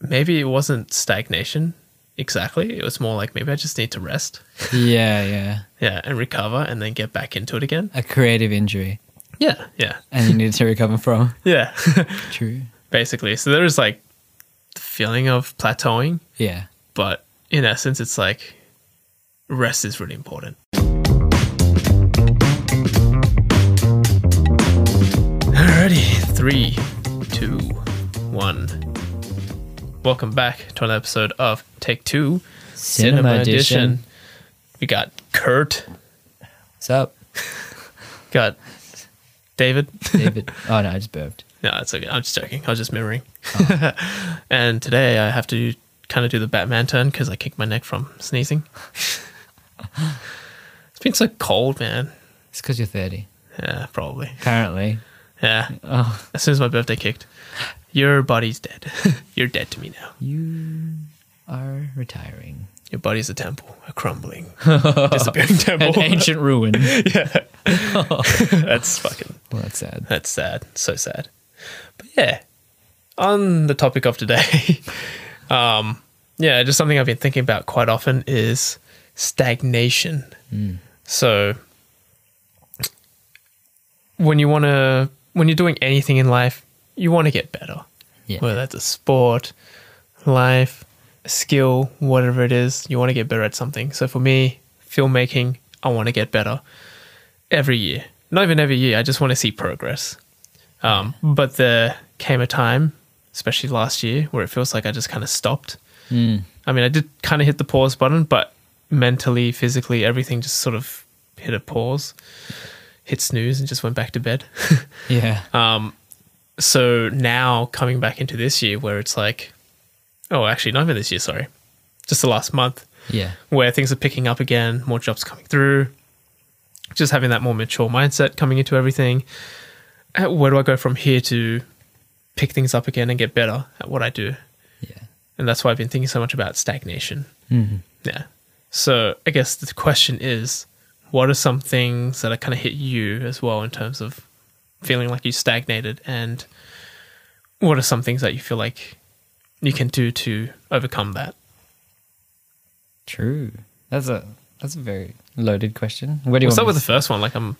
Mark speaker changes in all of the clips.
Speaker 1: maybe it wasn't stagnation exactly. It was more like maybe I just need to rest.
Speaker 2: Yeah, yeah.
Speaker 1: Yeah, and recover and then get back into it again.
Speaker 2: A creative injury,
Speaker 1: Yeah. Yeah.
Speaker 2: and you needed to recover from.
Speaker 1: Yeah.
Speaker 2: True.
Speaker 1: Basically. So there is like the feeling of plateauing,
Speaker 2: Yeah.
Speaker 1: but in essence it's like rest is really important. Alrighty. Three, two, one. Welcome back to another episode of Take Two
Speaker 2: Cinema Edition.
Speaker 1: We got Kurt.
Speaker 2: What's up,
Speaker 1: Got David.
Speaker 2: David? oh no, I just burped.
Speaker 1: No, that's okay. I'm just joking. I was just mirroring. and today I have to kind of do the Batman turn because I kicked my neck from sneezing. it's been so cold, man.
Speaker 2: It's because you're thirty,
Speaker 1: Yeah, probably.
Speaker 2: apparently.
Speaker 1: Yeah.
Speaker 2: Oh,
Speaker 1: As soon as my birthday kicked, your body's dead. You're dead to me now.
Speaker 2: you are retiring.
Speaker 1: Your body's a temple, a crumbling, disappearing temple.
Speaker 2: An ancient ruin.
Speaker 1: that's fucking.
Speaker 2: Well, that's sad.
Speaker 1: That's sad. So sad. But yeah, on the topic of today, um, yeah, just something I've been thinking about quite often is stagnation. So when you want to, when you're doing anything in life, you want to get better.
Speaker 2: Yeah.
Speaker 1: Whether that's a sport, life, a skill, whatever it is, you want to get better at something. So for me, filmmaking, I want to get better every year. Not even every year. I just want to see progress. Um, but there came a time, especially last year, where it feels like I just kind of stopped.
Speaker 2: Mm.
Speaker 1: I mean, I did kind of hit the pause button, but mentally, physically, everything just sort of hit a pause, hit snooze, and just went back to bed.
Speaker 2: Yeah.
Speaker 1: so now coming back into this year, where it's like, oh, actually, not even this year, sorry, just the last month,
Speaker 2: yeah.
Speaker 1: where things are picking up again, more jobs coming through, just having that more mature mindset coming into everything. Uh, Where do I go from here to pick things up again and get better at what I do?
Speaker 2: Yeah. Mm-hmm.
Speaker 1: And that's why I've been thinking so much about stagnation. Yeah. So I guess the question is what are some things that have kind of hit you as well in terms of feeling like you stagnated? And what are some things that you feel like you can do to overcome that?
Speaker 2: True. That's a that's a very loaded question. Where do you
Speaker 1: We'll start
Speaker 2: want
Speaker 1: with
Speaker 2: me
Speaker 1: the first one. Like, um,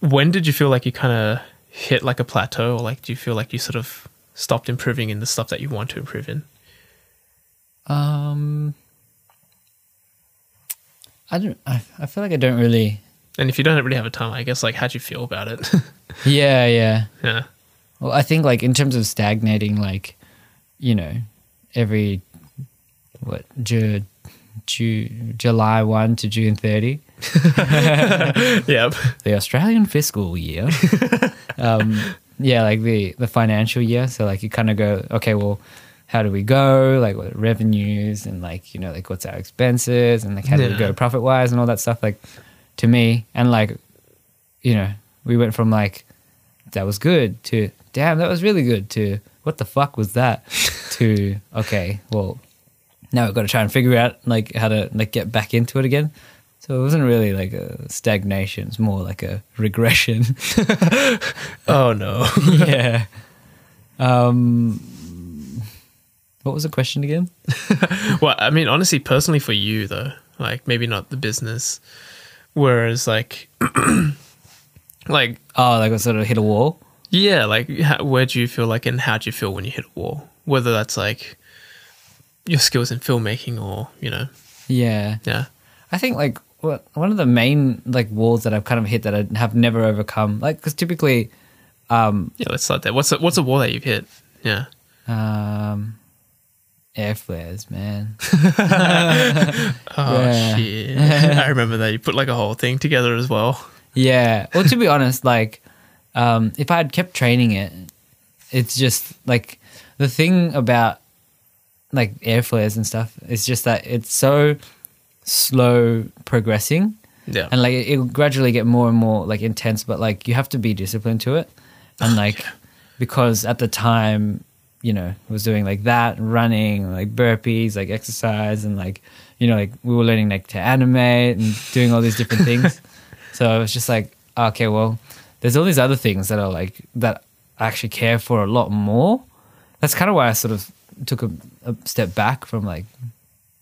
Speaker 1: when did you feel like you kind of hit like a plateau, or like do you feel like you sort of stopped improving in the stuff that you want to improve in?
Speaker 2: to- um I don't I, I feel like I don't really
Speaker 1: And if you don't really have a time, I guess like how'd you feel about it?
Speaker 2: Yeah, yeah.
Speaker 1: yeah,
Speaker 2: Well, I think like in terms of stagnating like you know, every what Ju- Ju- July 1 to June 30,
Speaker 1: yep,
Speaker 2: the Australian fiscal year. um, yeah, like the, the financial year. So like you kind of go, okay, well, how do we go? Like what are revenues and like you know like what's our expenses and like how do we
Speaker 1: Yeah.
Speaker 2: go profit wise and all that stuff. Like to me and like you know we went from like that was good to damn that was really good to what the fuck was that to okay well now we've got to try and figure out like how to like get back into it again. So it wasn't really like a stagnation; it's more like a regression.
Speaker 1: Oh no.
Speaker 2: yeah. Um, what was the question again?
Speaker 1: well, I mean, honestly, personally, for you though, like maybe not the business. Whereas, like, like
Speaker 2: Oh, like I sort of hit a wall.
Speaker 1: yeah, like how, where do you feel like, and how do you feel when you hit a wall? Whether that's like your skills in filmmaking, or you know,
Speaker 2: Yeah,
Speaker 1: yeah,
Speaker 2: I think like what- one of the main like walls that I've kind of hit that I have never overcome, like because typically,
Speaker 1: yeah. Let's start there. What's a, what's a wall that you've hit? Yeah,
Speaker 2: um, air flares, man.
Speaker 1: Oh
Speaker 2: Yeah.
Speaker 1: shit! I remember that you put like a whole thing together as well.
Speaker 2: Yeah. Well, to be honest, like, um, if I had kept training it, it's just like the thing about like air flares and stuff is just that it's so slow progressing
Speaker 1: Yeah,
Speaker 2: and like it'll gradually get more and more like intense but like you have to be disciplined to it and like because at the time you know I was doing like that running like burpees like exercise and like you know like we were learning like to animate and doing all these different things so I was just like "Ah, okay well there's all these other things that are like that I actually care for a lot more that's kind of why I sort of took a, a step back from like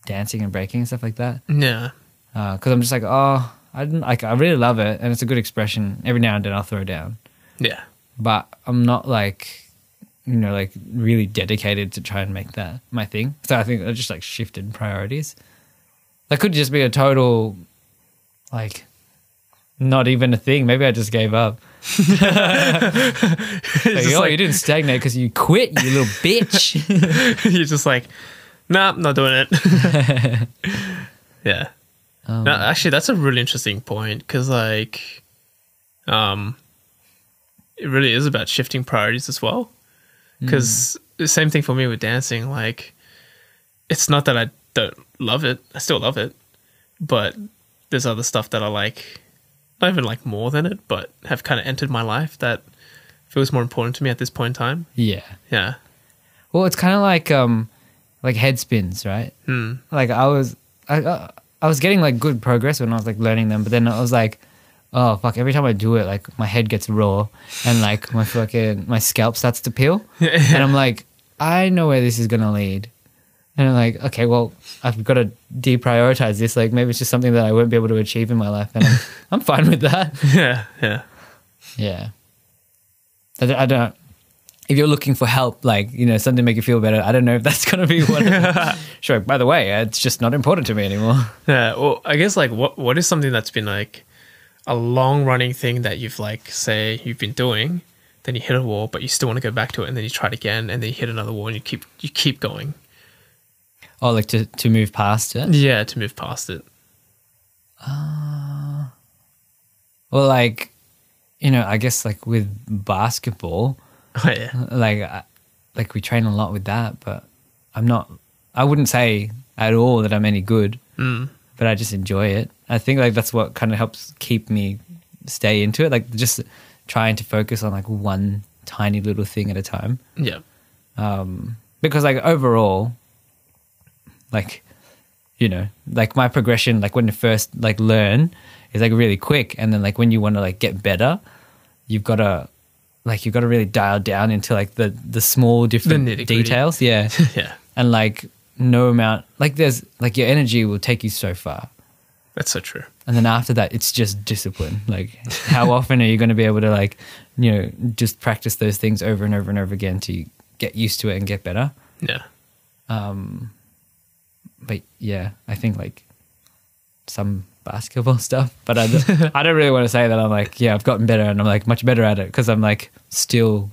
Speaker 2: dancing and breaking and stuff like that
Speaker 1: Yeah.
Speaker 2: because I'm just like, oh, I didn't, like I really love it, and it's a good expression. Every now and then I'll throw it down,
Speaker 1: Yeah.
Speaker 2: but I'm not like, you know, like really dedicated to try and make that my thing. So I think I just like shifted priorities. That could just be a total, like, not even a thing. Maybe I just gave up. Like,
Speaker 1: just
Speaker 2: oh,
Speaker 1: like-
Speaker 2: you didn't stagnate because you quit, you little bitch.
Speaker 1: You're just like, nah, not doing it. yeah.
Speaker 2: Um,
Speaker 1: No, actually, that's a really interesting point because, like, um, it really is about shifting priorities as well. Because the same thing for me with dancing, like, it's not that I don't love it; I still love it, but there's other stuff that I like, not even like more than it, but have kind of entered my life that feels more important to me at this point in time.
Speaker 2: yeah.
Speaker 1: Yeah,
Speaker 2: Well, it's kind of like um, like head spins, right?
Speaker 1: Hmm.
Speaker 2: Like I was, I, I I was getting like good progress when I was like learning them, but then I was like, oh fuck! Every time I do it, like my head gets raw and like my fucking my scalp starts to peel, and I'm like, I know where this is gonna lead, and I'm like, okay, well, I've got to deprioritize this. Like maybe it's just something that I won't be able to achieve in my life, and I'm, I'm fine with that.
Speaker 1: yeah, yeah,
Speaker 2: Yeah. I don't, I don't- If you're looking for help, like, you know, something to make you feel better, I don't know if that's going to be one. of- sure. By the way, uh, it's just not important to me anymore.
Speaker 1: yeah. Well, I guess like what what is something that's been like a long running thing that you've like say you've been doing, then you hit a wall, but you still want to go back to it, and then you try it again, and then you hit another wall, and you keep you keep going.
Speaker 2: Oh, like to, to move past it?
Speaker 1: Yeah, to move past it.
Speaker 2: Or like, you know, I guess like with basketball,
Speaker 1: Oh, yeah,
Speaker 2: like, I, like we train a lot with that, but I'm not, I wouldn't say at all that I'm any good,
Speaker 1: mm.
Speaker 2: but I just enjoy it. I think like that's what kind of helps keep me stay into it. Like just trying to focus on like one tiny little thing at a time.
Speaker 1: yeah,
Speaker 2: um, because like overall, like you know, like my progression, like when you first like learn, is like really quick, and then like when you want to like get better, you've got to like you've got to really dial down into like the the small different
Speaker 1: nitty-gritty.
Speaker 2: details, yeah,
Speaker 1: yeah.
Speaker 2: and like no amount like there's like your energy will take you so far.
Speaker 1: That's so true.
Speaker 2: And then after that, it's just discipline. Like, how often are you going to be able to, like, you know, just practice those things over and over and over again to get used to it and get better?
Speaker 1: Yeah,
Speaker 2: but yeah, I think like some basketball stuff. But I don't, I don't really want to say that I'm like, yeah, I've gotten better and I'm like much better at it because I'm like still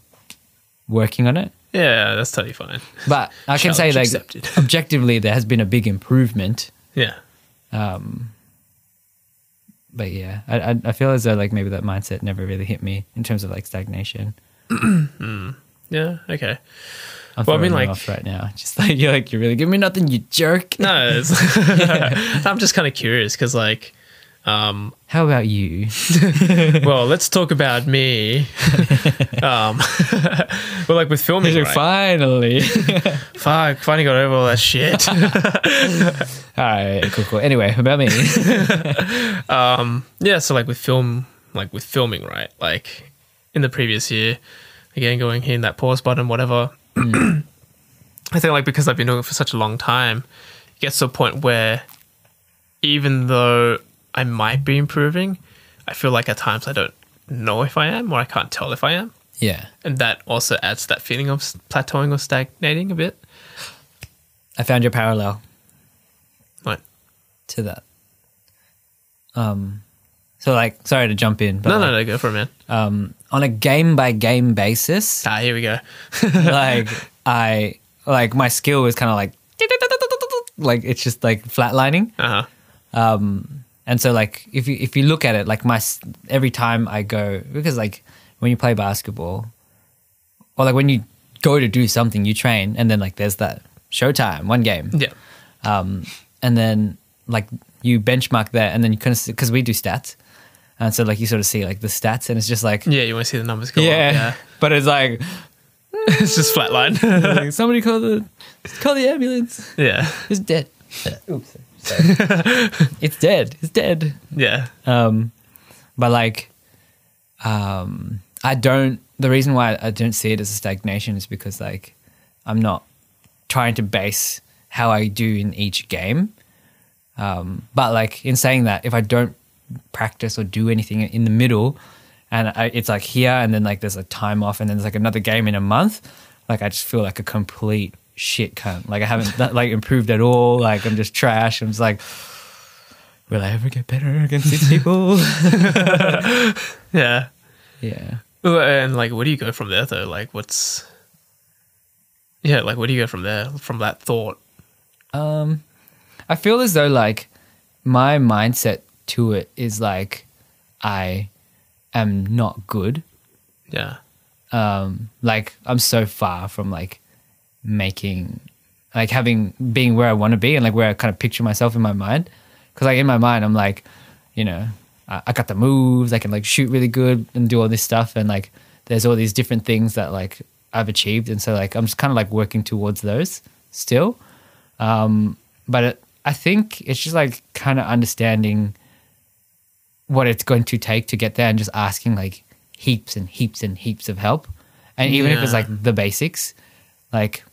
Speaker 2: working on it.
Speaker 1: yeah. That's totally fine.
Speaker 2: But I can say
Speaker 1: Challenge
Speaker 2: like
Speaker 1: accepted.
Speaker 2: objectively, there has been a big improvement.
Speaker 1: Yeah,
Speaker 2: But yeah, I, I I feel as though like maybe that mindset never really hit me in terms of like stagnation.
Speaker 1: yeah. Okay. Well, I
Speaker 2: I'm throwing
Speaker 1: mean,
Speaker 2: you
Speaker 1: like-
Speaker 2: off right now. Just like you're like you're really giving me nothing, you jerk.
Speaker 1: No, it's, I'm just kind of curious because like, um,
Speaker 2: How about you?
Speaker 1: well, let's talk about me. um, well, like with filming,
Speaker 2: So
Speaker 1: right?
Speaker 2: Finally.
Speaker 1: Fuck, finally got over all that shit.
Speaker 2: All right, cool, cool. Anyway, about me.
Speaker 1: yeah, so like with film, like with filming, right? Like in the previous year, again, going here in that pause button, whatever. I think like because I've been doing it for such a long time, it gets to a point where even though I might be improving, I feel like at times I don't know if I am or I can't tell if I am.
Speaker 2: yeah.
Speaker 1: And that also adds to that feeling of s- plateauing or stagnating a bit.
Speaker 2: I found your parallel.
Speaker 1: Like,
Speaker 2: to that. Um, so like, sorry to jump in, but
Speaker 1: no, no,
Speaker 2: like,
Speaker 1: no, go for it, man.
Speaker 2: um, on a game by game basis,
Speaker 1: Ah, here we go.
Speaker 2: like I like my skill is kind of like like it's just like flatlining. Um,
Speaker 1: Uh huh.
Speaker 2: And so like if you if you look at it, like my s- every time I go because like when you play basketball or like when you go to do something, you train, and then like there's that showtime, one game.
Speaker 1: Yeah.
Speaker 2: Um, and then like you benchmark that and then you kind of because we do stats and so like you sort of see like the stats and it's just like
Speaker 1: Yeah, you want to see the numbers go up. Yeah.
Speaker 2: but it's like,
Speaker 1: it's just flatline.
Speaker 2: like, somebody call the call the ambulance
Speaker 1: yeah.
Speaker 2: it's dead oops sorry. it's dead it's dead
Speaker 1: Yeah.
Speaker 2: um but like um i don't the reason why i don't see it as a stagnation is because like i'm not trying to base how I do in each game. Um, but like in saying that, if I don't practice or do anything in the middle, and I, it's like here, and then like there's a time off, and then there's like another game in a month, like I just feel like a complete shit cunt. Like I haven't done- like improved at all. Like I'm just trash. I'm just like, will I ever get better against these people?
Speaker 1: Yeah.
Speaker 2: yeah.
Speaker 1: Well, And like, where do you go from there though? Like, what's yeah, like where do you go from there? From that thought,
Speaker 2: Um, I feel as though like my mindset to it is like I am not good.
Speaker 1: yeah,
Speaker 2: Um, like I'm so far from like making, like having being where I want to be and like where I kind of picture myself in my mind. Because like in my mind, I'm like, you know, I, I got the moves. I can like shoot really good and do all this stuff. And like there's all these different things that like I've achieved. And so like I'm just kind of like working towards those still Um, but it, I think it's just like kind of understanding what it's going to take to get there and just asking like heaps and heaps and heaps of help. And even if it's
Speaker 1: Yeah.
Speaker 2: like the basics, like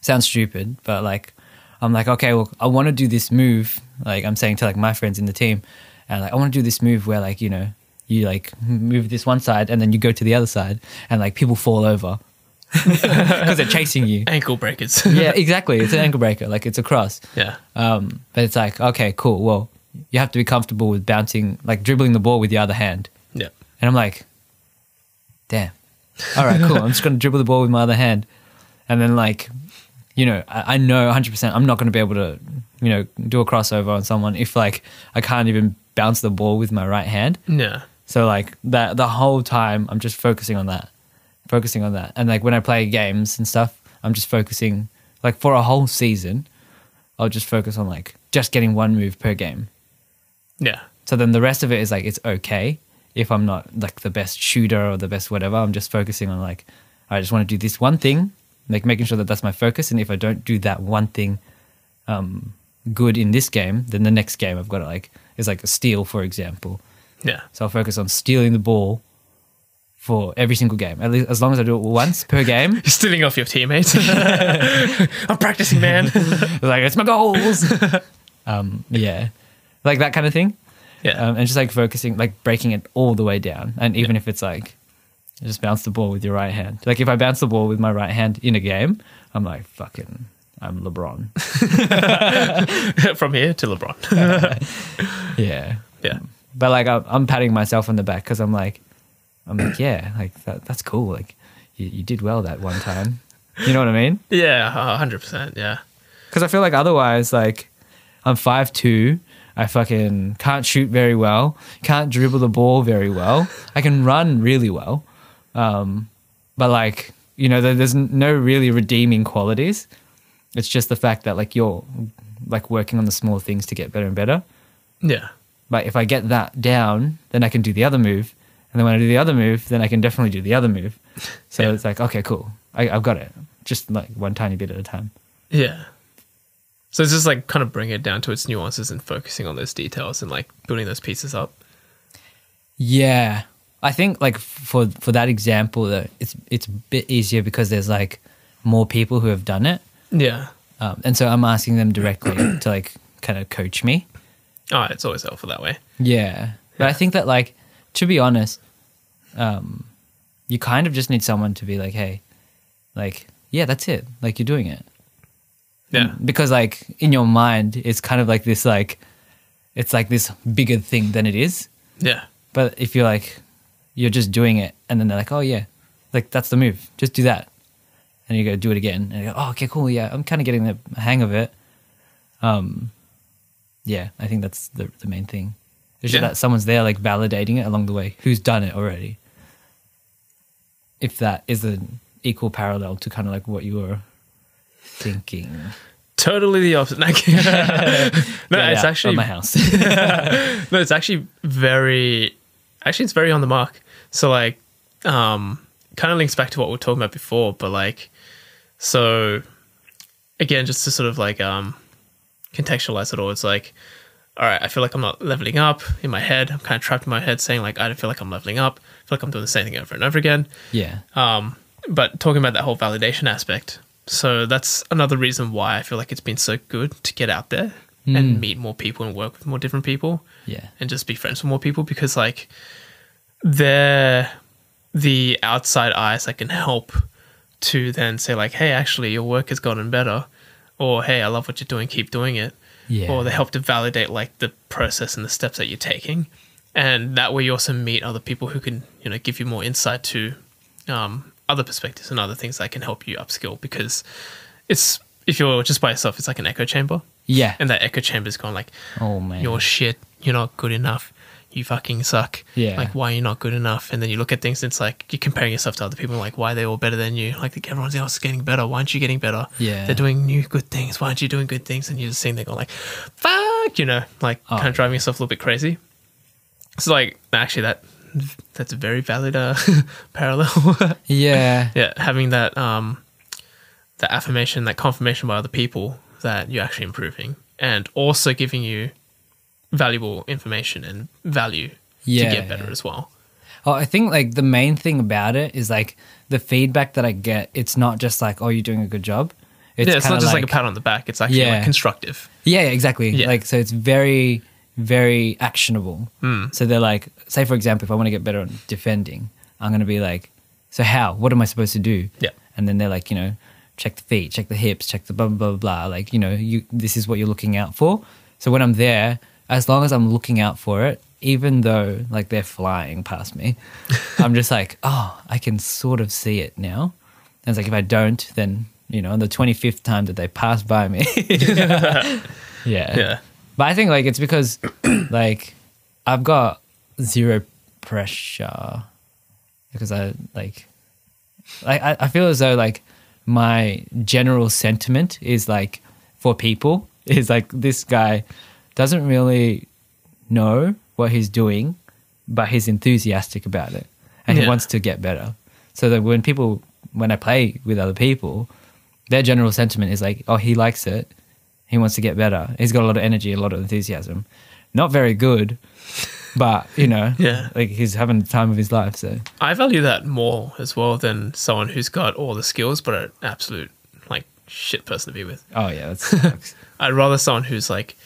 Speaker 2: sounds stupid, but like I'm like, okay, well, I want to do this move. Like I'm saying to like my friends in the team, and like I want to do this move where like you know you like move this one side and then you go to the other side, and like people fall over because they're chasing you.
Speaker 1: ankle breakers.
Speaker 2: Yeah, exactly. It's an ankle breaker. Like it's a cross.
Speaker 1: yeah,
Speaker 2: Um, but it's like, okay, cool. Well, you have to be comfortable with bouncing, like dribbling the ball with the other hand.
Speaker 1: yeah,
Speaker 2: And I'm like, damn. All right, cool. I'm just going to dribble the ball with my other hand. And then, like, you know, I, I know 100% I'm not going to be able to, you know, do a crossover on someone if, like, I can't even bounce the ball with my right hand.
Speaker 1: yeah,
Speaker 2: So like that the whole time I'm just focusing on that. Focusing on that. And like when I play games and stuff, I'm just focusing like for a whole season, I'll just focus on like just getting one move per game.
Speaker 1: yeah,
Speaker 2: So then the rest of it is like it's okay if I'm not like the best shooter or the best whatever. I'm just focusing on like I just want to do this one thing, like making sure that that's my focus. And if I don't do that one thing um, good in this game, then the next game I've got to like is like a steal, for example.
Speaker 1: yeah,
Speaker 2: So I'll focus on stealing the ball for every single game. At least as long as I do it once per game.
Speaker 1: You're stealing off your teammates. I'm practicing, man.
Speaker 2: It's like it's my goals. um, yeah. Like that kind of thing.
Speaker 1: Yeah,
Speaker 2: Um, and just like focusing like breaking it all the way down. And even if it's like just bounce the ball with your right hand. Like if I bounce the ball with my right hand in a game, I'm like fucking I'm LeBron.
Speaker 1: from here to LeBron.
Speaker 2: yeah.
Speaker 1: yeah,
Speaker 2: But like I'm, I'm patting myself on the back because I'm like I'm like yeah, like that, that's cool. Like you, you did well that one time. You know what I mean?
Speaker 1: yeah, hundred percent. Yeah,
Speaker 2: Because I feel like otherwise, like, I'm 5'2. I fucking can't shoot very well. Can't dribble the ball very well. I can run really well. Um, but, like, you know, there, there's n- no really redeeming qualities. It's just the fact that, like, you're, like, working on the small things to get better and better.
Speaker 1: yeah,
Speaker 2: But if I get that down, then I can do the other move. And then when I do the other move, then I can definitely do the other move. So
Speaker 1: Yeah.
Speaker 2: it's like, okay, cool. I, I've got it. Just, like, one tiny bit at a time.
Speaker 1: yeah. So it's just like kind of bring it down to its nuances and focusing on those details and like building those pieces up.
Speaker 2: Yeah, I think like f- for for that example, though, it's it's a bit easier because there's like more people who have done it,
Speaker 1: Yeah.
Speaker 2: um, and so I'm asking them directly to like kind of coach me.
Speaker 1: Oh, it's always helpful that way.
Speaker 2: Yeah, but I think that like to be honest, um, you kind of just need someone to be like, hey, like yeah, that's it. Like you're doing it. Mm.
Speaker 1: Yeah.
Speaker 2: because like in your mind, it's kind of like this like it's like this bigger thing than it is.
Speaker 1: Yeah.
Speaker 2: But if you're like, you're just doing it, and then they're like, oh yeah, like that's the move. Just do that, and you go do it again, and you go, oh okay, cool, yeah, I'm kind of getting the hang of it. Um, yeah, I think that's the the main thing. It's just
Speaker 1: Yeah.
Speaker 2: that someone's there, like validating it along the way, who's done it already. If that is an equal parallel to kind of like what you were thinking.
Speaker 1: Totally the opposite. Like, no,
Speaker 2: Get
Speaker 1: it's
Speaker 2: out of
Speaker 1: actually
Speaker 2: my house.
Speaker 1: no, it's actually very actually it's very on the mark. So like um kind of links back to what we were talking about before, but like so again just to sort of like um contextualize it all, it's like all right, I feel like I'm not leveling up in my head. I'm kind of trapped in my head saying like I don't feel like I'm leveling up. I feel like I'm doing the same thing over and over again.
Speaker 2: yeah,
Speaker 1: Um, but talking about that whole validation aspect, So that's another reason why I feel like it's been so good to get out there
Speaker 2: Mm.
Speaker 1: and meet more people and work with more different people
Speaker 2: Yeah.
Speaker 1: and just be friends with more people because like they're the outside eyes that can help to then say like, hey, actually your work has gotten better, or hey, I love what you're doing, keep doing it,
Speaker 2: Yeah.
Speaker 1: or they help to validate like the process and the steps that you're taking, and that way you also meet other people who can you know give you more insight to um, other perspectives and other things that can help you upskill because it's if you're just by yourself, it's like an echo chamber,
Speaker 2: yeah.
Speaker 1: and that echo chamber is going like
Speaker 2: oh man.
Speaker 1: you're shit. You're not good enough. You fucking suck.
Speaker 2: Yeah.
Speaker 1: Like, why are you not good enough? And then you look at things and it's like you're comparing yourself to other people. Like, why are they all better than you? Like, like, everyone else is getting better. Why aren't you getting better?
Speaker 2: Yeah.
Speaker 1: They're doing new good things. Why aren't you doing good things? And you're just sitting there going like, fuck, you know, like
Speaker 2: Oh,
Speaker 1: kind of driving yourself a little bit crazy. So like, actually that, that's a very valid uh, parallel.
Speaker 2: yeah.
Speaker 1: yeah. Having that, um, that affirmation, that confirmation by other people that you're actually improving and also giving you valuable information and value
Speaker 2: Yeah,
Speaker 1: to get better
Speaker 2: yeah.
Speaker 1: as well.
Speaker 2: Oh, I think like the main thing about it is like the feedback that I get. It's not just like, oh, you're doing a good job.
Speaker 1: yeah, it's not
Speaker 2: kinda
Speaker 1: just like, a pat on the back. It's actually
Speaker 2: Yeah.
Speaker 1: like constructive.
Speaker 2: Yeah, yeah, exactly.
Speaker 1: Yeah.
Speaker 2: Like, so it's very, very actionable.
Speaker 1: Hmm.
Speaker 2: So they're like, say, for example, if I want to get better at defending, I'm going to be like, so how? What am I supposed to do?
Speaker 1: Yeah.
Speaker 2: And then they're like, you know, check the feet, check the hips, check the blah, blah, blah, blah. Like, you know, you, this is what you're looking out for. So when I'm there, as long as I'm looking out for it, even though like they're flying past me, I'm just like, oh, I can sort of see it now. And it's like, if I don't, then, you know, on the 25th time that they pass by me, yeah.
Speaker 1: Yeah.
Speaker 2: But I think like it's because like I've got zero pressure because I like like I, I feel as though like my general sentiment is like for people is like this guy doesn't really know what he's doing, but he's enthusiastic about it and he
Speaker 1: Yeah.
Speaker 2: wants to get better. So that when people when I play with other people, their general sentiment is like, oh, he likes it. He wants to get better. He's got a lot of energy, a lot of enthusiasm. Not very good, but you know,
Speaker 1: Yeah.
Speaker 2: like he's having the time of his life. So
Speaker 1: I value that more as well than someone who's got all the skills but an absolute like shit person to be with.
Speaker 2: Oh yeah, that sucks.
Speaker 1: I'd rather someone who's like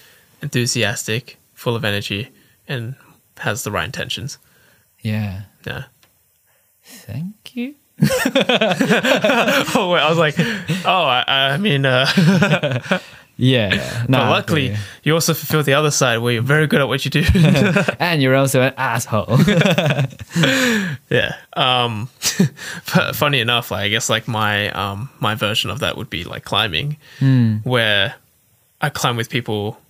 Speaker 1: enthusiastic, full of energy, and has the right intentions.
Speaker 2: yeah.
Speaker 1: Yeah.
Speaker 2: Thank you.
Speaker 1: Oh wait, I was like, oh, I, I mean, uh,
Speaker 2: Yeah. No,
Speaker 1: but luckily
Speaker 2: yeah.
Speaker 1: you also fulfill the other side where you're very good at what you do.
Speaker 2: and you're also an asshole.
Speaker 1: Yeah. Um, but funny enough, like, I guess like my um, my version of that would be like climbing, where I climb with people,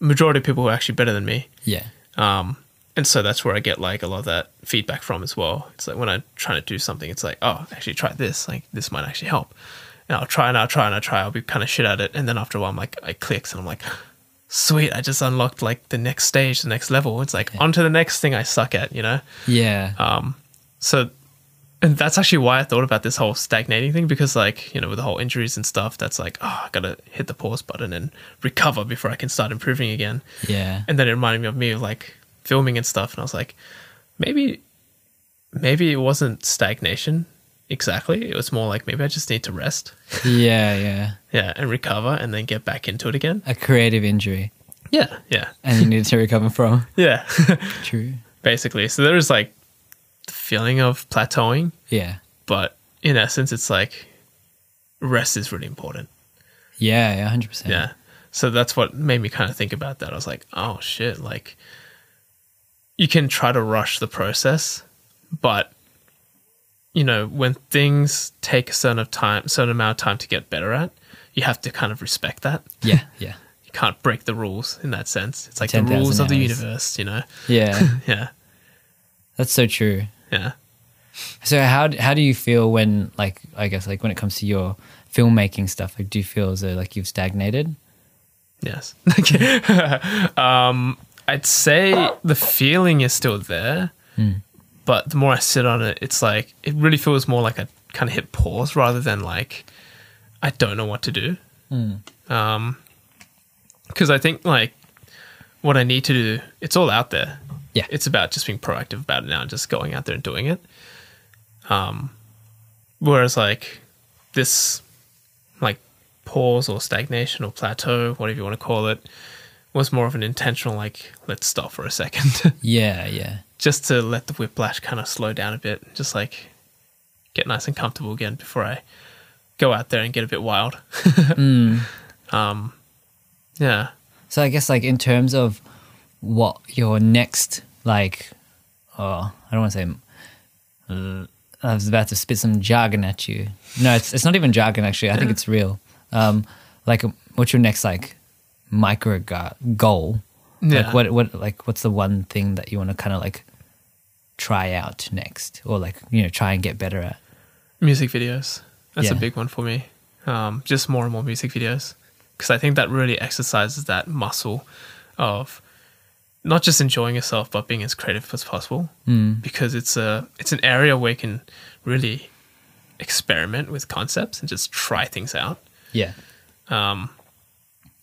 Speaker 1: majority of people who are actually better than me,
Speaker 2: yeah.
Speaker 1: um, and so that's where I get like a lot of that feedback from as well. It's like when I'm trying to do something, it's like, oh, actually try this. Like this might actually help. And I'll try and I'll try and I'll try. I'll be kind of shit at it, and then after a while, I'm like, it clicks, and I'm like, sweet, I just unlocked like the next stage, the next level. It's like on to the next thing I suck at, you know. Um,
Speaker 2: Yeah.
Speaker 1: So, and that's actually why I thought about this whole stagnating thing because, like, you know, with the whole injuries and stuff, that's like, oh, I gotta hit the pause button and recover before I can start improving again.
Speaker 2: yeah.
Speaker 1: And then it reminded me of me, like, filming and stuff. And I was like, maybe, maybe it wasn't stagnation exactly. It was more like, maybe I just need to rest.
Speaker 2: Yeah. Yeah.
Speaker 1: Yeah. And recover and then get back into it again.
Speaker 2: A creative injury,
Speaker 1: Yeah. Yeah.
Speaker 2: and you need to recover from.
Speaker 1: Yeah.
Speaker 2: True.
Speaker 1: Basically. So there is like the feeling of plateauing.
Speaker 2: Yeah.
Speaker 1: but in essence, it's like rest is really important.
Speaker 2: Yeah. Yeah. Hundred percent.
Speaker 1: Yeah. So that's what made me kind of think about that. I was like, oh shit, like you can try to rush the process, but you know, when things take a certain of time, certain amount of time to get better at, you have to kind of respect that.
Speaker 2: Yeah. Yeah.
Speaker 1: You can't break the rules in that sense. It's like the
Speaker 2: 10,000
Speaker 1: rules of the
Speaker 2: hours.
Speaker 1: universe, you know.
Speaker 2: Yeah.
Speaker 1: Yeah.
Speaker 2: That's so true.
Speaker 1: Yeah.
Speaker 2: So how how do you feel when like I guess like when it comes to your filmmaking stuff? Like, do you feel as though like you've stagnated?
Speaker 1: Yes. Okay. um, I'd say the feeling is still there, but the more I sit on it, it's like it really feels more like I kind of hit pause rather than like I don't know what to do. Because I think like what I need to do, it's all out there.
Speaker 2: Yeah.
Speaker 1: It's about just being proactive about it now and just going out there and doing it. Um, whereas like this like pause or stagnation or plateau, whatever you want to call it, was more of an intentional like let's stop for a second,
Speaker 2: Yeah, yeah.
Speaker 1: just to let the whiplash kind of slow down a bit, just like get nice and comfortable again before I go out there and get a bit wild.
Speaker 2: Mm.
Speaker 1: Um, yeah,
Speaker 2: So I guess like in terms of what your next like, oh, I don't want to say. uh, I was about to spit some jargon at you. No, it's it's not even jargon actually. I think it's real. Um, like, what's your next like micro go- goal?
Speaker 1: Yeah.
Speaker 2: Like what what like what's the one thing that you want to kind of like try out next, or like you know try and get better at?
Speaker 1: music videos. That's a
Speaker 2: Yeah.
Speaker 1: big one for me. Um, just more and more music videos because I think that really exercises that muscle of not just enjoying yourself but being as creative as possible
Speaker 2: Mm.
Speaker 1: because it's a it's an area where you can really experiment with concepts and just try things out.
Speaker 2: Yeah.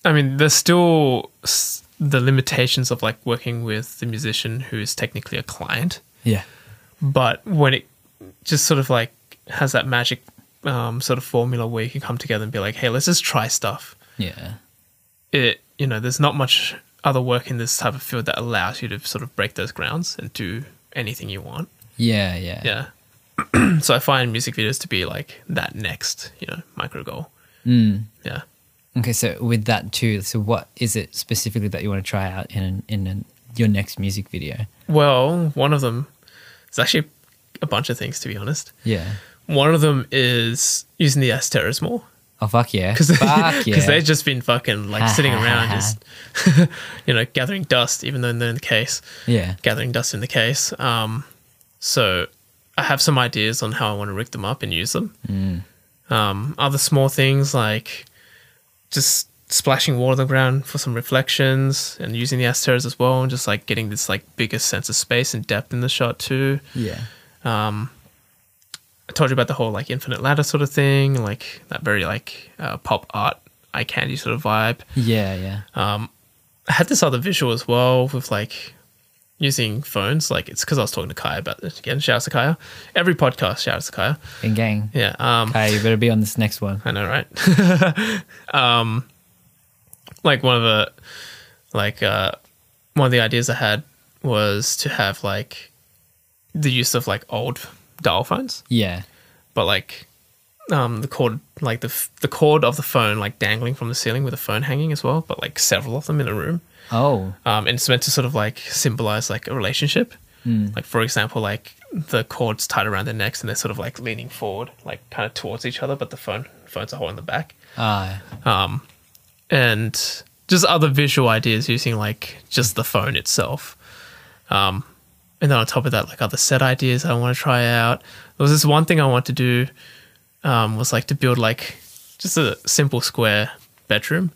Speaker 1: I mean, there's still s- the limitations of like working with the musician who is technically a client.
Speaker 2: Yeah.
Speaker 1: but when it just sort of like has that magic um, sort of formula where you can come together and be like, hey, let's just try stuff.
Speaker 2: Yeah.
Speaker 1: It you know, there's not much other work in this type of field that allows you to sort of break those grounds and do anything you want.
Speaker 2: Yeah. Yeah.
Speaker 1: Yeah. so I find music videos to be like that next, you know, micro goal.
Speaker 2: Mm.
Speaker 1: Yeah.
Speaker 2: Okay, so with that too, so what is it specifically that you want to try out in in your next music video?
Speaker 1: Well, one of them is actually a bunch of things to be honest.
Speaker 2: Yeah.
Speaker 1: One of them is using the Asteris more.
Speaker 2: Oh fuck yeah!
Speaker 1: because
Speaker 2: fuck yeah!
Speaker 1: they've just been fucking like sitting around just you know gathering dust even though they're in the case
Speaker 2: yeah.
Speaker 1: gathering dust in the case um, so i have some ideas on how i want to rig them up and use them
Speaker 2: Mm.
Speaker 1: um, other small things like just splashing water on the ground for some reflections and using the asteroids as well and just like getting this like bigger sense of space and depth in the shot too
Speaker 2: Yeah.
Speaker 1: I told you about the whole like infinite ladder sort of thing, like that very like uh, pop art eye candy sort of vibe.
Speaker 2: Yeah. Yeah.
Speaker 1: I had this other visual as well with like using phones. Like it's because I was talking to Kaya about this again. Shout out to Kaya. Every podcast, shout out to Kaya.
Speaker 2: And gang.
Speaker 1: Yeah. Um,
Speaker 2: Hey, you better be on this next one.
Speaker 1: I know, right? um, like one of the like uh, one of the ideas I had was to have like the use of like old dial phones.
Speaker 2: Yeah.
Speaker 1: but like um the cord like the f- the cord of the phone like dangling from the ceiling with a phone hanging as well but like several of them in a room
Speaker 2: Oh.
Speaker 1: um and it's meant to sort of like symbolize like a relationship like for example like the cords tied around their necks and they're sort of like leaning forward like kind of towards each other but the phone phones are holding the back
Speaker 2: Ah.
Speaker 1: and just other visual ideas using like just the phone itself. Um, and then on top of that, like other set ideas I want to try out. There was this one thing I wanted to do um, was like to build like just a simple square bedroom,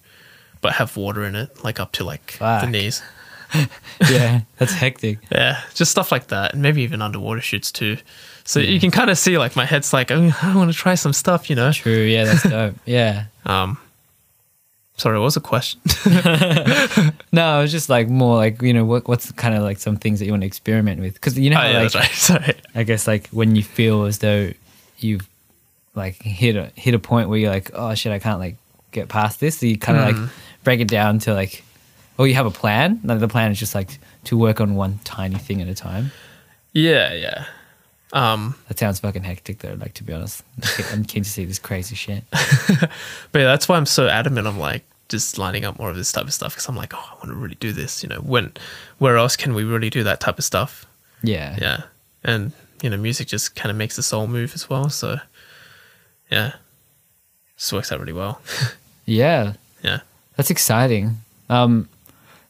Speaker 1: but have water in it, like up to like the
Speaker 2: Fuck.
Speaker 1: knees.
Speaker 2: yeah. That's hectic.
Speaker 1: Yeah, just stuff like that, and maybe even underwater shoots too. So you can kind of see like my head's like, oh, I want to try some stuff, you know. Um,
Speaker 2: True. Yeah. That's dope. Yeah.
Speaker 1: Sorry, what was the question?
Speaker 2: No, it's just like more like you know what what's kind of like some things that you want to experiment with because you know
Speaker 1: oh,
Speaker 2: how,
Speaker 1: yeah,
Speaker 2: like
Speaker 1: that's right. Sorry.
Speaker 2: I guess like when you feel as though you've like hit a hit a point where you're like, oh shit, I can't like get past this. So you kind of like break it down to like, oh, you have a plan. Like the plan is just like to work on one tiny thing at a time.
Speaker 1: Yeah, yeah. Um,
Speaker 2: That sounds fucking hectic though. Like to be honest, I'm keen to see this crazy shit.
Speaker 1: But yeah, that's why I'm so adamant. I'm like just lining up more of this type of stuff because I'm like, oh, I want to really do this. You know, when where else can we really do that type of stuff?
Speaker 2: Yeah,
Speaker 1: Yeah, and you know, music just kind of makes the soul move as well. So yeah, this works out really well.
Speaker 2: yeah,
Speaker 1: yeah,
Speaker 2: that's exciting. Um,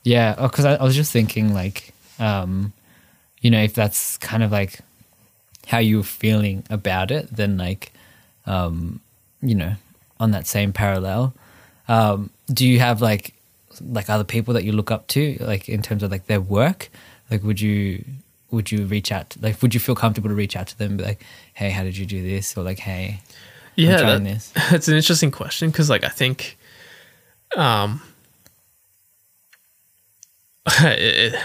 Speaker 2: yeah, because I, I was just thinking like, um, you know, if that's kind of like how you're feeling about it, then like, um, you know, on that same parallel, um, do you have like like other people that you look up to, like in terms of like their work? Like, would you would you reach out? To, like, would you feel comfortable to reach out to them? And be like, hey, how did you do this? Or like, hey,
Speaker 1: yeah.
Speaker 2: trying
Speaker 1: that-
Speaker 2: this.
Speaker 1: It's an interesting question because, like, I think, um, it, it-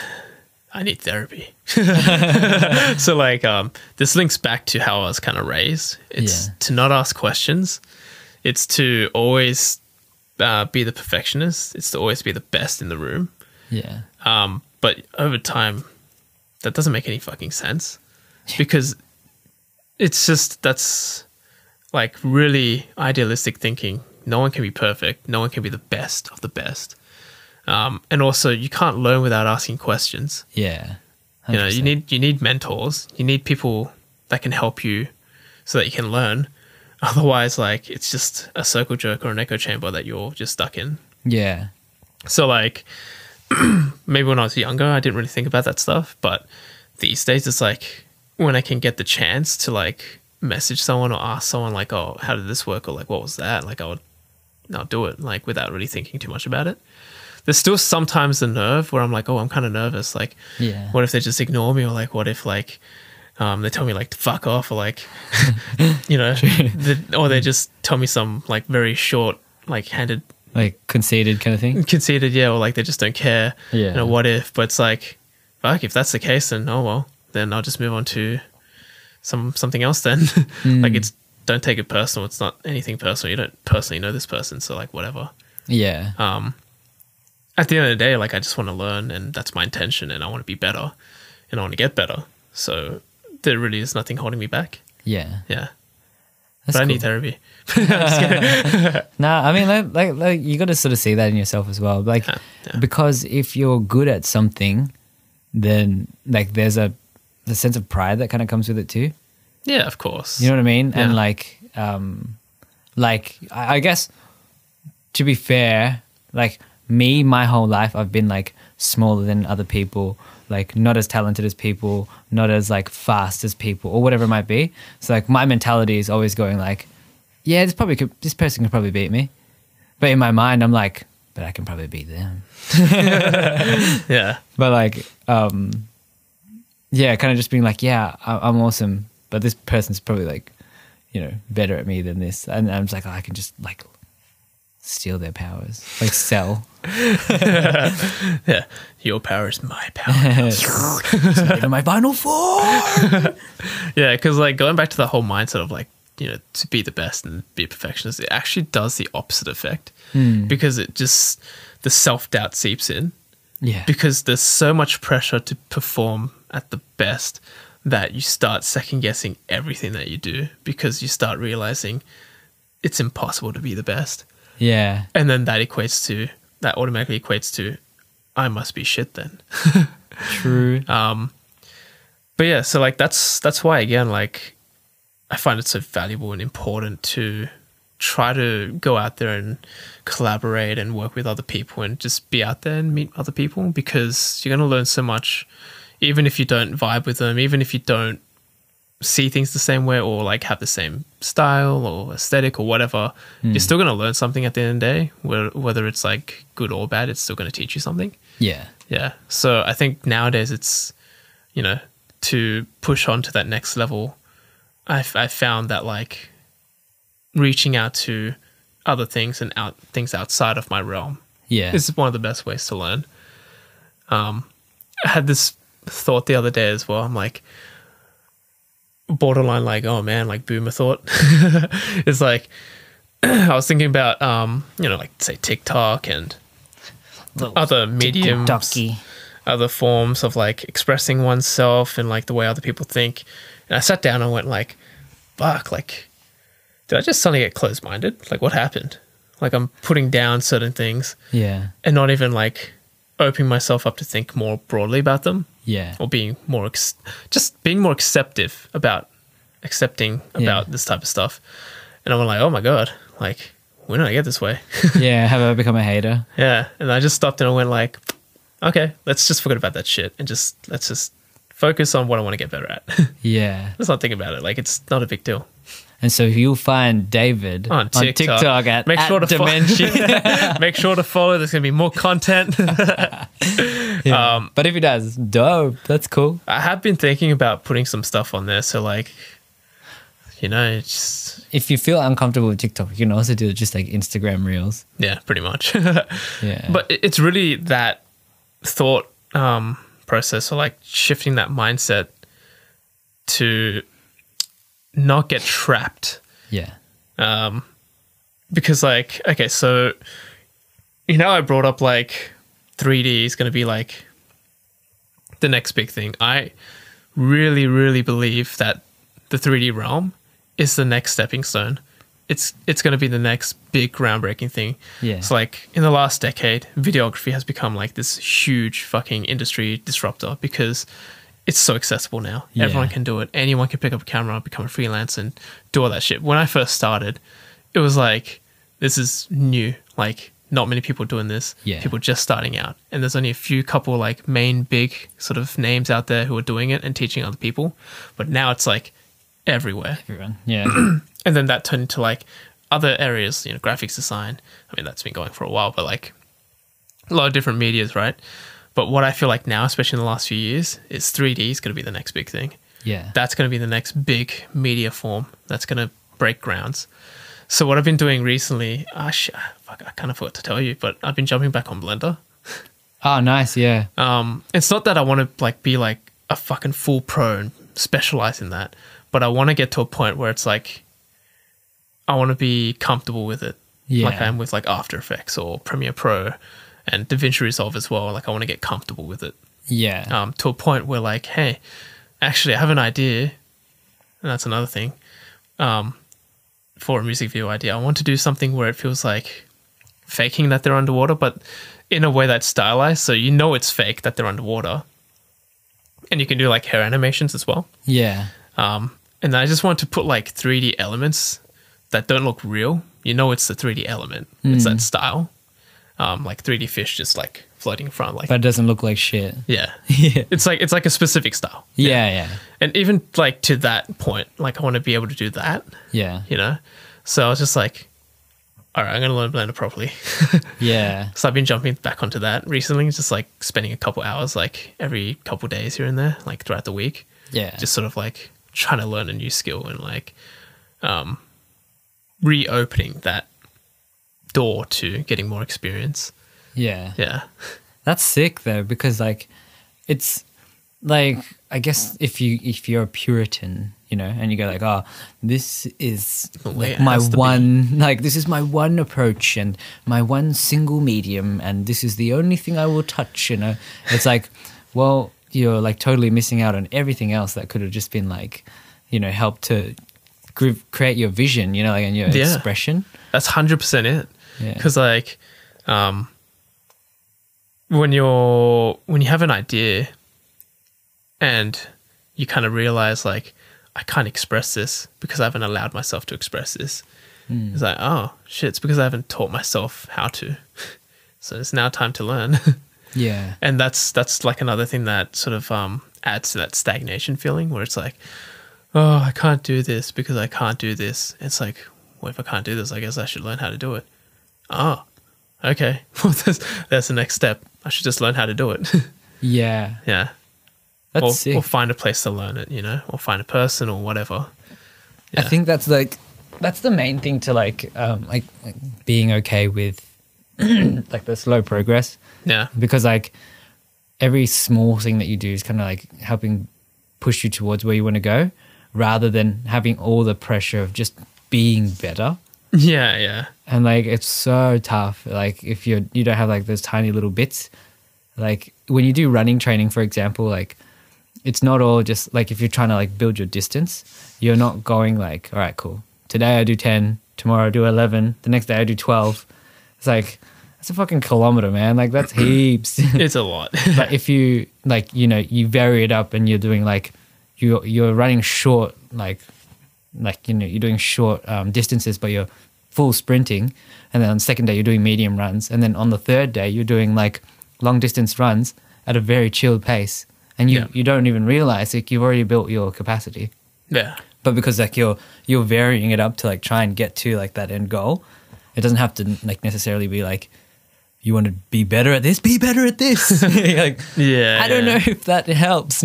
Speaker 1: I need therapy. so, like, um, this links back to how I was kind of raised. It's
Speaker 2: Yeah.
Speaker 1: to not ask questions It's to always uh, be the perfectionist. It's to always be the best in the room.
Speaker 2: Yeah.
Speaker 1: Um, but over time, that doesn't make any fucking sense because it's just that's like really idealistic thinking. No one can be perfect. No one can be the best of the best. Um, and also, you can't learn without asking questions
Speaker 2: Yeah.
Speaker 1: you know you
Speaker 2: 100%.
Speaker 1: need you need mentors you need people that can help you so that you can learn otherwise like it's just a circle jerk or an echo chamber that you're just stuck in
Speaker 2: Yeah.
Speaker 1: so like maybe when i was younger i didn't really think about that stuff but these days it's like when i can get the chance to like message someone or ask someone like oh how did this work or like what was that like i would not do it like without really thinking too much about it there's still sometimes the nerve where i'm like oh i'm kind of nervous like
Speaker 2: Yeah.
Speaker 1: what if they just ignore me or like what if like um, they tell me like to fuck off or like you know the, or they just tell me some like very short like handed
Speaker 2: Like conceited kind of thing.
Speaker 1: conceited yeah or like they just don't care
Speaker 2: Yeah.
Speaker 1: you know what if but it's like fuck if that's the case then oh well then I'll just move on to some something else then
Speaker 2: Hmm.
Speaker 1: like it's don't take it personal it's not anything personal you don't personally know this person so like whatever
Speaker 2: Yeah.
Speaker 1: um, at the end of the day, like I just want to learn, and that's my intention, and I want to be better, and I want to get better. So there really is nothing holding me back.
Speaker 2: Yeah.
Speaker 1: Yeah,
Speaker 2: That's
Speaker 1: but I
Speaker 2: cool.
Speaker 1: need therapy.
Speaker 2: Nah, I mean, like, like, like you got to sort of see that in yourself as well. Like,
Speaker 1: Yeah, yeah.
Speaker 2: because if you're good at something, then like there's a the sense of pride that kind of comes with it too.
Speaker 1: Yeah, of course.
Speaker 2: You know what I mean? And
Speaker 1: Yeah.
Speaker 2: like, um, like I, I guess to be fair, like me, my whole life, I've been like smaller than other people, like not as talented as people, not as like fast as people, or whatever it might be. So like my mentality is always going like, yeah, this probably could, this person can probably beat me, but in my mind, I'm like, but I can probably beat them.
Speaker 1: yeah,
Speaker 2: But like, um, yeah, kind of just being like, yeah, I- I'm awesome, but this person's probably like, you know, better at me than this, and I'm just like, oh, I can just like steal their powers, like sell.
Speaker 1: yeah. Your power is my power.
Speaker 2: It's not even my final form.
Speaker 1: yeah, because like going back to the whole mindset of like you know to be the best and be a perfectionist, it actually does the opposite effect because it just the self doubt seeps in.
Speaker 2: Yeah,
Speaker 1: because there's so much pressure to perform at the best that you start second guessing everything that you do because you start realizing it's impossible to be the best.
Speaker 2: yeah,
Speaker 1: And then that equates to that automatically equates to I must be shit then.
Speaker 2: true.
Speaker 1: But yeah, so like that's that's why again like I find it so valuable and important to try to go out there and collaborate and work with other people and just be out there and meet other people because you're going to learn so much even if you don't vibe with them, even if you don't see things the same way or like have the same style or aesthetic or whatever, you're still going to learn something at the end of the day, whe- whether it's like good or bad, it's still going to teach you something.
Speaker 2: yeah,
Speaker 1: Yeah. So I think nowadays it's, you know, to push on to that next level, I've, i found that like reaching out to other things and out things outside of my realm
Speaker 2: yeah,
Speaker 1: is one of the best ways to learn. Um, I had this thought the other day as well. I'm like, borderline, like, oh man, like boomer thought. it's like, I was thinking about, um, you know, like say TikTok and other mediums
Speaker 2: Ducky.
Speaker 1: other forms of like expressing oneself and like the way other people think. And I sat down and went like, fuck, like, did I just suddenly get closed minded? Like what happened? Like I'm putting down certain things
Speaker 2: Yeah,
Speaker 1: and not even like opening myself up to think more broadly about them
Speaker 2: yeah,
Speaker 1: or being more, ex- just being more acceptive about accepting about
Speaker 2: Yeah.
Speaker 1: this type of stuff. And I'm like, oh my God, like, when did I get this way?
Speaker 2: yeah. Have I become a hater?
Speaker 1: Yeah, and I just stopped and I went like, okay, let's just forget about that shit and just let's just focus on what I want to get better at.
Speaker 2: Yeah.
Speaker 1: let's not think about it. Like it's not a big deal.
Speaker 2: And so you'll find David
Speaker 1: On TikTok,
Speaker 2: at,
Speaker 1: Make
Speaker 2: at
Speaker 1: sure to fo-
Speaker 2: Dimension.
Speaker 1: Make sure to follow. There's gonna be more content.
Speaker 2: Yeah. but if he does, dope. That's cool.
Speaker 1: I have been thinking about putting some stuff on there. So like, you know, it's just
Speaker 2: If you feel uncomfortable with TikTok, you can also do just like Instagram Reels.
Speaker 1: yeah, pretty much.
Speaker 2: Yeah.
Speaker 1: but it- it's really that thought um, process or like shifting that mindset to not get trapped
Speaker 2: yeah.
Speaker 1: because like okay, so you know I brought up like 3D is going to be like the next big thing. I really really believe that the 3D realm is the next stepping stone. It's it's going to be the next big groundbreaking thing.
Speaker 2: Yeah.
Speaker 1: It's like in the last decade, videography has become like this huge fucking industry disruptor because it's so accessible now.
Speaker 2: Yeah.
Speaker 1: Everyone can do it. Anyone can pick up a camera, become a freelance, and do all that shit. When I first started, it was like this is new. Like not many people doing this.
Speaker 2: Yeah.
Speaker 1: People just starting out, and there's only a few couple like main big sort of names out there who are doing it and teaching other people. But now it's like everywhere
Speaker 2: Everyone. Yeah.
Speaker 1: and then that turned into like other areas, you know, graphics design. I mean, that's been going for a while, but like a lot of different medias, right? But what I feel like now, especially in the last few years, is 3D is going to be the next big thing.
Speaker 2: yeah.
Speaker 1: That's going to be the next big media form that's going to break grounds. So what I've been doing recently, ah, shit, fuck, I kind of forgot to tell you, but I've been jumping back on Blender.
Speaker 2: oh, nice. Yeah.
Speaker 1: Um, it's not that I want to like be like a fucking full pro and specialize in that, but I want to get to a point where it's like I want to be comfortable with it,
Speaker 2: Yeah.
Speaker 1: like I am with like After Effects or Premiere Pro and DaVinci Resolve as well. Like I want to get comfortable with it
Speaker 2: Yeah.
Speaker 1: um, to a point where like, hey, actually, I have an idea, and that's another thing. Um, for a music video idea, I want to do something where it feels like faking that they're underwater, but in a way that's stylized, so you know it's fake that they're underwater, and you can do like hair animations as well.
Speaker 2: yeah.
Speaker 1: Um, and I just want to put like 3D elements that don't look real. You know, it's the 3D element. It's that style, um, like 3D fish just like floating in front, like
Speaker 2: But it doesn't look like shit.
Speaker 1: yeah.
Speaker 2: yeah.
Speaker 1: It's like it's like a specific style.
Speaker 2: Yeah. Yeah.
Speaker 1: And even like to that point, like I want to be able to do that,
Speaker 2: Yeah.
Speaker 1: you know? So I was just like, all right, I'm going to learn Blender properly.
Speaker 2: Yeah.
Speaker 1: so I've been jumping back onto that recently, just like spending a couple hours, like every couple days here and there, like throughout the week,
Speaker 2: Yeah.
Speaker 1: just sort of like trying to learn a new skill and like um, reopening that door to getting more experience.
Speaker 2: yeah.
Speaker 1: Yeah.
Speaker 2: That's sick though, because like it's like I guess if you if you're a Puritan, you know, and you go like, oh, this is
Speaker 1: The way
Speaker 2: like
Speaker 1: it
Speaker 2: my
Speaker 1: has to be."
Speaker 2: one like this is my one approach and my one single medium and this is the only thing I will touch, you know. It's like, well, you're like totally missing out on everything else that could have just been like, you know, helped to gr- create your vision, you know, like and your
Speaker 1: Yeah.
Speaker 2: expression.
Speaker 1: That's hundred percent it.
Speaker 2: Yeah.
Speaker 1: Because like, um, when you're when you have an idea, and you kind of realize like, I can't express this because I haven't allowed myself to express this. It's like, oh shit, it's because I haven't taught myself how to. so it's now time to learn,
Speaker 2: Yeah.
Speaker 1: and that's that's like another thing that sort of um adds to that stagnation feeling where it's like, oh, I can't do this because I can't do this. It's like, well, if I can't do this, I guess I should learn how to do it. Ah, okay. Well, that's, that's the next step. I should just learn how to do it.
Speaker 2: Yeah.
Speaker 1: yeah.
Speaker 2: That's
Speaker 1: or,
Speaker 2: sick.
Speaker 1: or find a place to learn it, you know, or find a person or whatever.
Speaker 2: I
Speaker 1: Yeah.
Speaker 2: think that's like that's the main thing to like um like, like being okay with like the slow progress
Speaker 1: Yeah.
Speaker 2: because like every small thing that you do is kind of like helping push you towards where you want to go rather than having all the pressure of just being better
Speaker 1: Yeah. Yeah.
Speaker 2: and like it's so tough like if you're you don't have like those tiny little bits like when you do running training for example like it's not all just like if you're trying to like build your distance you're not going like all right cool today i do 10 tomorrow i do 11 the next day i do 12 it's like that's a fucking kilometer man like that's heaps
Speaker 1: It's a lot.
Speaker 2: but if you like you know you vary it up and you're doing like you're you're running short like like you know you're doing short um, distances but you're full sprinting and then on the second day you're doing medium runs and then on the third day you're doing like long distance runs at a very chilled pace and you
Speaker 1: Yeah.
Speaker 2: you don't even realize like you've already built your capacity
Speaker 1: yeah.
Speaker 2: but because like you're you're varying it up to like try and get to like that end goal it doesn't have to like necessarily be like you want to be better at this be better at this like
Speaker 1: Yeah.
Speaker 2: I don't
Speaker 1: yeah.
Speaker 2: know if that helps,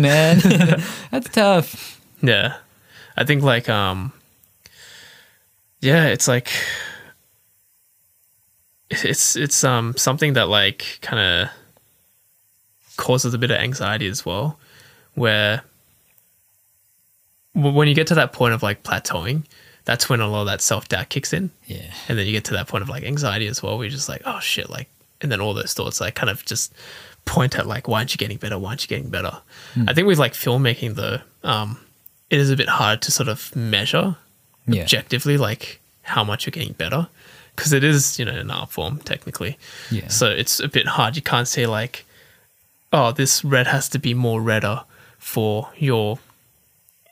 Speaker 2: man. That's tough.
Speaker 1: Yeah. I think like um yeah, it's like it's it's um something that like kind of causes a bit of anxiety as well where w- when you get to that point of like plateauing, that's when a lot of that self doubt kicks in.
Speaker 2: Yeah.
Speaker 1: And then you get to that point of like anxiety as well, where you're just like, oh shit, like, and then all those thoughts like kind of just point at like, why aren't you getting better? Why aren't you getting better?
Speaker 2: Hmm.
Speaker 1: I think with like filmmaking though, um, it is a bit hard to sort of measure
Speaker 2: Yeah.
Speaker 1: objectively like how much you're getting better because it is you know an art form technically.
Speaker 2: Yeah.
Speaker 1: So it's a bit hard. You can't say like, oh, this red has to be more redder for your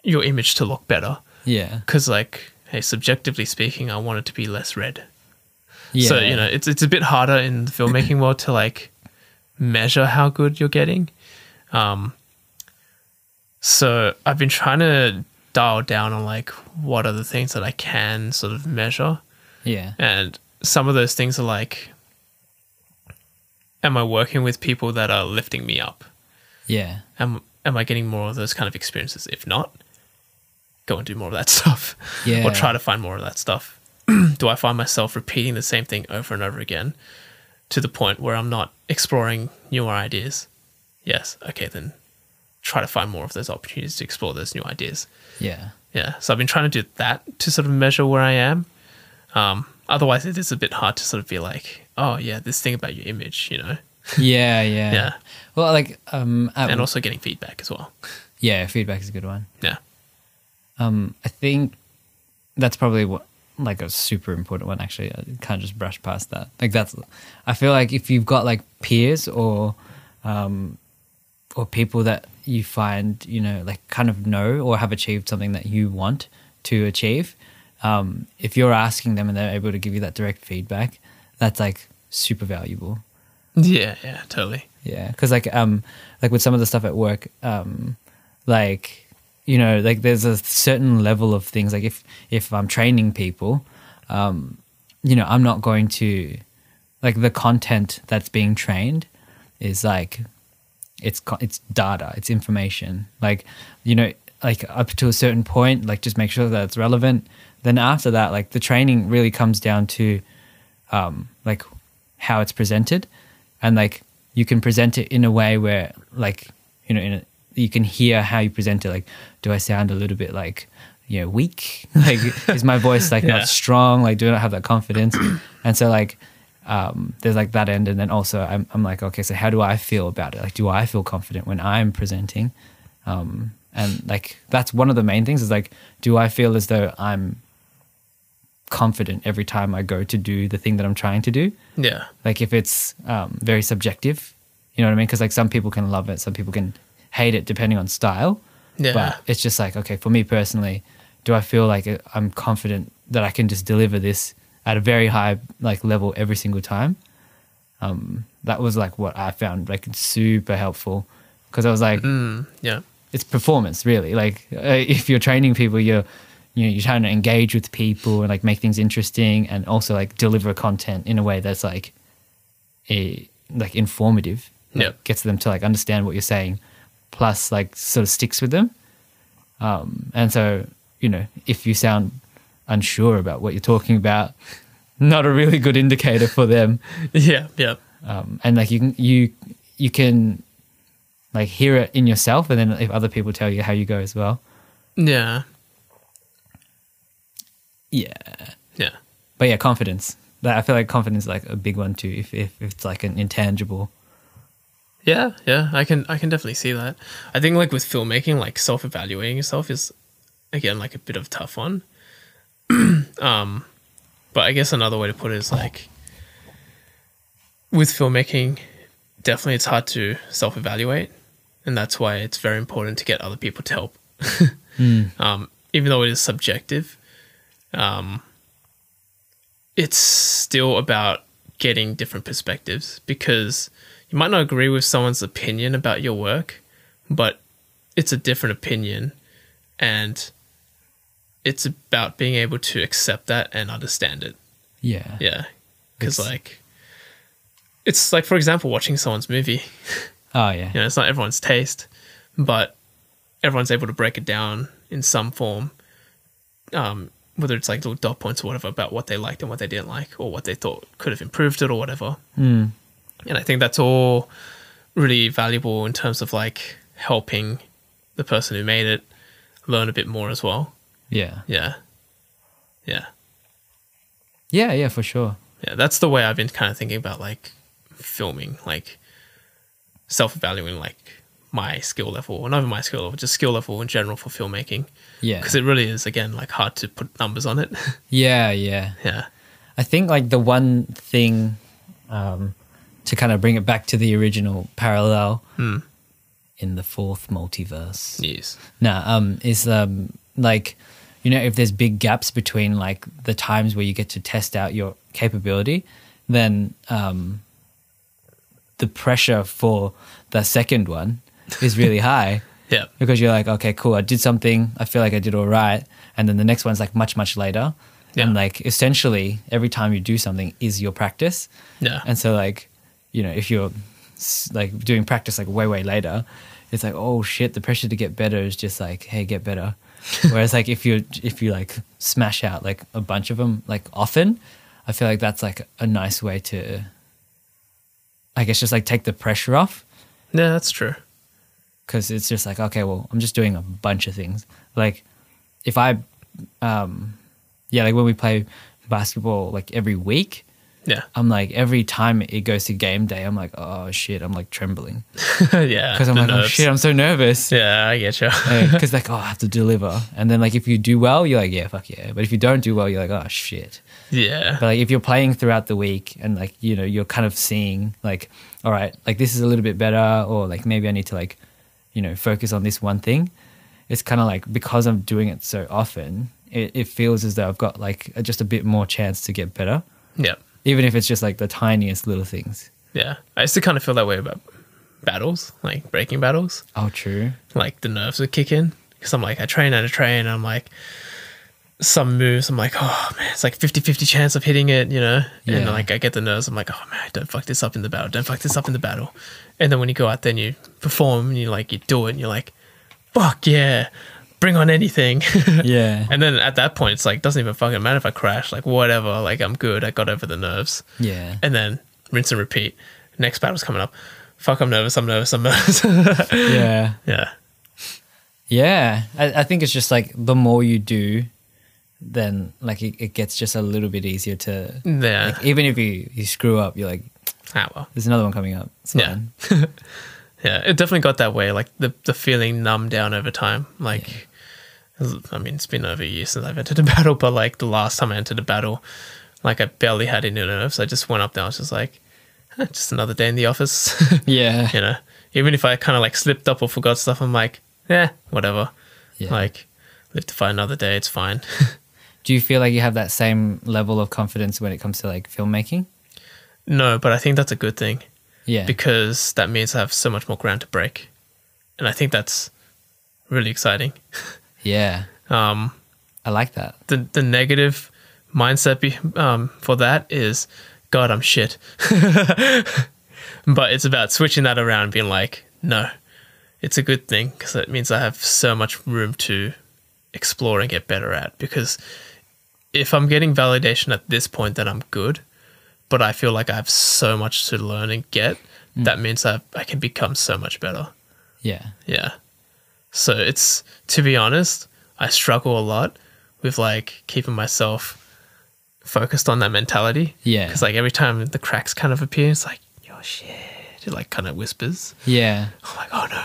Speaker 1: your image to look better
Speaker 2: yeah.
Speaker 1: because like hey subjectively speaking i want it to be less red
Speaker 2: Yeah.
Speaker 1: so you know it's it's a bit harder in the filmmaking world to like measure how good you're getting um so i've been trying to dial down on like what are the things that i can sort of measure
Speaker 2: Yeah.
Speaker 1: and some of those things are like am i working with people that are lifting me up
Speaker 2: Yeah.
Speaker 1: am am I getting more of those kind of experiences? If not, go and do more of that stuff.
Speaker 2: Yeah.
Speaker 1: or try to find more of that stuff. do I find myself repeating the same thing over and over again to the point where I'm not exploring newer ideas? Yes. Okay, then try to find more of those opportunities to explore those new ideas.
Speaker 2: Yeah.
Speaker 1: Yeah. So I've been trying to do that to sort of measure where I am. Um, otherwise, it is a bit hard to sort of be like, oh, yeah, this thing about your image, you know?
Speaker 2: Yeah. Yeah.
Speaker 1: Yeah.
Speaker 2: Well, like, um, at,
Speaker 1: And also getting feedback as well.
Speaker 2: yeah, feedback is a good one.
Speaker 1: Yeah.
Speaker 2: Um, I think that's probably what like a super important one. Actually, I can't just brush past that. Like that's, I feel like if you've got like peers or, um, or people that you find you know like kind of know or have achieved something that you want to achieve, um, if you're asking them and they're able to give you that direct feedback, that's like super valuable.
Speaker 1: Yeah. Yeah. Totally.
Speaker 2: Yeah, because like um, like with some of the stuff at work, um, like you know, like there's a certain level of things. Like if if I'm training people, um, you know, I'm not going to like the content that's being trained is like it's co- it's data, it's information. Like you know, like up to a certain point, like just make sure that it's relevant. Then after that, like the training really comes down to um, like how it's presented, and like you can present it in a way where like you know in a, you can hear how you present it. Like, do I sound a little bit like you know weak? Like, is my voice like
Speaker 1: Yeah.
Speaker 2: not strong? Like, do I not have that confidence? and so like um, there's like that end, and then also I'm, I'm like, okay, so how do I feel about it? Like, do I feel confident when I'm presenting? Um, and like that's one of the main things is like, do I feel as though I'm confident every time I go to do the thing that I'm trying to do?
Speaker 1: Yeah.
Speaker 2: Like if it's um, very subjective, you know what I mean? Because like some people can love it, some people can hate it depending on style.
Speaker 1: Yeah.
Speaker 2: But it's just like, okay, for me personally, do I feel like uh, I'm confident that I can just deliver this at a very high like level every single time? Um, that was like what I found like super helpful because I was like,
Speaker 1: Mm, yeah.
Speaker 2: it's performance really like uh, if you're training people you're you know you're trying to engage with people and like make things interesting and also like deliver content in a way that's like a like informative like,
Speaker 1: Yep.
Speaker 2: gets them to like understand what you're saying plus like sort of sticks with them um and so you know if you sound unsure about what you're talking about not a really good indicator for them
Speaker 1: Yeah. Yeah.
Speaker 2: um, and like you can you you can like hear it in yourself and then if other people tell you how you go as well
Speaker 1: Yeah.
Speaker 2: yeah
Speaker 1: Yeah.
Speaker 2: but yeah confidence that i feel like confidence is like a big one too if, if, if it's like an intangible
Speaker 1: Yeah. Yeah. I can I can definitely see that. I think like with filmmaking, like self evaluating yourself is again like a bit of a tough one. um but I guess another way to put it is like with filmmaking, definitely it's hard to self evaluate. And that's why it's very important to get other people to help. um, even though it is subjective, um, it's still about getting different perspectives because you might not agree with someone's opinion about your work, but it's a different opinion and it's about being able to accept that and understand it.
Speaker 2: yeah
Speaker 1: Yeah. Because,
Speaker 2: It's-
Speaker 1: like, it's like, for example, watching someone's movie.
Speaker 2: oh yeah
Speaker 1: You know, it's not everyone's taste, but everyone's able to break it down in some form, um, whether it's like little dot points or whatever about what they liked and what they didn't like or what they thought could have improved it or whatever.
Speaker 2: Mm.
Speaker 1: And I think that's all really valuable in terms of like helping the person who made it learn a bit more as well.
Speaker 2: yeah
Speaker 1: Yeah. Yeah.
Speaker 2: Yeah, yeah, for sure.
Speaker 1: Yeah. That's the way I've been kind of thinking about like filming, like self evaluating like my skill level, or not even my skill level, just skill level in general for filmmaking.
Speaker 2: Yeah.
Speaker 1: Because it really is, again, like hard to put numbers on it.
Speaker 2: Yeah, yeah.
Speaker 1: yeah.
Speaker 2: I think like the one thing um, to kind of bring it back to the original parallel
Speaker 1: Mm.
Speaker 2: in the fourth multiverse.
Speaker 1: Yes.
Speaker 2: No, um, is um, like you know if there's big gaps between like the times where you get to test out your capability, then um, the pressure for the second one is really high
Speaker 1: Yeah.
Speaker 2: because you're like, okay, cool, I did something, I feel like I did all right, and then the next one's like much much later,
Speaker 1: Yeah.
Speaker 2: and like essentially every time you do something is your practice,
Speaker 1: Yeah.
Speaker 2: and so like, you know, if you're s- like doing practice like way way later, it's like oh shit, the pressure to get better is just like hey get better. Whereas like if you if you like smash out like a bunch of them like often, I feel like that's like a nice way to, I guess just like take the pressure off
Speaker 1: yeah, that's true.
Speaker 2: because it's just like okay, well I'm just doing a bunch of things. Like if I, um, yeah, like when we play basketball like every week,
Speaker 1: Yeah.
Speaker 2: I'm like every time it goes to game day, I'm like, oh shit, I'm like trembling
Speaker 1: yeah.
Speaker 2: because I'm
Speaker 1: the
Speaker 2: like, oh
Speaker 1: nerves.
Speaker 2: shit, I'm so nervous.
Speaker 1: Yeah, I get you.
Speaker 2: Because like, oh, I have to deliver, and then like if you do well, you're like, yeah, fuck yeah. But if you don't do well, you're like, oh shit.
Speaker 1: yeah.
Speaker 2: But like if you're playing throughout the week and like you know you're kind of seeing like, all right, like this is a little bit better, or like maybe I need to like, you know, focus on this one thing. It's kind of like because I'm doing it so often, it, it feels as though I've got like just a bit more chance to get better,
Speaker 1: Yeah.
Speaker 2: even if it's just like the tiniest little things.
Speaker 1: Yeah. I used to kind of feel that way about battles, like breaking battles.
Speaker 2: Oh, true.
Speaker 1: Like the nerves would kick in because I'm like, I train and I train, and I'm like, some moves, I'm like, oh man, it's like 50 50 chance of hitting it, you know? And
Speaker 2: Yeah.
Speaker 1: like, I get the nerves, I'm like, oh man, don't fuck this up in the battle, don't fuck this up in the battle. And then when you go out there and you perform, and you like, you do it, and you're like, fuck yeah, bring on anything.
Speaker 2: Yeah.
Speaker 1: And then at that point, it's like, doesn't even fucking matter if I crash, like, whatever, like, I'm good, I got over the nerves.
Speaker 2: Yeah.
Speaker 1: and then rinse and repeat. Next battle's coming up. Fuck, I'm nervous. I'm nervous. I'm nervous.
Speaker 2: Yeah.
Speaker 1: yeah,
Speaker 2: Yeah. I, I think it's just like the more you do, then like it, it gets just a little bit easier to
Speaker 1: yeah.
Speaker 2: like, even if you, you screw up, you're like,
Speaker 1: ah well.
Speaker 2: there's another one coming up. It's
Speaker 1: Yeah.
Speaker 2: fine.
Speaker 1: Yeah, it definitely got that way. Like the the feeling numbed down over time. Like, I mean, it's been over a year since I've entered a battle, but like the last time I entered a battle, like I barely had any nerves. I just went up there. I was just like, "Eh, just another day in the office.
Speaker 2: Yeah.
Speaker 1: you know, even if I kind of like slipped up or forgot stuff, I'm like, yeah, whatever.
Speaker 2: Yeah.
Speaker 1: Like, live to fight another day. It's fine.
Speaker 2: Do you feel like you have that same level of confidence when it comes to like filmmaking?
Speaker 1: no, but I think that's a good thing.
Speaker 2: Yeah.
Speaker 1: because that means I have so much more ground to break. And I think that's really exciting.
Speaker 2: yeah.
Speaker 1: Um,
Speaker 2: I like that.
Speaker 1: the, the negative mindset be, um, for that is, God, I'm shit. but it's about switching that around and being like, no, it's a good thing because it means I have so much room to explore and get better at. Because if I'm getting validation at this point that I'm good, but I feel like I have so much to learn and get, that means I, I can become so much better.
Speaker 2: Yeah.
Speaker 1: Yeah. So it's to be honest, I struggle a lot with like keeping myself focused on that mentality.
Speaker 2: Yeah.
Speaker 1: Because like every time the cracks kind of appear, it's like you're shit. It like kind of whispers.
Speaker 2: Yeah.
Speaker 1: I'm like, oh no,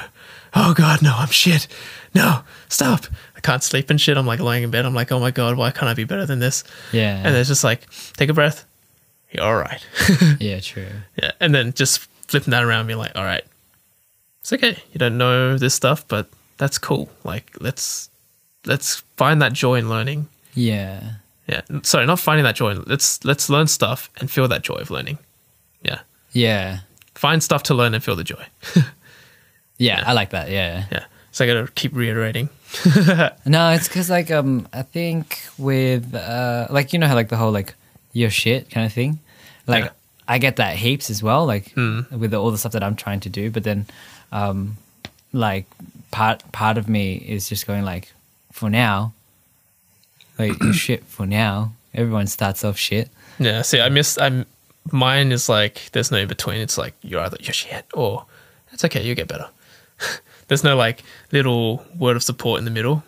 Speaker 1: oh god, no, I'm shit. No, stop. I can't sleep and shit. I'm like lying in bed. I'm like, oh my god, why can't I be better than this?
Speaker 2: Yeah.
Speaker 1: And it's just like, take a breath. You're all right.
Speaker 2: yeah. True.
Speaker 1: Yeah, and then just flipping that around, being like, all right, it's okay. You don't know this stuff, but that's cool. Like, let's let's find that joy in learning.
Speaker 2: Yeah.
Speaker 1: Yeah, sorry, not finding that joy. Let's let's learn stuff and feel that joy of learning. Yeah,
Speaker 2: Yeah.
Speaker 1: find stuff to learn and feel the joy.
Speaker 2: Yeah. I like that. Yeah.
Speaker 1: Yeah, so I got to keep reiterating.
Speaker 2: No, it's because like um, I think with uh, like you know how like the whole like your shit kind of thing, like
Speaker 1: Yeah.
Speaker 2: I get that heaps as well, like with all the stuff that I'm trying to do. But then, um, like part part of me is just going like, for now, like your shit for now. Everyone starts off shit.
Speaker 1: Yeah, see, I missed. I'm mine is like there's no in between. It's like you're either you're shit or it's okay. You'll get better. there's no like little word of support in the middle.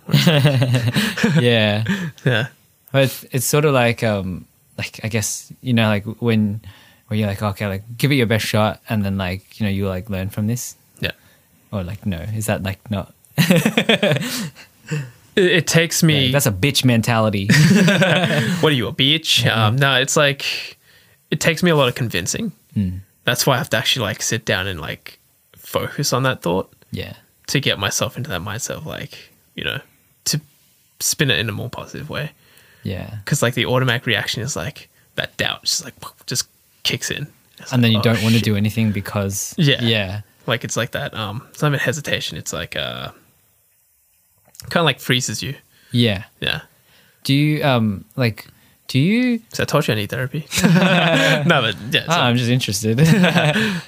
Speaker 2: Yeah,
Speaker 1: Yeah.
Speaker 2: But it's, it's sort of like um like I guess you know like when when you're like okay like give it your best shot and then like you know you like learn from this
Speaker 1: Yeah.
Speaker 2: or Oh, like no is that like not
Speaker 1: It, it takes me.
Speaker 2: that's a bitch mentality.
Speaker 1: what are you, a bitch?
Speaker 2: Mm-hmm.
Speaker 1: Um, no, it's like, it takes me a lot of convincing.
Speaker 2: Mm.
Speaker 1: That's why I have to actually like sit down and like focus on that thought
Speaker 2: yeah.
Speaker 1: to get myself into that mindset of like, you know, to spin it in a more positive way.
Speaker 2: Yeah.
Speaker 1: Because like the automatic reaction is like that doubt just like just kicks in. It's
Speaker 2: And
Speaker 1: like,
Speaker 2: then you
Speaker 1: oh,
Speaker 2: don't want to
Speaker 1: shit.
Speaker 2: do anything because
Speaker 1: Yeah.
Speaker 2: Yeah.
Speaker 1: like it's like that. Um, it's not even hesitation. It's like uh, kind of like freezes you.
Speaker 2: Yeah.
Speaker 1: Yeah.
Speaker 2: Do you um like do you
Speaker 1: So I told you I need therapy. no, but yeah. so-
Speaker 2: Ah, I'm just interested.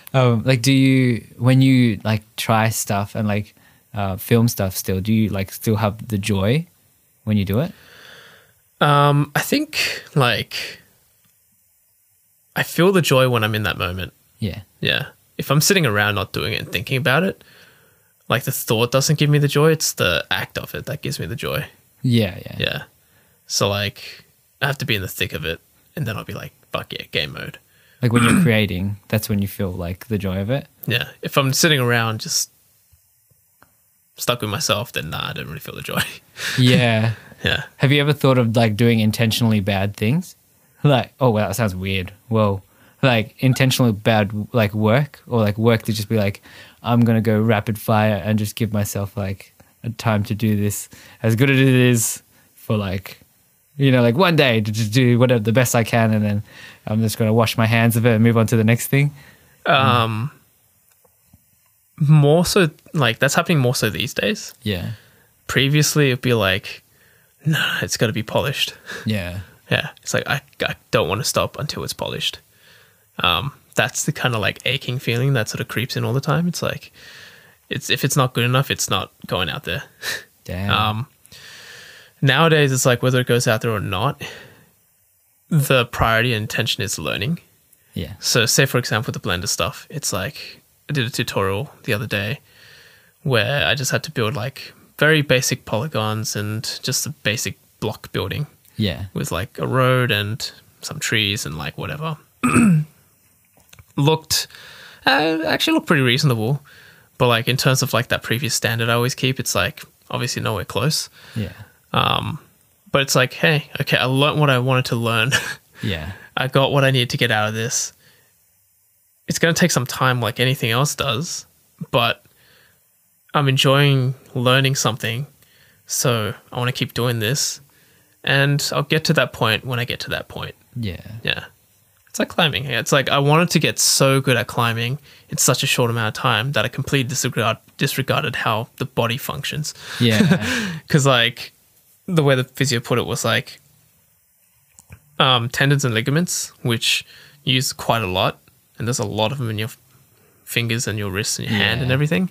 Speaker 2: um, like, do you when you like try stuff and like uh, film stuff still? Do you like still have the joy when you do it?
Speaker 1: Um, I think like I feel the joy when I'm in that moment.
Speaker 2: Yeah,
Speaker 1: Yeah. If I'm sitting around not doing it and thinking about it, like the thought doesn't give me the joy, it's the act of it that gives me the joy.
Speaker 2: yeah, yeah,
Speaker 1: Yeah. So like I have to be in the thick of it and then I'll be like, fuck yeah, game mode.
Speaker 2: Like when you're creating, that's when you feel like the joy of it.
Speaker 1: Yeah. If I'm sitting around just stuck with myself, then nah, I don't really feel the joy.
Speaker 2: Yeah.
Speaker 1: yeah.
Speaker 2: have you ever thought of like doing intentionally bad things? Like, oh wow, that sounds weird. Whoa. Like intentionally bad like work or like work to just be like, I'm gonna go rapid fire and just give myself like a time to do this as good as it is for like you know, like one day to just do whatever the best I can and then I'm just gonna wash my hands of it and move on to the next thing.
Speaker 1: Um more so like that's happening more so these days.
Speaker 2: Yeah.
Speaker 1: previously it'd be like no nah, it's got to be polished
Speaker 2: Yeah.
Speaker 1: yeah it's like i, I don't want to stop until it's polished um, that's the kind of like aching feeling that sort of creeps in all the time it's like it's if it's not good enough it's not going out there
Speaker 2: Damn.
Speaker 1: um, nowadays it's like whether it goes out there or not the priority and intention is learning
Speaker 2: yeah.
Speaker 1: so, say for example, the Blender stuff, it's like I did a tutorial the other day where I just had to build like very basic polygons and just the basic block building
Speaker 2: Yeah.
Speaker 1: with like a road and some trees and like whatever. looked uh, actually looked pretty reasonable, but like in terms of like that previous standard I always keep, it's like obviously nowhere close. Um,
Speaker 2: Yeah.
Speaker 1: But it's like, hey, okay, I learned what I wanted to learn.
Speaker 2: Yeah.
Speaker 1: I got what I need to get out of this. It's going to take some time, like anything else does, but I'm enjoying learning something. So I want to keep doing this. And I'll get to that point when I get to that point.
Speaker 2: Yeah.
Speaker 1: Yeah. It's like climbing. Yeah, It's like I wanted to get so good at climbing in such a short amount of time that I completely disregard, disregarded how the body functions
Speaker 2: Yeah.
Speaker 1: because like the way the physio put it was like um, tendons and ligaments, which you use quite a lot, and there's a lot of them in your f- fingers and your wrists and your hand and
Speaker 2: Yeah.
Speaker 1: everything.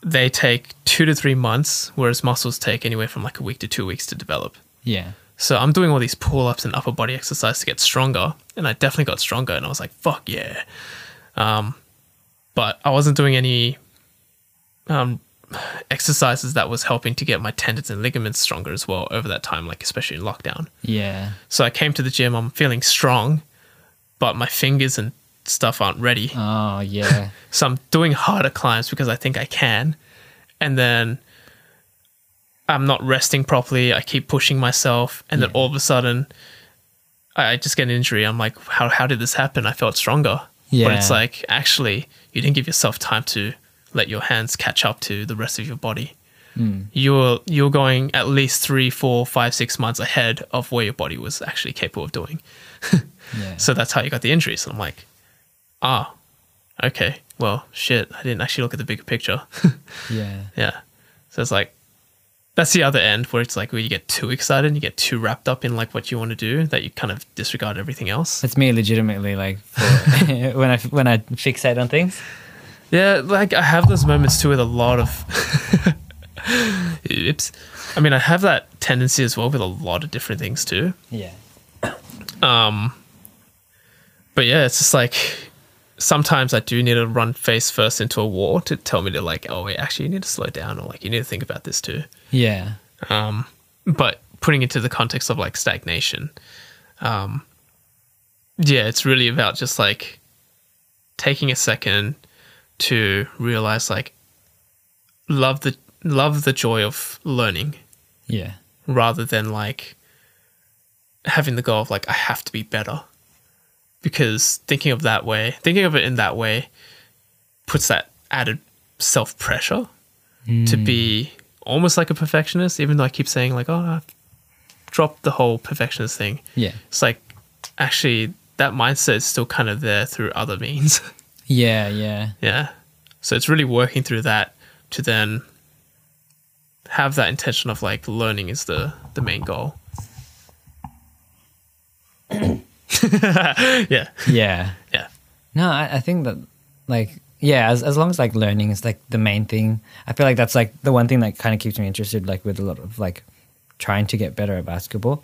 Speaker 1: They take two to three months, whereas muscles take anywhere from like a week to two weeks to develop.
Speaker 2: yeah.
Speaker 1: So I'm doing all these pull ups and upper body exercise to get stronger, and I definitely got stronger. And I was like, "Fuck yeah!" Um, but I wasn't doing any um, exercises that was helping to get my tendons and ligaments stronger as well over that time, like especially in lockdown.
Speaker 2: Yeah.
Speaker 1: So I came to the gym. I'm feeling strong, but my fingers and stuff aren't ready.
Speaker 2: Oh yeah.
Speaker 1: So I'm doing harder climbs because I think I can. And then I'm not resting properly. I keep pushing myself. And then all of a sudden, I I just get an injury. I'm like, how, how did this happen? I felt stronger. But it's
Speaker 2: Yeah.
Speaker 1: like, actually, you didn't give yourself time to let your hands catch up to the rest of your body. You're you're going at least three, four, five, six months ahead of where your body was actually capable of doing.
Speaker 2: Yeah.
Speaker 1: So that's how you got the injuries. And I'm like, ah, okay, well, shit, I didn't actually look at the bigger picture.
Speaker 2: Yeah.
Speaker 1: yeah. So it's like, that's the other end where it's like where you get too excited and you get too wrapped up in like what you want to do that you kind of disregard everything else.
Speaker 2: That's me legitimately like for, when I when I fixate on things.
Speaker 1: Yeah, like I have those moments too with a lot of. Oops. I mean, I have that tendency as well with a lot of different things too.
Speaker 2: Yeah.
Speaker 1: But yeah, it's just like sometimes I do need to run face first into a wall to tell me to like, oh wait, actually you need to slow down or like you need to think about this too.
Speaker 2: Yeah.
Speaker 1: But putting into the context of like stagnation. Um, yeah, it's really about just like taking a second to realize like love the love the joy of learning
Speaker 2: Yeah.
Speaker 1: rather than like having the goal of like I have to be better. Because thinking of that way, thinking of it in that way puts that added self pressure to be almost like a perfectionist, even though I keep saying like, oh, I've dropped the whole perfectionist thing.
Speaker 2: Yeah.
Speaker 1: It's like actually that mindset is still kind of there through other means.
Speaker 2: Yeah. Yeah.
Speaker 1: Yeah. So it's really working through that to then have that intention of like learning is the the main goal. yeah.
Speaker 2: Yeah.
Speaker 1: Yeah.
Speaker 2: No, I, I think that like yeah, as as long as like learning is like the main thing, I feel like that's like the one thing that kind of keeps me interested. Like with a lot of like trying to get better at basketball,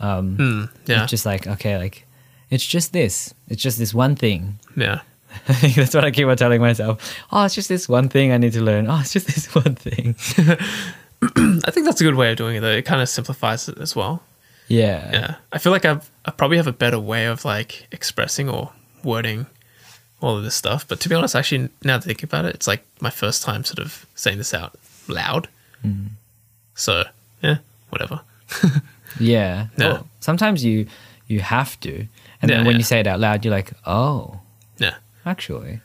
Speaker 1: Mm, yeah.
Speaker 2: it's just like okay, like it's just this, it's just this one thing.
Speaker 1: yeah.
Speaker 2: I think that's what I keep on telling myself. Oh, it's just this one thing I need to learn. Oh, it's just this one thing.
Speaker 1: I think that's a good way of doing it though. It kind of simplifies it as well.
Speaker 2: Yeah,
Speaker 1: Yeah. I feel like I've I probably have a better way of like expressing or wording all of this stuff. But to be honest, actually now that I think about it, it's like my first time sort of saying this out loud. So yeah, whatever.
Speaker 2: yeah.
Speaker 1: Yeah.
Speaker 2: Well, sometimes you you have to, and then
Speaker 1: Yeah,
Speaker 2: when
Speaker 1: yeah.
Speaker 2: you say it out loud, you're like, oh,
Speaker 1: Yeah.
Speaker 2: actually,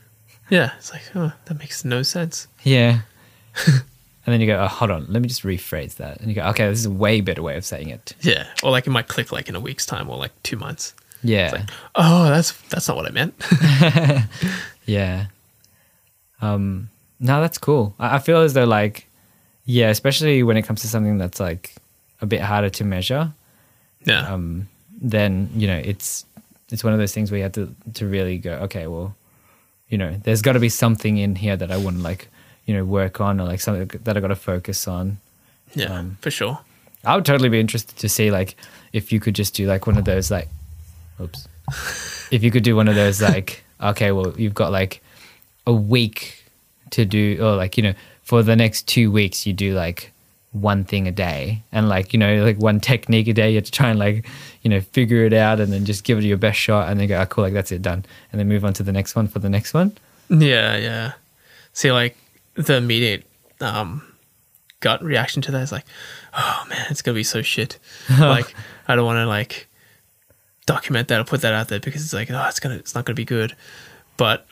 Speaker 1: Yeah, it's like, oh, that makes no sense.
Speaker 2: Yeah. and then you go, oh, hold on, let me just rephrase that. And you go, okay, this is a way better way of saying it.
Speaker 1: Yeah, or like it might click like in a week's time or like two months.
Speaker 2: Yeah.
Speaker 1: Oh, that's that's not what I meant.
Speaker 2: yeah. Um, no, that's cool. I, I feel as though, like, yeah, especially when it comes to something that's like a bit harder to measure,
Speaker 1: yeah,
Speaker 2: um, then, you know, it's, it's one of those things where you have to, to really go, okay, well, you know, there's got to be something in here that I want to like, you know, work on or like something that I got to focus on.
Speaker 1: yeah, for sure.
Speaker 2: I would totally be interested to see like if you could just do like one of those like oops. if you could do one of those like okay, well you've got like a week to do or like, you know, for the next two weeks you do like one thing a day and like, you know, like one technique a day, you have to try and like, you know, figure it out and then just give it your best shot and then go, oh cool, like that's it done. And then move on to the next one for the next one.
Speaker 1: Yeah, yeah. See, like the immediate um, gut reaction to that is like, oh man, it's gonna be so shit. like, I don't want to like document that or put that out there because it's like, oh, it's gonna, it's not gonna be good. But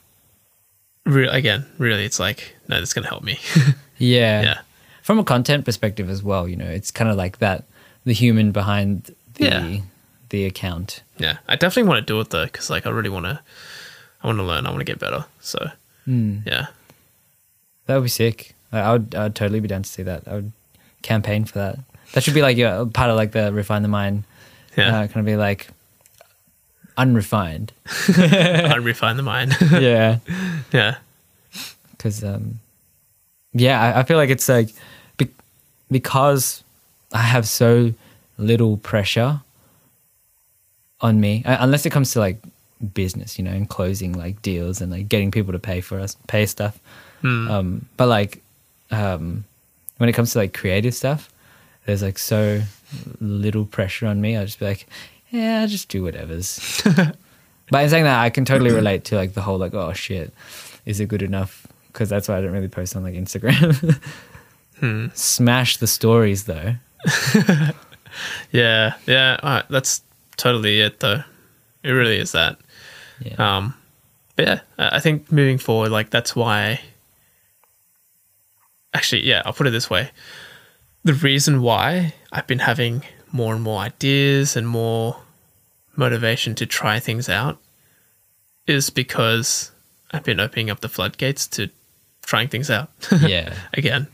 Speaker 1: re- again, really, it's like, no, that's gonna help me.
Speaker 2: Yeah.
Speaker 1: Yeah.
Speaker 2: From a content perspective as well, you know, it's kind of like that the human behind the
Speaker 1: Yeah.
Speaker 2: the account.
Speaker 1: yeah, I definitely want to do it though because like I really want to, I want to learn, I want to get better. So yeah,
Speaker 2: That would be sick. I I would, I would totally be down to see that. I would campaign for that. That should be like your part of like the refine the mind.
Speaker 1: yeah.
Speaker 2: Uh, kind of be like unrefined.
Speaker 1: I refine the mind.
Speaker 2: yeah.
Speaker 1: yeah,
Speaker 2: because um, yeah, I, I feel like it's like be- because I have so little pressure on me, uh, unless it comes to like business, you know, and closing like deals and like getting people to pay for us, pay stuff. Um, but like um, when it comes to like creative stuff, there's like so little pressure on me. I'll just be like, yeah, I'll just do whatever's. But in saying that, I can totally relate to like the whole like, oh shit, is it good enough? Because that's why I don't really post on like Instagram. Smash the stories though.
Speaker 1: yeah, yeah. All right, that's totally it though. It really is that.
Speaker 2: Yeah.
Speaker 1: Um, but yeah, I I think moving forward, like that's why. Actually, yeah, I'll put it this way: the reason why I've been having more and more ideas and more motivation to try things out is because I've been opening up the floodgates to trying things out.
Speaker 2: yeah.
Speaker 1: again.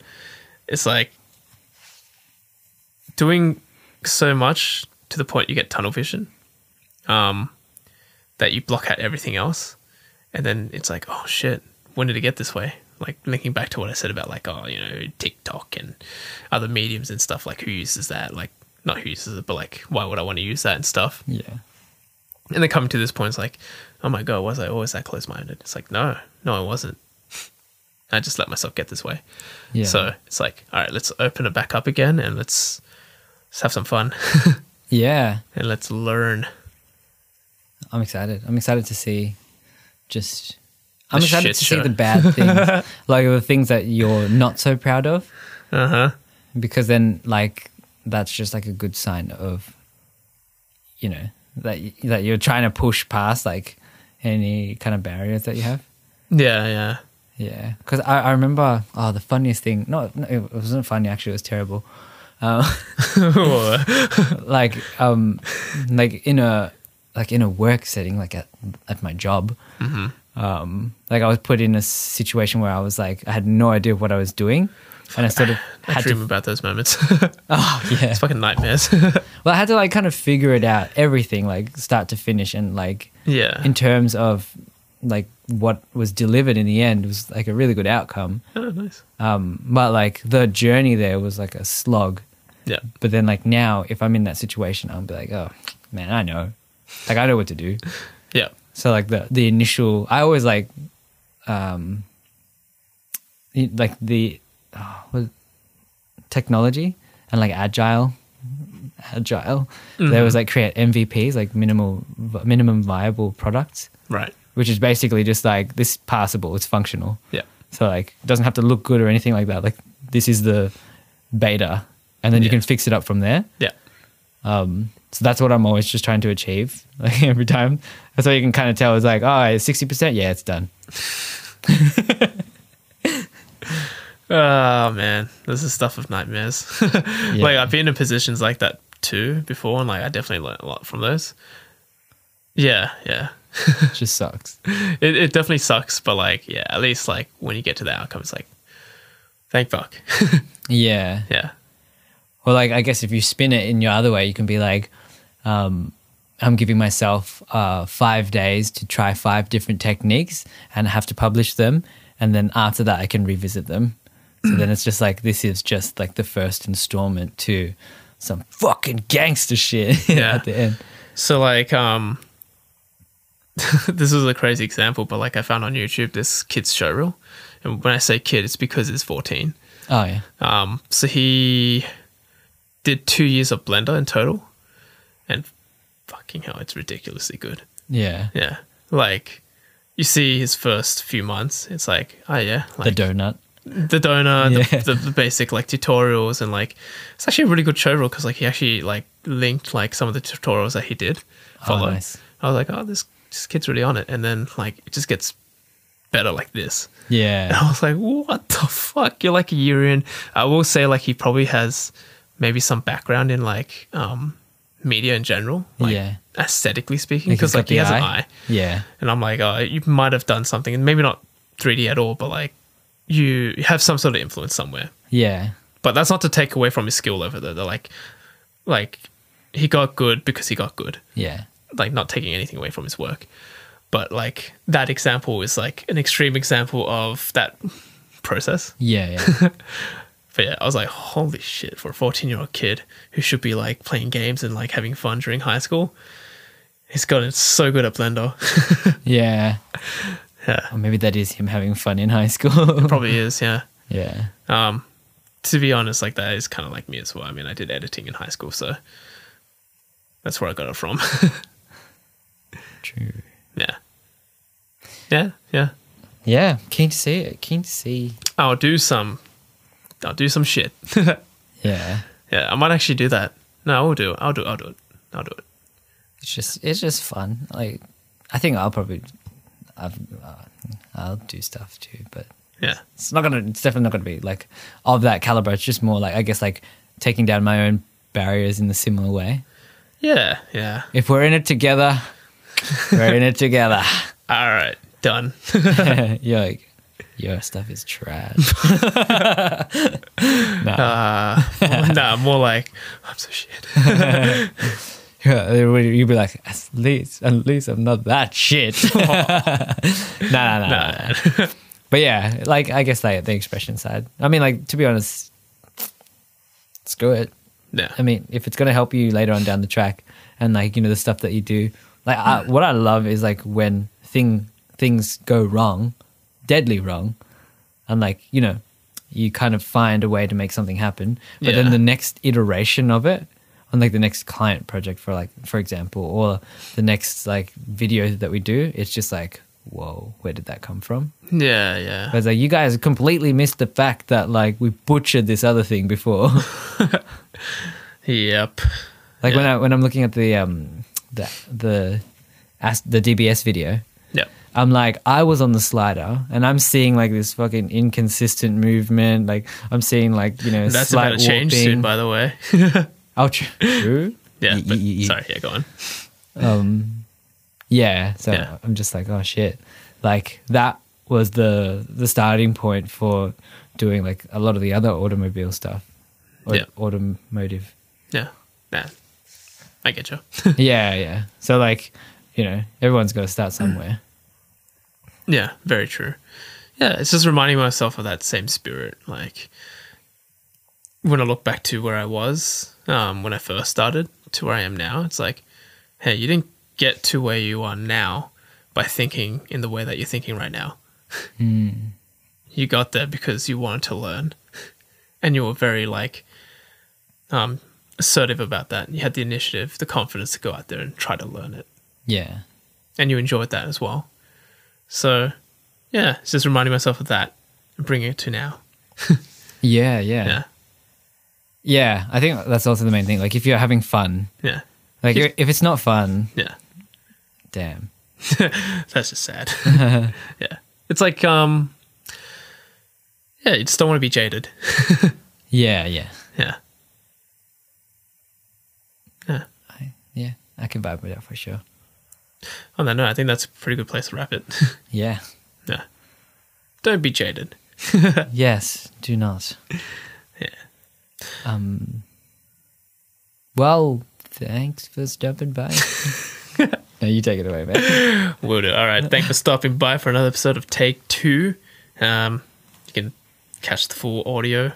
Speaker 1: It's like doing so much to the point you get tunnel vision, um, that you block out everything else, and then it's like, oh shit, when did it get this way? Like linking back to what I said about like, oh, you know, TikTok and other mediums and stuff. Like, who uses that? Like, not who uses it, but like, why would I want to use that and stuff?
Speaker 2: Yeah.
Speaker 1: And then coming to this point, it's like, oh my god, was I always that close minded? It's like, no, no, I wasn't. I just let myself get this way.
Speaker 2: Yeah.
Speaker 1: So it's like, all right, let's open it back up again and let's Let's have some fun
Speaker 2: Yeah.
Speaker 1: and let's learn.
Speaker 2: I'm excited. I'm excited to see just I'm
Speaker 1: The
Speaker 2: excited
Speaker 1: shit
Speaker 2: to see
Speaker 1: show.
Speaker 2: the bad things. like the things that you're not so proud of.
Speaker 1: Uh huh.
Speaker 2: Because then like that's just like a good sign of you know, that y- that you're trying to push past like any kind of barriers that you have.
Speaker 1: Yeah, yeah.
Speaker 2: Yeah, because I, I remember oh the funniest thing not no, it wasn't funny actually it was terrible, uh, like um like in a like in a work setting like at at my job, um like I was put in a situation where I was like I had no idea what I was doing, and I sort of
Speaker 1: I
Speaker 2: had
Speaker 1: dream
Speaker 2: to
Speaker 1: about those moments.
Speaker 2: oh yeah
Speaker 1: it's fucking nightmares.
Speaker 2: well I had to like kind of figure it out everything like start to finish and like
Speaker 1: yeah.
Speaker 2: in terms of like what was delivered in the end was like a really good outcome.
Speaker 1: oh, nice.
Speaker 2: Um, but like the journey there was like a slog.
Speaker 1: Yeah.
Speaker 2: But then like now, if I'm in that situation, I'll be like, oh man, I know, like I know what to do.
Speaker 1: Yeah.
Speaker 2: So like the the initial, I always like, um, y- like the oh, what- technology and like agile, agile. There was like create MVPs, like minimal minimum viable products,
Speaker 1: Right.
Speaker 2: which is basically just like this is passable, it's functional.
Speaker 1: Yeah.
Speaker 2: So like it doesn't have to look good or anything like that. Like this is the beta and then you
Speaker 1: Yeah.
Speaker 2: can fix it up from there.
Speaker 1: Yeah.
Speaker 2: Um, so that's what I'm always just trying to achieve like every time. That's how you can kind of tell it's like, oh, it's 60%. Yeah, it's done.
Speaker 1: Oh man, this is stuff of nightmares. Like
Speaker 2: Yeah.
Speaker 1: I've been in positions like that too before, and like I definitely learned a lot from those. Yeah, yeah.
Speaker 2: It just sucks.
Speaker 1: It it definitely sucks, but like yeah, at least like when you get to the outcome, it's like, thank fuck.
Speaker 2: Yeah.
Speaker 1: yeah,
Speaker 2: Well, like I guess if you spin it in your other way, you can be like, um, I'm giving myself uh, five days to try five different techniques and have to publish them, and then after that I can revisit them. So then it's just like this is just like the first installment to some fucking gangster shit
Speaker 1: Yeah.
Speaker 2: at the end.
Speaker 1: So like um this is a crazy example, but like I found on YouTube this kid's show reel. And when I say kid, it's because he's 14.
Speaker 2: Oh yeah,
Speaker 1: Um so he did 2 years of Blender in total. And fucking hell, it's ridiculously good.
Speaker 2: yeah.
Speaker 1: Yeah. Like you see his first few months, it's like, oh yeah,
Speaker 2: The
Speaker 1: like
Speaker 2: donut.
Speaker 1: the donor,
Speaker 2: Yeah.
Speaker 1: the, the, the basic like tutorials, and like it's actually a really good show reel because like he actually like linked like some of the tutorials that he did follow.
Speaker 2: Oh, nice.
Speaker 1: I was like, oh, this this kid's really on it, and then like it just gets better like this. And
Speaker 2: Yeah,
Speaker 1: I was like, what the fuck? You're like a year in. I will say like he probably has maybe some background in like um media in general, like
Speaker 2: Yeah.
Speaker 1: aesthetically speaking,
Speaker 2: Like, he's
Speaker 1: because
Speaker 2: got
Speaker 1: like he
Speaker 2: the
Speaker 1: has an
Speaker 2: eye.
Speaker 1: eye.
Speaker 2: yeah,
Speaker 1: And I'm like, oh, you might have done something, and maybe not 3D at all, but like you have some sort of influence somewhere.
Speaker 2: yeah,
Speaker 1: But that's not to take away from his skill level. Though. They're like, like he got good because he got good.
Speaker 2: yeah,
Speaker 1: Like not taking anything away from his work, but like that example is like an extreme example of that process.
Speaker 2: yeah, yeah.
Speaker 1: But yeah, I was like, holy shit, for a 14 year old kid who should be like playing games and like having fun during high school, he's gotten so good at Blender.
Speaker 2: yeah.
Speaker 1: Yeah.
Speaker 2: Or maybe that is him having fun in high school.
Speaker 1: Probably is, yeah.
Speaker 2: yeah.
Speaker 1: Um, to be honest, like that is kind of like me as well. I mean, I did editing in high school, so that's where I got it from.
Speaker 2: True.
Speaker 1: yeah, yeah, yeah.
Speaker 2: Yeah, keen to see it. Keen to see.
Speaker 1: I'll do some. I'll do some shit.
Speaker 2: Yeah,
Speaker 1: yeah, I might actually do that. No, I will do it. I'll do. It. I'll do it. I'll do it.
Speaker 2: it's just it's just fun. Like, I think I'll probably, I've, uh, I'll do stuff too, but
Speaker 1: Yeah,
Speaker 2: it's not gonna. It's definitely not gonna be like of that caliber. It's just more like I guess like taking down my own barriers in a similar way.
Speaker 1: yeah, yeah.
Speaker 2: If we're in it together, we're in it together.
Speaker 1: All right, done.
Speaker 2: You're like, your stuff is trash.
Speaker 1: Uh, nah, more like I'm so shit.
Speaker 2: You'd be like, at least, at least I'm not that shit. no, no, no, no.
Speaker 1: Nah.
Speaker 2: But yeah, like I guess like the expression side. I mean, like to be honest, screw it.
Speaker 1: Yeah.
Speaker 2: I mean, if it's gonna help you later on down the track, and like you know the stuff that you do, like I, what I love is like when thing things go wrong, deadly wrong, and like you know, you kind of find a way to make something happen. But
Speaker 1: Yeah.
Speaker 2: then the next iteration of it on like the next client project for like for example or the next like video that we do it's just like whoa where did that come from
Speaker 1: Yeah, yeah.
Speaker 2: but it's like you guys completely missed the fact that like we butchered this other thing before
Speaker 1: Yep.
Speaker 2: like when
Speaker 1: Yeah.
Speaker 2: i when i'm looking at the um the the as the dbs video
Speaker 1: Yep.
Speaker 2: I'm like, I was on the slider and I'm seeing like this fucking inconsistent movement. Like, I'm seeing like, you know,
Speaker 1: That's
Speaker 2: slight
Speaker 1: about to change
Speaker 2: warping.
Speaker 1: soon, by the way.
Speaker 2: I'll tr- True?
Speaker 1: Yeah,
Speaker 2: Y-
Speaker 1: but
Speaker 2: y- y-
Speaker 1: sorry, yeah, go on.
Speaker 2: Um, yeah. So
Speaker 1: Yeah.
Speaker 2: I'm just like, oh shit. Like, that was the the starting point for doing like a lot of the other automobile stuff. Or
Speaker 1: Yeah.
Speaker 2: Automotive.
Speaker 1: Yeah, nah, I get you.
Speaker 2: yeah, yeah. So, like, you know, everyone's got to start somewhere.
Speaker 1: Yeah, very true. Yeah, it's just reminding myself of that same spirit. Like when I look back to where I was um, when I first started to where I am now, it's like, hey, you didn't get to where you are now by thinking in the way that you're thinking right now. You got there because you wanted to learn, and you were very like um, assertive about that. You had the initiative, the confidence to go out there and try to learn it
Speaker 2: Yeah.
Speaker 1: and you enjoyed that as well. So, yeah, it's just reminding myself of that and bringing it to now.
Speaker 2: Yeah, yeah.
Speaker 1: Yeah,
Speaker 2: Yeah, I think that's also the main thing. Like, if you're having fun,
Speaker 1: yeah,
Speaker 2: Like if if it's not fun,
Speaker 1: yeah.
Speaker 2: damn.
Speaker 1: That's just sad. yeah, it's like um, yeah, you just don't want to be jaded.
Speaker 2: Yeah, yeah,
Speaker 1: Yeah,
Speaker 2: I, yeah. I can vibe with that for sure.
Speaker 1: on that note, I think that's a pretty good place to wrap it.
Speaker 2: Yeah.
Speaker 1: yeah, don't be jaded.
Speaker 2: Yes. Do not.
Speaker 1: Yeah.
Speaker 2: Um. Well, thanks for stopping by. no, you take it away, man.
Speaker 1: Will do. All right. Thanks for stopping by for another episode of Take Two. Um, you can catch the full audio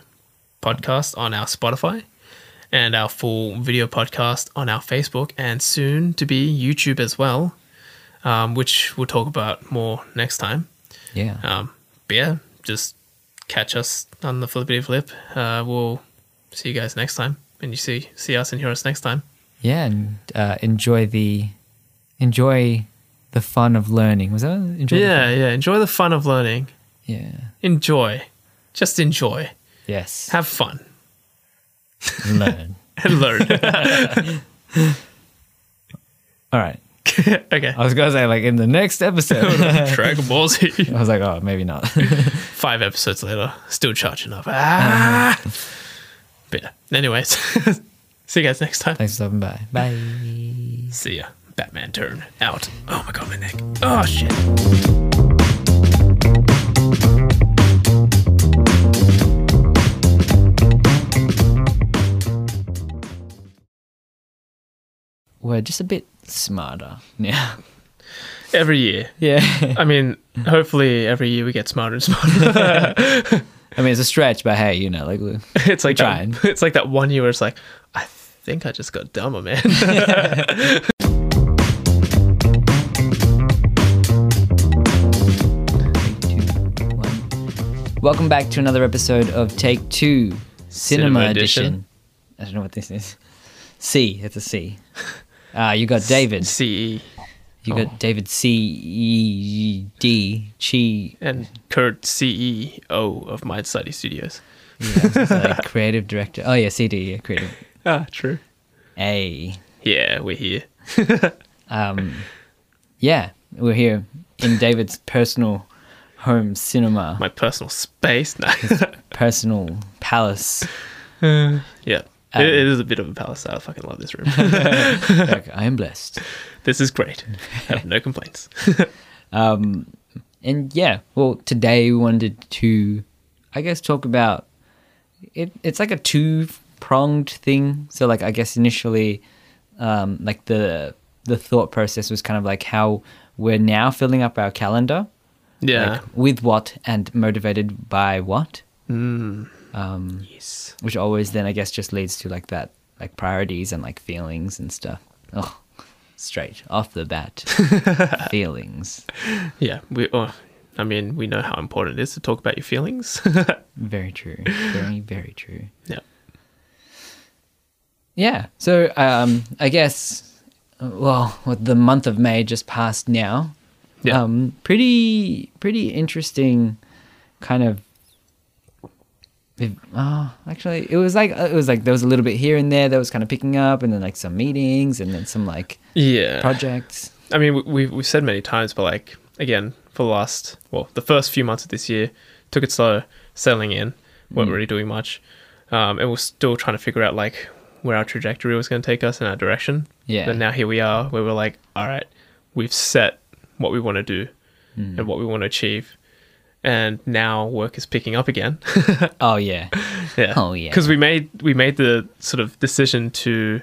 Speaker 1: podcast on our Spotify and our full video podcast on our Facebook and soon to be YouTube as well, um, which we'll talk about more next time.
Speaker 2: Yeah.
Speaker 1: Um, but yeah, just catch us on the flippity flip. Uh, we'll see you guys next time. And you see see us and hear us next time.
Speaker 2: Yeah, and uh, enjoy the enjoy the fun of learning. Was that enjoy? the
Speaker 1: Yeah,
Speaker 2: fun?
Speaker 1: yeah. Enjoy the fun of learning.
Speaker 2: Yeah.
Speaker 1: Enjoy. Just enjoy.
Speaker 2: Yes.
Speaker 1: Have fun.
Speaker 2: Learn.
Speaker 1: and learn.
Speaker 2: All right.
Speaker 1: okay.
Speaker 2: I was gonna say like in the next episode.
Speaker 1: Dragon Ball Z.
Speaker 2: I was like, oh, maybe not.
Speaker 1: Five episodes later, still charging up. Ah! but yeah. Anyways, see you guys next time.
Speaker 2: Thanks for stopping by. Bye.
Speaker 1: See ya. Batman turn out. Oh my god, my neck. Oh shit.
Speaker 2: we're just a bit smarter now.
Speaker 1: Every year.
Speaker 2: Yeah.
Speaker 1: I mean, hopefully every year we get smarter and smarter.
Speaker 2: I mean, it's a stretch, but hey, you know, like, we-
Speaker 1: It's like
Speaker 2: Trying.
Speaker 1: that, it's like that one year where it's like, I think I just got dumber, man.
Speaker 2: three, two, one. Welcome back to another episode of Take Two Cinema,
Speaker 1: Cinema
Speaker 2: edition.
Speaker 1: Edition.
Speaker 2: I don't know what this is. C. It's a C. Ah, you got David.
Speaker 1: CE
Speaker 2: You got David C E D Chi.
Speaker 1: and Kurt CEO of Mind Study Studios.
Speaker 2: Yeah, I was gonna say, like, creative director. Oh yeah, C D. Yeah, creative.
Speaker 1: Ah, true.
Speaker 2: A.
Speaker 1: Yeah, we're here.
Speaker 2: um, yeah, we're here in David's personal home cinema,
Speaker 1: My personal space. No.
Speaker 2: personal palace.
Speaker 1: Yeah.
Speaker 2: Um,
Speaker 1: it, it is a bit of a palace. I fucking love this room.
Speaker 2: Like, I am blessed.
Speaker 1: this is great. I have no complaints.
Speaker 2: Um, and yeah, well, today we wanted to, I guess, talk about it. It's like a two pronged thing. So, like, I guess initially, um, like the the thought process was kind of like how we're now filling up our calendar.
Speaker 1: Yeah.
Speaker 2: Like, with what and motivated by what.
Speaker 1: mm.
Speaker 2: Um,
Speaker 1: Yes.
Speaker 2: which always then I guess just leads to like that like priorities and like feelings and stuff. Oh, straight off the bat, feelings
Speaker 1: Yeah. We. Oh, I mean, we know how important it is to talk about your feelings.
Speaker 2: very true, very very true.
Speaker 1: yeah.
Speaker 2: Yeah. So um, I guess, well, with the month of May just passed now,
Speaker 1: Yeah.
Speaker 2: um, pretty pretty interesting, kind of. Oh, actually, it was like uh, it was like there was a little bit here and there that was kind of picking up, and then like some meetings, and then some like
Speaker 1: Yeah.
Speaker 2: projects.
Speaker 1: I mean, we- we've, we've said many times, but like, again, for the last, well, the first few months of this year, took it slow, settling in, weren't really doing much. Um, and we're still trying to figure out like where our trajectory was going to take us and our direction.
Speaker 2: Yeah.
Speaker 1: And now here we are, where we're like, all right, we've set what we want to do and what we want to achieve. And now work is picking up again.
Speaker 2: Oh yeah,
Speaker 1: Yeah.
Speaker 2: Oh, yeah.
Speaker 1: Because we made we made the sort of decision to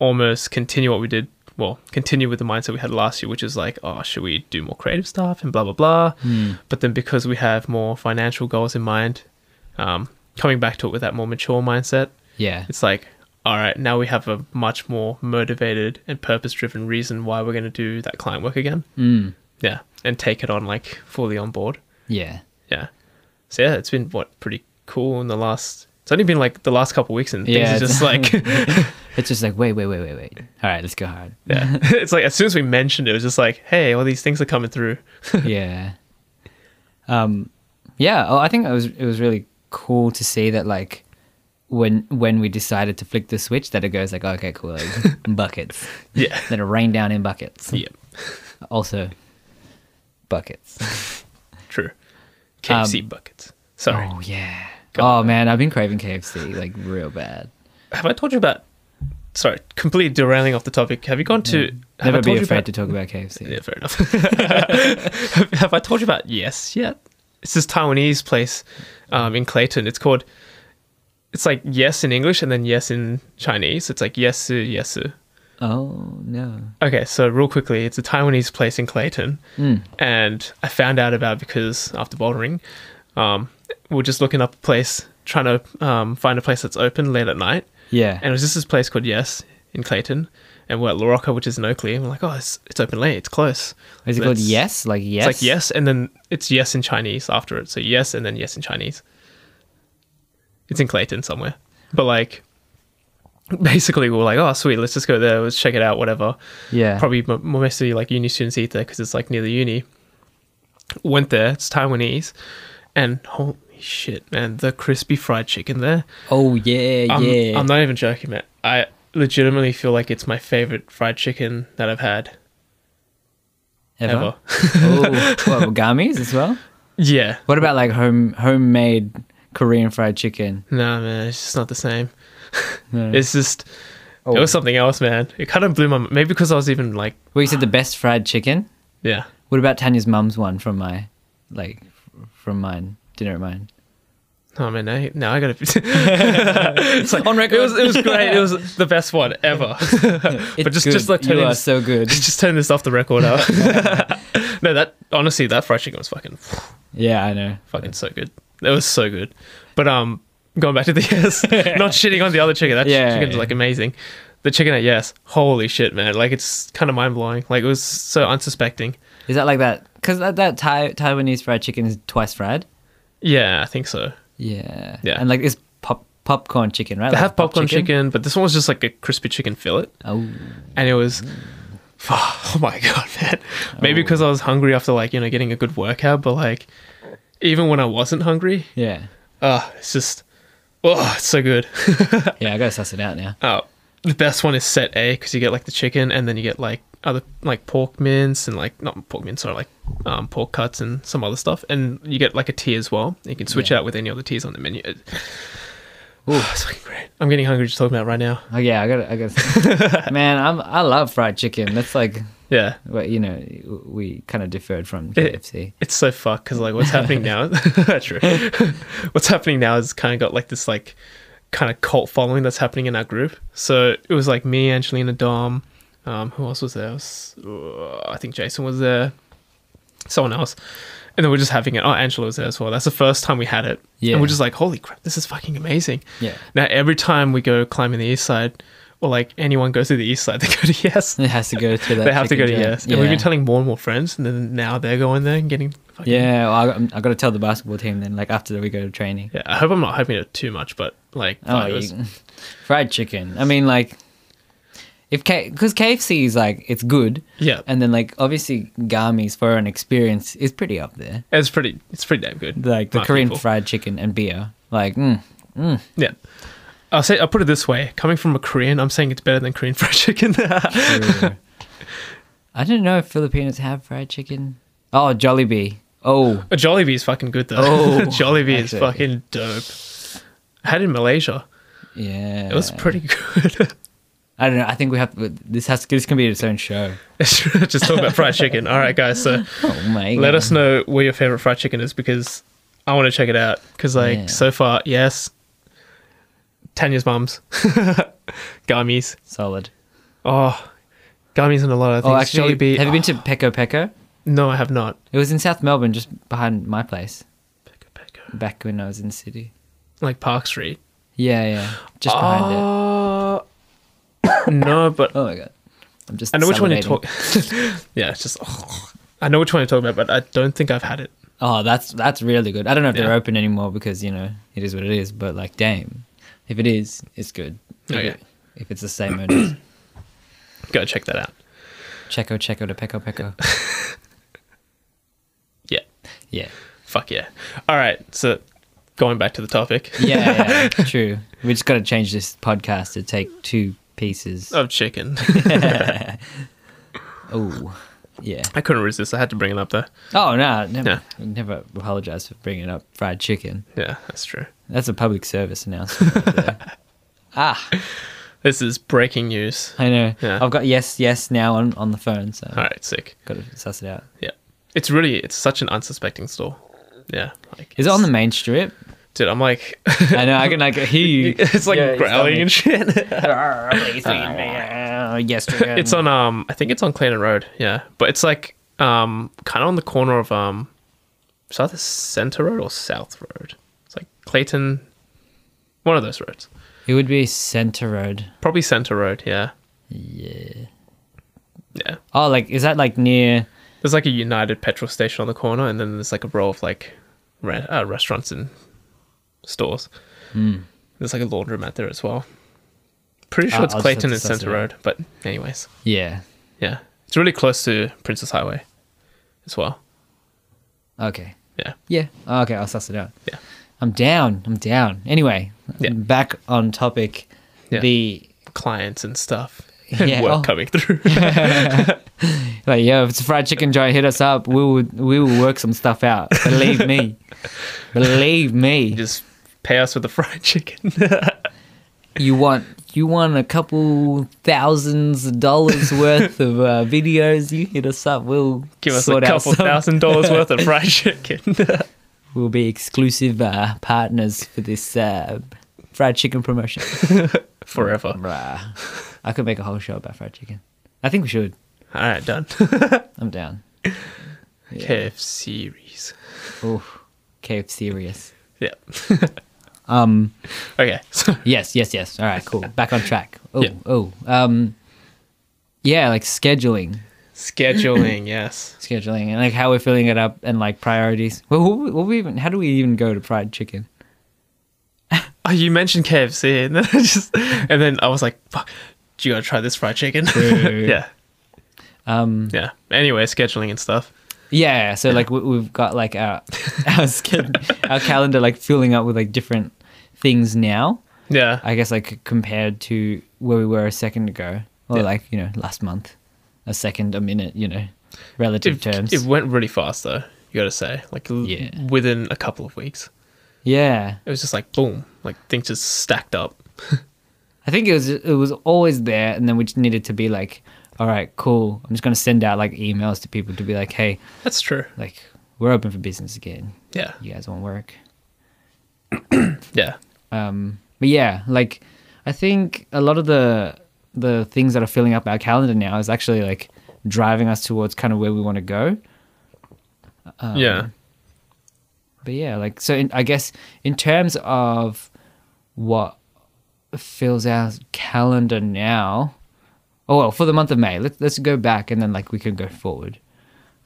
Speaker 1: almost continue what we did. Well, continue with the mindset we had last year, which is like, oh, should we do more creative stuff and blah blah blah.
Speaker 2: Hmm.
Speaker 1: But then because we have more financial goals in mind, um, coming back to it with that more mature mindset,
Speaker 2: yeah,
Speaker 1: it's like, all right, now we have a much more motivated and purpose-driven reason why we're going to do that client work again.
Speaker 2: mm,
Speaker 1: Yeah, and take it on like fully on board.
Speaker 2: yeah,
Speaker 1: Yeah. So yeah, it's been what pretty cool in the last. It's only been like the last couple weeks, and things
Speaker 2: Yeah,
Speaker 1: are just like
Speaker 2: it's- It's just like wait, wait, wait, wait, wait. All right, let's go hard.
Speaker 1: yeah. It's like as soon as we mentioned it, it was just like, hey, all these things are coming through.
Speaker 2: yeah. Um, yeah. Oh, I think it was it was really cool to see that like when when we decided to flick the switch that it goes like okay cool like, buckets
Speaker 1: Yeah.
Speaker 2: that it rained down in buckets
Speaker 1: yeah.
Speaker 2: also buckets
Speaker 1: True. KFC buckets. Sorry.
Speaker 2: Um, oh yeah
Speaker 1: Go
Speaker 2: oh man I've been craving KFC like real bad
Speaker 1: Have I told you about? Sorry, completely derailing off the topic. Have you gone to? have I
Speaker 2: never
Speaker 1: told
Speaker 2: be
Speaker 1: you
Speaker 2: afraid
Speaker 1: about-
Speaker 2: to talk about KFC
Speaker 1: Yeah, fair enough. have, have I told you about Yes yet? It's this Taiwanese place um, in Clayton. It's called, it's like Yes in English and then Yes in Chinese. It's like Yesu, Yesu.
Speaker 2: oh no
Speaker 1: Okay, so real quickly, it's a Taiwanese place in Clayton,
Speaker 2: Hmm.
Speaker 1: and I found out about it because after bouldering, um, we we're just looking up a place, trying to um, find a place that's open late at night,
Speaker 2: yeah
Speaker 1: and it was just this place called Yes in Clayton, and we're at Larocca, which is in Oakley, and we're like, oh, it's, it's open late, it's close.
Speaker 2: is it called
Speaker 1: It's-
Speaker 2: yes like yes
Speaker 1: It's like yes, and then it's yes in Chinese after it. So yes, and then yes in Chinese. It's in Clayton somewhere, but like, basically, we were like, oh, sweet, let's just go there, let's check it out, whatever
Speaker 2: yeah
Speaker 1: probably mo- mostly like uni students eat there because it's like near the uni. Went there, it's Taiwanese, and holy shit, man, the crispy fried chicken there.
Speaker 2: oh yeah
Speaker 1: I'm,
Speaker 2: yeah
Speaker 1: I'm not even joking, man. I legitimately feel like it's my favorite fried chicken that I've had ever.
Speaker 2: oh what, gummies as well
Speaker 1: yeah.
Speaker 2: What about like home homemade Korean fried chicken?
Speaker 1: Nah, man, it's just not the same.
Speaker 2: No.
Speaker 1: It's just,
Speaker 2: Oh.
Speaker 1: it was something else, man. It kind of blew my mind. Maybe because I was even like,
Speaker 2: Well, you said the best fried chicken.
Speaker 1: yeah.
Speaker 2: What about Tanya's mum's one from my, like, f- from mine dinner at mine?
Speaker 1: Oh man, now, now I gotta. it's like on record. It was, it was great. It was the best one ever. but just,
Speaker 2: good.
Speaker 1: just like
Speaker 2: you
Speaker 1: turning
Speaker 2: are
Speaker 1: this,
Speaker 2: so good.
Speaker 1: just turn this off the record. Out. no, that honestly, that fried chicken was fucking
Speaker 2: yeah, I know.
Speaker 1: fucking so good. It was so good. But um, going back to the yes, not shitting on the other chicken. That
Speaker 2: Yeah,
Speaker 1: chicken's
Speaker 2: yeah.
Speaker 1: like amazing. The chicken at yes, holy shit, man! Like it's kind of mind blowing. Like it was so unsuspecting.
Speaker 2: Is that like that? Because that, that Thai, Taiwanese fried chicken is twice fried.
Speaker 1: Yeah, I think so.
Speaker 2: Yeah.
Speaker 1: Yeah.
Speaker 2: And like it's pop popcorn chicken, right?
Speaker 1: They
Speaker 2: Like
Speaker 1: have
Speaker 2: pop
Speaker 1: popcorn chicken? but this one was just like a crispy chicken fillet.
Speaker 2: Oh.
Speaker 1: and it was oh my god man maybe because i was hungry after like you know getting a good workout but like even when i wasn't hungry
Speaker 2: Yeah.
Speaker 1: uh it's just oh it's so good
Speaker 2: Yeah, I gotta suss it out now.
Speaker 1: oh the best one is set a because you get like the chicken and then you get like other like pork mince and like not pork mince sorry like um, pork cuts and some other stuff and you get like a tea as well you can switch
Speaker 2: Yeah.
Speaker 1: out with any other teas on the menu It- it's fucking great i'm getting hungry just talking about it right now
Speaker 2: Oh yeah, I gotta, I gotta. Man, I'm, I love fried chicken. That's like
Speaker 1: yeah
Speaker 2: Well, you know, w- we kind of differed from
Speaker 1: It-
Speaker 2: KFC.
Speaker 1: it's so fucked because like what's happening now true what's happening now is kind of got like this like kind of cult following that's happening in our group so it was like me angelina dom um who else was there It was- uh, i think jason was there someone else and then we're just having it oh angela was there as well that's the first time we had it
Speaker 2: Yeah.
Speaker 1: and we're just like holy crap this is fucking amazing
Speaker 2: Yeah.
Speaker 1: now every time we go climbing the east side or like anyone goes to the east side, they go to yes.
Speaker 2: It has to go to that.
Speaker 1: they have to go
Speaker 2: chicken
Speaker 1: to
Speaker 2: joint.
Speaker 1: yes. And we've been telling more and more friends, and then now they're going there and getting. Fucking,
Speaker 2: Yeah, well, I, I'm- I got to tell the basketball team then. Like after we go to training.
Speaker 1: Yeah, I hope I'm not hyping it too much, but like,
Speaker 2: Oh,
Speaker 1: fuck, it was-
Speaker 2: you- fried chicken. I mean, like if because KFC is like it's good,
Speaker 1: yeah,
Speaker 2: and then like obviously Gami's for an experience is pretty up there.
Speaker 1: it's pretty. It's pretty damn good.
Speaker 2: Like the
Speaker 1: Not
Speaker 2: Korean
Speaker 1: painful.
Speaker 2: fried chicken and beer. Like mm,
Speaker 1: Yeah. I'll say I'll put it this way: coming from a Korean, I'm saying it's better than Korean fried chicken.
Speaker 2: true. I don't know if Filipinos have fried chicken. Oh, Jollibee. Oh,
Speaker 1: A Jollibee is fucking good though.
Speaker 2: Oh,
Speaker 1: Jollibee is
Speaker 2: actually.
Speaker 1: fucking dope. I had it in Malaysia.
Speaker 2: yeah.
Speaker 1: It was pretty good.
Speaker 2: I don't know. I think we have. This has. This can be its own show.
Speaker 1: Just talk about fried chicken. All right, guys. So
Speaker 2: Oh my.
Speaker 1: let
Speaker 2: God.
Speaker 1: us know where your favorite fried chicken is because I want to check it out. Because like
Speaker 2: Yeah.
Speaker 1: so far, yes, Tanya's mum's, Gami's.
Speaker 2: Solid.
Speaker 1: Oh, Gami's and a lot of
Speaker 2: Oh,
Speaker 1: things.
Speaker 2: actually,
Speaker 1: Jollibee. Ah.
Speaker 2: have you been to Peko Peko?
Speaker 1: No, I have not.
Speaker 2: It was in South Melbourne, just behind my place,
Speaker 1: Peko Peko.
Speaker 2: back when I was in the city.
Speaker 1: Like Park Street.
Speaker 2: Yeah, yeah, just behind it.
Speaker 1: oh, no, but
Speaker 2: Oh my god, I'm just.
Speaker 1: I know which one you're
Speaker 2: salivating.
Speaker 1: talking. yeah, it's just. oh. I know which one you're talking about, but I don't think I've had it.
Speaker 2: Oh, that's that's really good. I don't know if
Speaker 1: Yeah.
Speaker 2: they're open anymore because you know it is what it is. But like, damn, if it is, it's good. If
Speaker 1: Okay.
Speaker 2: it- If it's the same owners,
Speaker 1: Go check that out.
Speaker 2: Checo Checo to Peko Peko.
Speaker 1: Yeah,
Speaker 2: Yeah,
Speaker 1: fuck yeah. All right, so going back to the topic
Speaker 2: yeah, yeah. true. We just got to change this podcast to take two pieces.
Speaker 1: of chicken,
Speaker 2: Oh, yeah.
Speaker 1: I couldn't resist. I had to bring it up though.
Speaker 2: Oh no, never,
Speaker 1: Yeah.
Speaker 2: never apologize for bringing up fried chicken.
Speaker 1: Yeah, that's true.
Speaker 2: That's a public service announcement. right there. ah,
Speaker 1: This is breaking news.
Speaker 2: I know.
Speaker 1: Yeah.
Speaker 2: I've got yes, yes now on, on the phone, so
Speaker 1: All right, sick.
Speaker 2: got to suss it out.
Speaker 1: Yeah, it's really it's such an unsuspecting store. Yeah, like
Speaker 2: Is it on the main strip?
Speaker 1: dude? I'm like,
Speaker 2: I know. I can like hear you.
Speaker 1: it's like
Speaker 2: Yeah,
Speaker 1: growling and shit.
Speaker 2: "Arr, please feed me, uh, Yes, chicken."
Speaker 1: It's on um I think it's on Clarendon Road, yeah. But it's like um kinda on the corner of um it's either Centre Road or South Road. It's like Clayton one of those roads.
Speaker 2: It would be Centre Road.
Speaker 1: Probably Centre Road, yeah.
Speaker 2: Yeah.
Speaker 1: Yeah.
Speaker 2: Oh, like is that like near?
Speaker 1: There's like a United petrol station on the corner and then there's like a row of like re- uh, restaurants and stores.
Speaker 2: Hmm.
Speaker 1: There's like a laundromat there as well. Pretty sure
Speaker 2: Uh,
Speaker 1: it's
Speaker 2: I'll just have
Speaker 1: Clayton
Speaker 2: to
Speaker 1: and
Speaker 2: suss it
Speaker 1: Centre
Speaker 2: out.
Speaker 1: Road, but anyways.
Speaker 2: Yeah.
Speaker 1: Yeah. It's really close to Princess Highway as well.
Speaker 2: Okay.
Speaker 1: Yeah.
Speaker 2: Yeah. Oh, okay, I'll suss it out.
Speaker 1: Yeah.
Speaker 2: I'm down. I'm down. Anyway,
Speaker 1: Yeah.
Speaker 2: back on topic.
Speaker 1: Yeah.
Speaker 2: The
Speaker 1: clients and stuff
Speaker 2: Yeah,
Speaker 1: and work
Speaker 2: oh.
Speaker 1: coming through.
Speaker 2: like, yo, if it's a fried chicken joint, hit us up. We will we will work some stuff out. Believe me. Believe me.
Speaker 1: Just pay us with the fried chicken.
Speaker 2: you want you want a couple thousands of dollars worth of uh, videos you hit us up we'll
Speaker 1: Give us
Speaker 2: sort
Speaker 1: a
Speaker 2: out
Speaker 1: couple
Speaker 2: some-
Speaker 1: thousand dollars worth of fried chicken.
Speaker 2: we'll be exclusive uh, partners for this uh, fried chicken promotion
Speaker 1: Forever. All
Speaker 2: Bruh. i could make a whole show about fried chicken i think we should
Speaker 1: right, done.
Speaker 2: i'm down
Speaker 1: KFC series.
Speaker 2: oh cave serious
Speaker 1: Yeah.
Speaker 2: um
Speaker 1: Okay. So,
Speaker 2: yes yes yes all right cool back on track oh
Speaker 1: Yeah.
Speaker 2: oh um yeah like scheduling
Speaker 1: scheduling, yes.
Speaker 2: scheduling and like how we're filling it up and like priorities. Well, what, what we even? How do we even go to fried chicken?
Speaker 1: Oh, you mentioned KFC, and then I just, and then I was like, "Fuck, do you gotta try this fried chicken?" yeah,
Speaker 2: Um,
Speaker 1: yeah. Anyway, scheduling and stuff.
Speaker 2: yeah. So like we, we've got like our our, sched our calendar like filling up with like different things now.
Speaker 1: Yeah,
Speaker 2: I guess like compared to where we were a second ago, or
Speaker 1: Yeah.
Speaker 2: like you know last month, a second, a minute, you know, relative
Speaker 1: it,
Speaker 2: terms.
Speaker 1: it went really fast though. You gotta say, like, l-
Speaker 2: Yeah.
Speaker 1: within a couple of weeks,
Speaker 2: yeah.
Speaker 1: it was just like boom, like things just stacked up.
Speaker 2: I think it was it was always there, and then we just needed to be like, all right, cool. I'm just gonna send out like emails to people to be like, hey,
Speaker 1: That's true.
Speaker 2: like we're open for business again.
Speaker 1: Yeah,
Speaker 2: You guys want work?
Speaker 1: yeah.
Speaker 2: Um, but yeah, like I think a lot of the the things that are filling up our calendar now is actually like driving us towards kind of where we want to go.
Speaker 1: yeah.
Speaker 2: But yeah, like so in, I guess in terms of what fills our calendar now. Oh well, for the month of May, let's let's go back and then like we can go forward.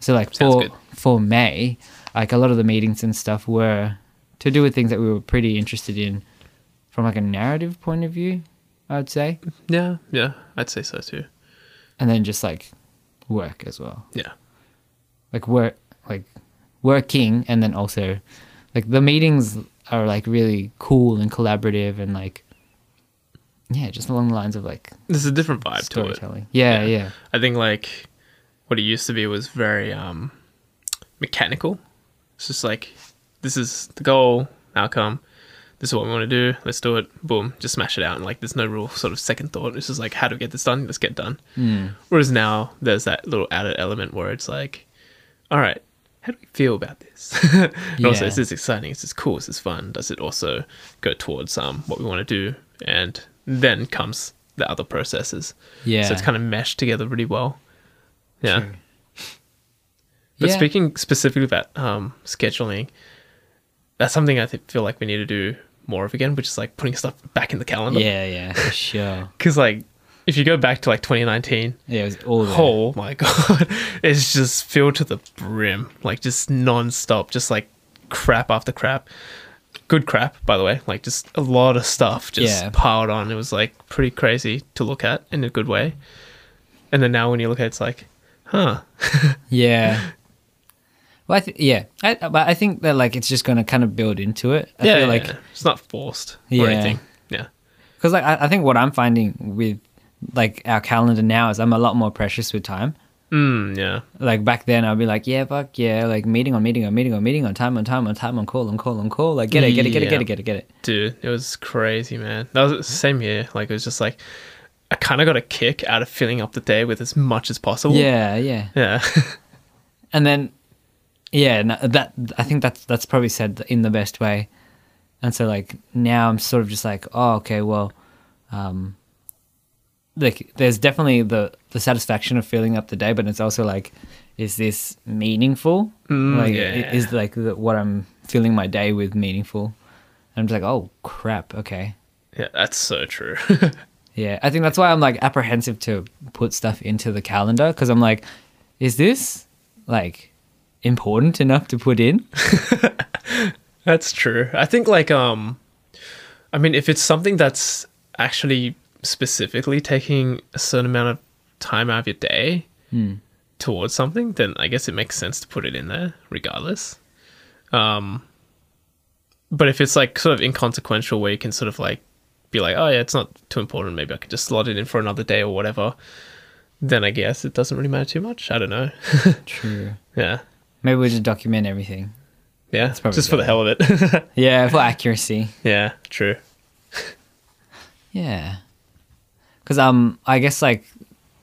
Speaker 2: So like
Speaker 1: Sounds
Speaker 2: for
Speaker 1: good.
Speaker 2: for May, like a lot of the meetings and stuff were to do with things that we were pretty interested in from like a narrative point of view, I'd say,
Speaker 1: Yeah, yeah, I'd say so too.
Speaker 2: and then just like work as well.
Speaker 1: Yeah,
Speaker 2: like work like working and then also like the meetings are like really cool and collaborative and like yeah just along the lines of like
Speaker 1: there's a different vibe to it.
Speaker 2: storytelling yeah
Speaker 1: Yeah.
Speaker 2: yeah,
Speaker 1: I think like what it used to be was very um, mechanical. It's just like this is the goal, outcome. This is what we want to do. Let's do it. Boom, just smash it out. And like, there's no real sort of second thought. It's just like, how do we get this done? Let's get done. Whereas now there's that little added element where it's like, all right, how do we feel about this? and also,
Speaker 2: Yeah.
Speaker 1: is this exciting? Is this cool? Is this fun? Does it also go towards um, what we want to do? And then comes the other processes.
Speaker 2: yeah
Speaker 1: So it's kind of meshed together really well. Yeah.
Speaker 2: True.
Speaker 1: But
Speaker 2: Yeah.
Speaker 1: speaking specifically about um, scheduling, that's something I th- feel like we need to do more of again, which is like putting stuff back in the calendar.
Speaker 2: yeah yeah for sure
Speaker 1: Because like if you go back to like 2019,
Speaker 2: yeah it was all there.
Speaker 1: oh my god, it's just filled to the brim, like just non-stop, just like crap after crap. Good crap, by the way. Like just a lot of stuff just
Speaker 2: Yeah.
Speaker 1: piled on. It was like pretty crazy to look at in a good way. And then now when you look at it, it's like, huh,
Speaker 2: yeah well I th- yeah I, but I think that like it's just gonna kind of build into it I
Speaker 1: yeah,
Speaker 2: feel
Speaker 1: yeah,
Speaker 2: like
Speaker 1: yeah. it's not forced
Speaker 2: Yeah.
Speaker 1: or anything. Yeah,
Speaker 2: because like I, I think what I'm finding with like our calendar now is I'm a lot more precious with time
Speaker 1: mm, yeah,
Speaker 2: like back then I'd be like, yeah, fuck yeah, like meeting on meeting on meeting on meeting on time on time on time on call on call on call, like get it, get it, get it,
Speaker 1: Yeah.
Speaker 2: get it, get it, get it.
Speaker 1: dude, it was crazy, man. That was the same year. Like it was just like I kind of got a kick out of filling up the day with as much as possible.
Speaker 2: Yeah, yeah.
Speaker 1: yeah,
Speaker 2: And then, yeah, no, that I think that's that's probably said in the best way. And so like now I'm sort of just like, oh, okay, well, um, like there's definitely the the satisfaction of filling up the day, but it's also like, is this meaningful?
Speaker 1: Mm,
Speaker 2: like,
Speaker 1: yeah.
Speaker 2: i- is like the, what I'm filling my day with meaningful? And I'm just like, oh crap, okay.
Speaker 1: yeah, that's so true.
Speaker 2: Yeah, I think that's why I'm like apprehensive to put stuff into the calendar because I'm like, is this like important enough to put in?
Speaker 1: That's true. I think like um I mean if it's something that's actually specifically taking a certain amount of time out of your day towards something, then I guess it makes sense to put it in there regardless. Um but if it's like sort of inconsequential where you can sort of like be like, oh yeah, it's not too important, maybe I could just slot it in for another day or whatever, then I guess it doesn't really matter too much. I don't know.
Speaker 2: True.
Speaker 1: yeah.
Speaker 2: Maybe we just document everything.
Speaker 1: Yeah.
Speaker 2: probably
Speaker 1: Just for the hell of it.
Speaker 2: Yeah, for accuracy.
Speaker 1: yeah, true.
Speaker 2: Yeah. Cuz um I guess like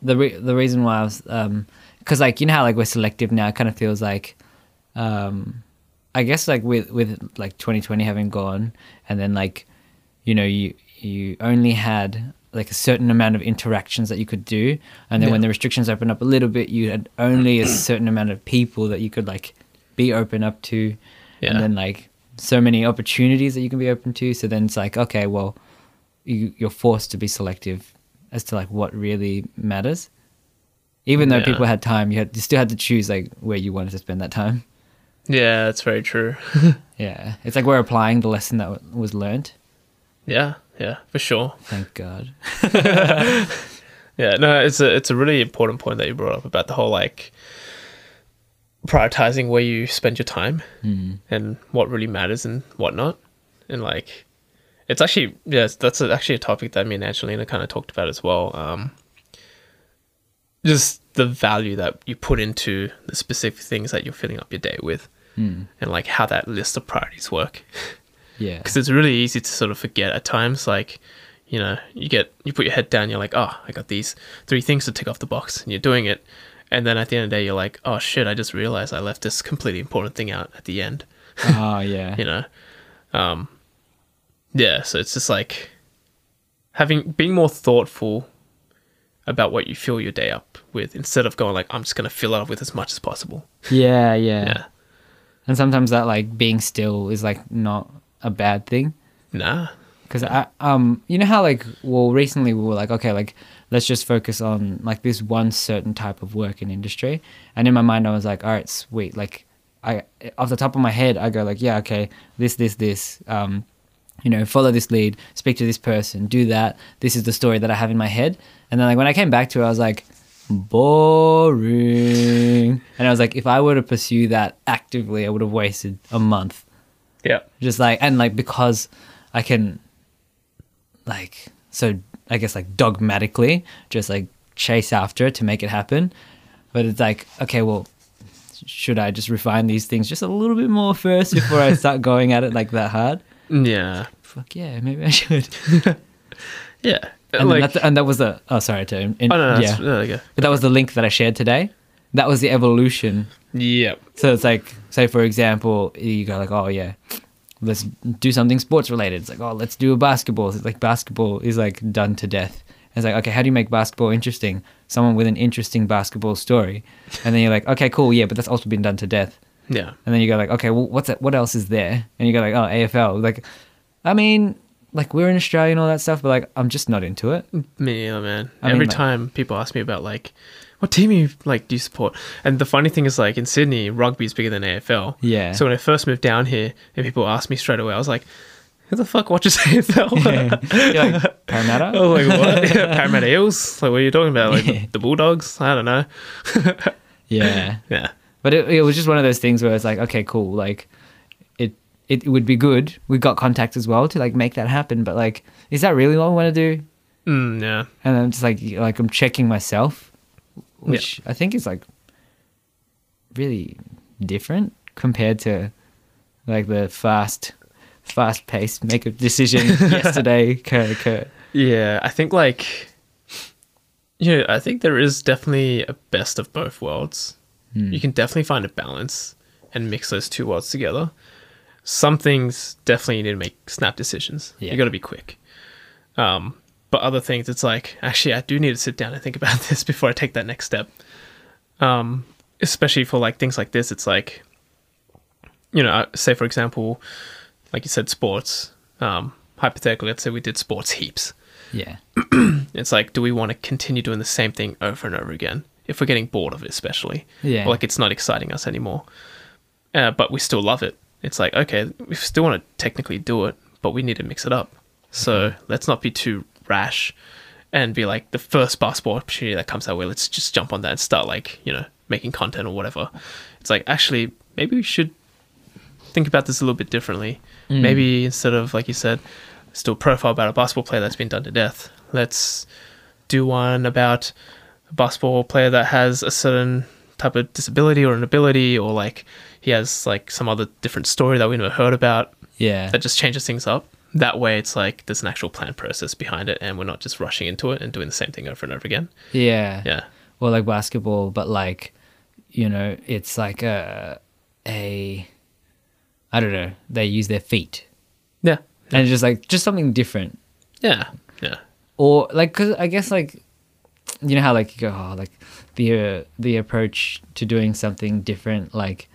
Speaker 2: the re- the reason why I was um cuz like you know how like we're selective now it kind of feels like um I guess like with with like 2020 having gone and then like you know you you only had like a certain amount of interactions that you could do and then when
Speaker 1: Yeah.
Speaker 2: the restrictions opened up a little bit you had only a certain amount of people that you could like be open up to
Speaker 1: Yeah.
Speaker 2: and then like so many opportunities that you can be open to so then it's like okay well you, you're forced to be selective as to like what really matters. Even though
Speaker 1: Yeah.
Speaker 2: people had time, you had you still had to choose like where you wanted to spend that time.
Speaker 1: Yeah, that's very true.
Speaker 2: Yeah, it's like we're applying the lesson that w- was learned.
Speaker 1: Yeah, yeah, for sure.
Speaker 2: Thank God.
Speaker 1: Yeah, no, it's a it's a really important point that you brought up about the whole like prioritizing where you spend your time and what really matters and whatnot, and like it's actually yeah, it's- that's a, actually a topic that me and Angelina kind of talked about as well. Um, just the value that you put into the specific things that you're filling up your day with, and like how that list of priorities work.
Speaker 2: Yeah,
Speaker 1: because it's really easy to sort of forget at times. Like, you know, you get you put your head down, you're like, oh, I got these three things to tick off the box, and you're doing it. And then at the end of the day, you're like, oh shit, I just realized I left this completely important thing out at the end.
Speaker 2: oh yeah,
Speaker 1: You know, um, yeah. So it's just like having being more thoughtful about what you fill your day up with instead of going like, I'm just gonna fill it up with as much as possible.
Speaker 2: yeah, yeah.
Speaker 1: Yeah.
Speaker 2: And sometimes that like being still is like not a bad thing
Speaker 1: Nah.
Speaker 2: because I um you know how like well recently we were like okay like let's just focus on like this one certain type of work in industry and in my mind I was like all right sweet like I off the top of my head I go like yeah okay this this this um you know follow this lead speak to this person do that this is the story that I have in my head and then like when I came back to it I was like boring and I was like if I were to pursue that actively I would have wasted a month
Speaker 1: Yeah.
Speaker 2: just like and like because i can like so i guess like dogmatically just like chase after it to make it happen but it's like okay well should i just refine these things just a little bit more first before i start going at it like that hard
Speaker 1: Yeah.
Speaker 2: fuck yeah maybe i should
Speaker 1: Yeah.
Speaker 2: and, then
Speaker 1: like,
Speaker 2: that's, and that was the oh sorry to in,
Speaker 1: oh, no, no,
Speaker 2: yeah
Speaker 1: that's, no, okay.
Speaker 2: but that was the link that i shared today that was the evolution
Speaker 1: Yep.
Speaker 2: So it's like, say for example, you go like, oh yeah, let's do something sports related. It's like, oh, let's do a basketball. It's like basketball is like done to death. It's like, okay, how do you make basketball interesting? Someone with an interesting basketball story, and then you're like, okay, cool, yeah, but that's also been done to death.
Speaker 1: Yeah.
Speaker 2: And then you go like, okay, well, what's that? What else is there? And you go like, oh, AFL. Like, I mean, like we're in Australia and all that stuff, but like, I'm just not into it.
Speaker 1: Me neither, man.
Speaker 2: I mean,
Speaker 1: Every
Speaker 2: like-
Speaker 1: time people ask me about like, what team you like do you support? And the funny thing is like in Sydney, rugby is bigger than AFL.
Speaker 2: Yeah.
Speaker 1: So when I first moved down here, and people asked me straight away, I was like, who the fuck watches AFL?
Speaker 2: You're like,
Speaker 1: I
Speaker 2: Parramatta.
Speaker 1: was like, what? Parramatta Eels? Like, what are you talking about? Like the, the Bulldogs? I don't know.
Speaker 2: Yeah.
Speaker 1: Yeah.
Speaker 2: But it, it was just one of those things where it's like, okay, cool. Like, it it would be good. We got contact as well to like make that happen. But like, is that really what I want to do?
Speaker 1: Mm, yeah.
Speaker 2: And I'm just like, like I'm checking myself, which I think is like really different compared to like the fast, fast paced make a decision yesterday. Cur, cur.
Speaker 1: Yeah, I think like yeah, I think there is definitely a best of both worlds. You can definitely find a balance and mix those two worlds together. Some things definitely you need to make snap decisions.
Speaker 2: Yeah.
Speaker 1: You got to be quick. Um, but other things, it's like actually I do need to sit down and think about this before I take that next step. Um, especially for like things like this, it's like you know, uh, say for example, like you said, sports. Um, hypothetically, let's say we did sports heaps.
Speaker 2: Yeah,
Speaker 1: It's like, do we want to continue doing the same thing over and over again? If we're getting bored of it, especially,
Speaker 2: Yeah.
Speaker 1: Or, like it's not exciting us anymore, uh, but we still love it. It's like, okay, we still want to technically do it, but we need to mix it up. So let's not be too rash and be like the first basketball opportunity that comes our way. Let's just jump on that and start like you know making content or whatever. It's like actually maybe we should think about this a little bit differently. Maybe instead of like you said, still profile about a basketball player that's been done to death. Let's do one about a basketball player that has a certain type of disability or an ability or like he has like some other different story that we never heard about
Speaker 2: yeah,
Speaker 1: that just changes things up. That way it's like there's an actual plan process behind it and we're not just rushing into it and doing the same thing over and over again.
Speaker 2: yeah.
Speaker 1: Yeah.
Speaker 2: or like basketball, but like, you know, it's like a, a I don't know, they use their feet.
Speaker 1: Yeah.
Speaker 2: And it's just like, just something different.
Speaker 1: Yeah. Yeah.
Speaker 2: Or like, cause I guess like, you know how like you go, oh, like the, uh, the approach to doing something different, like,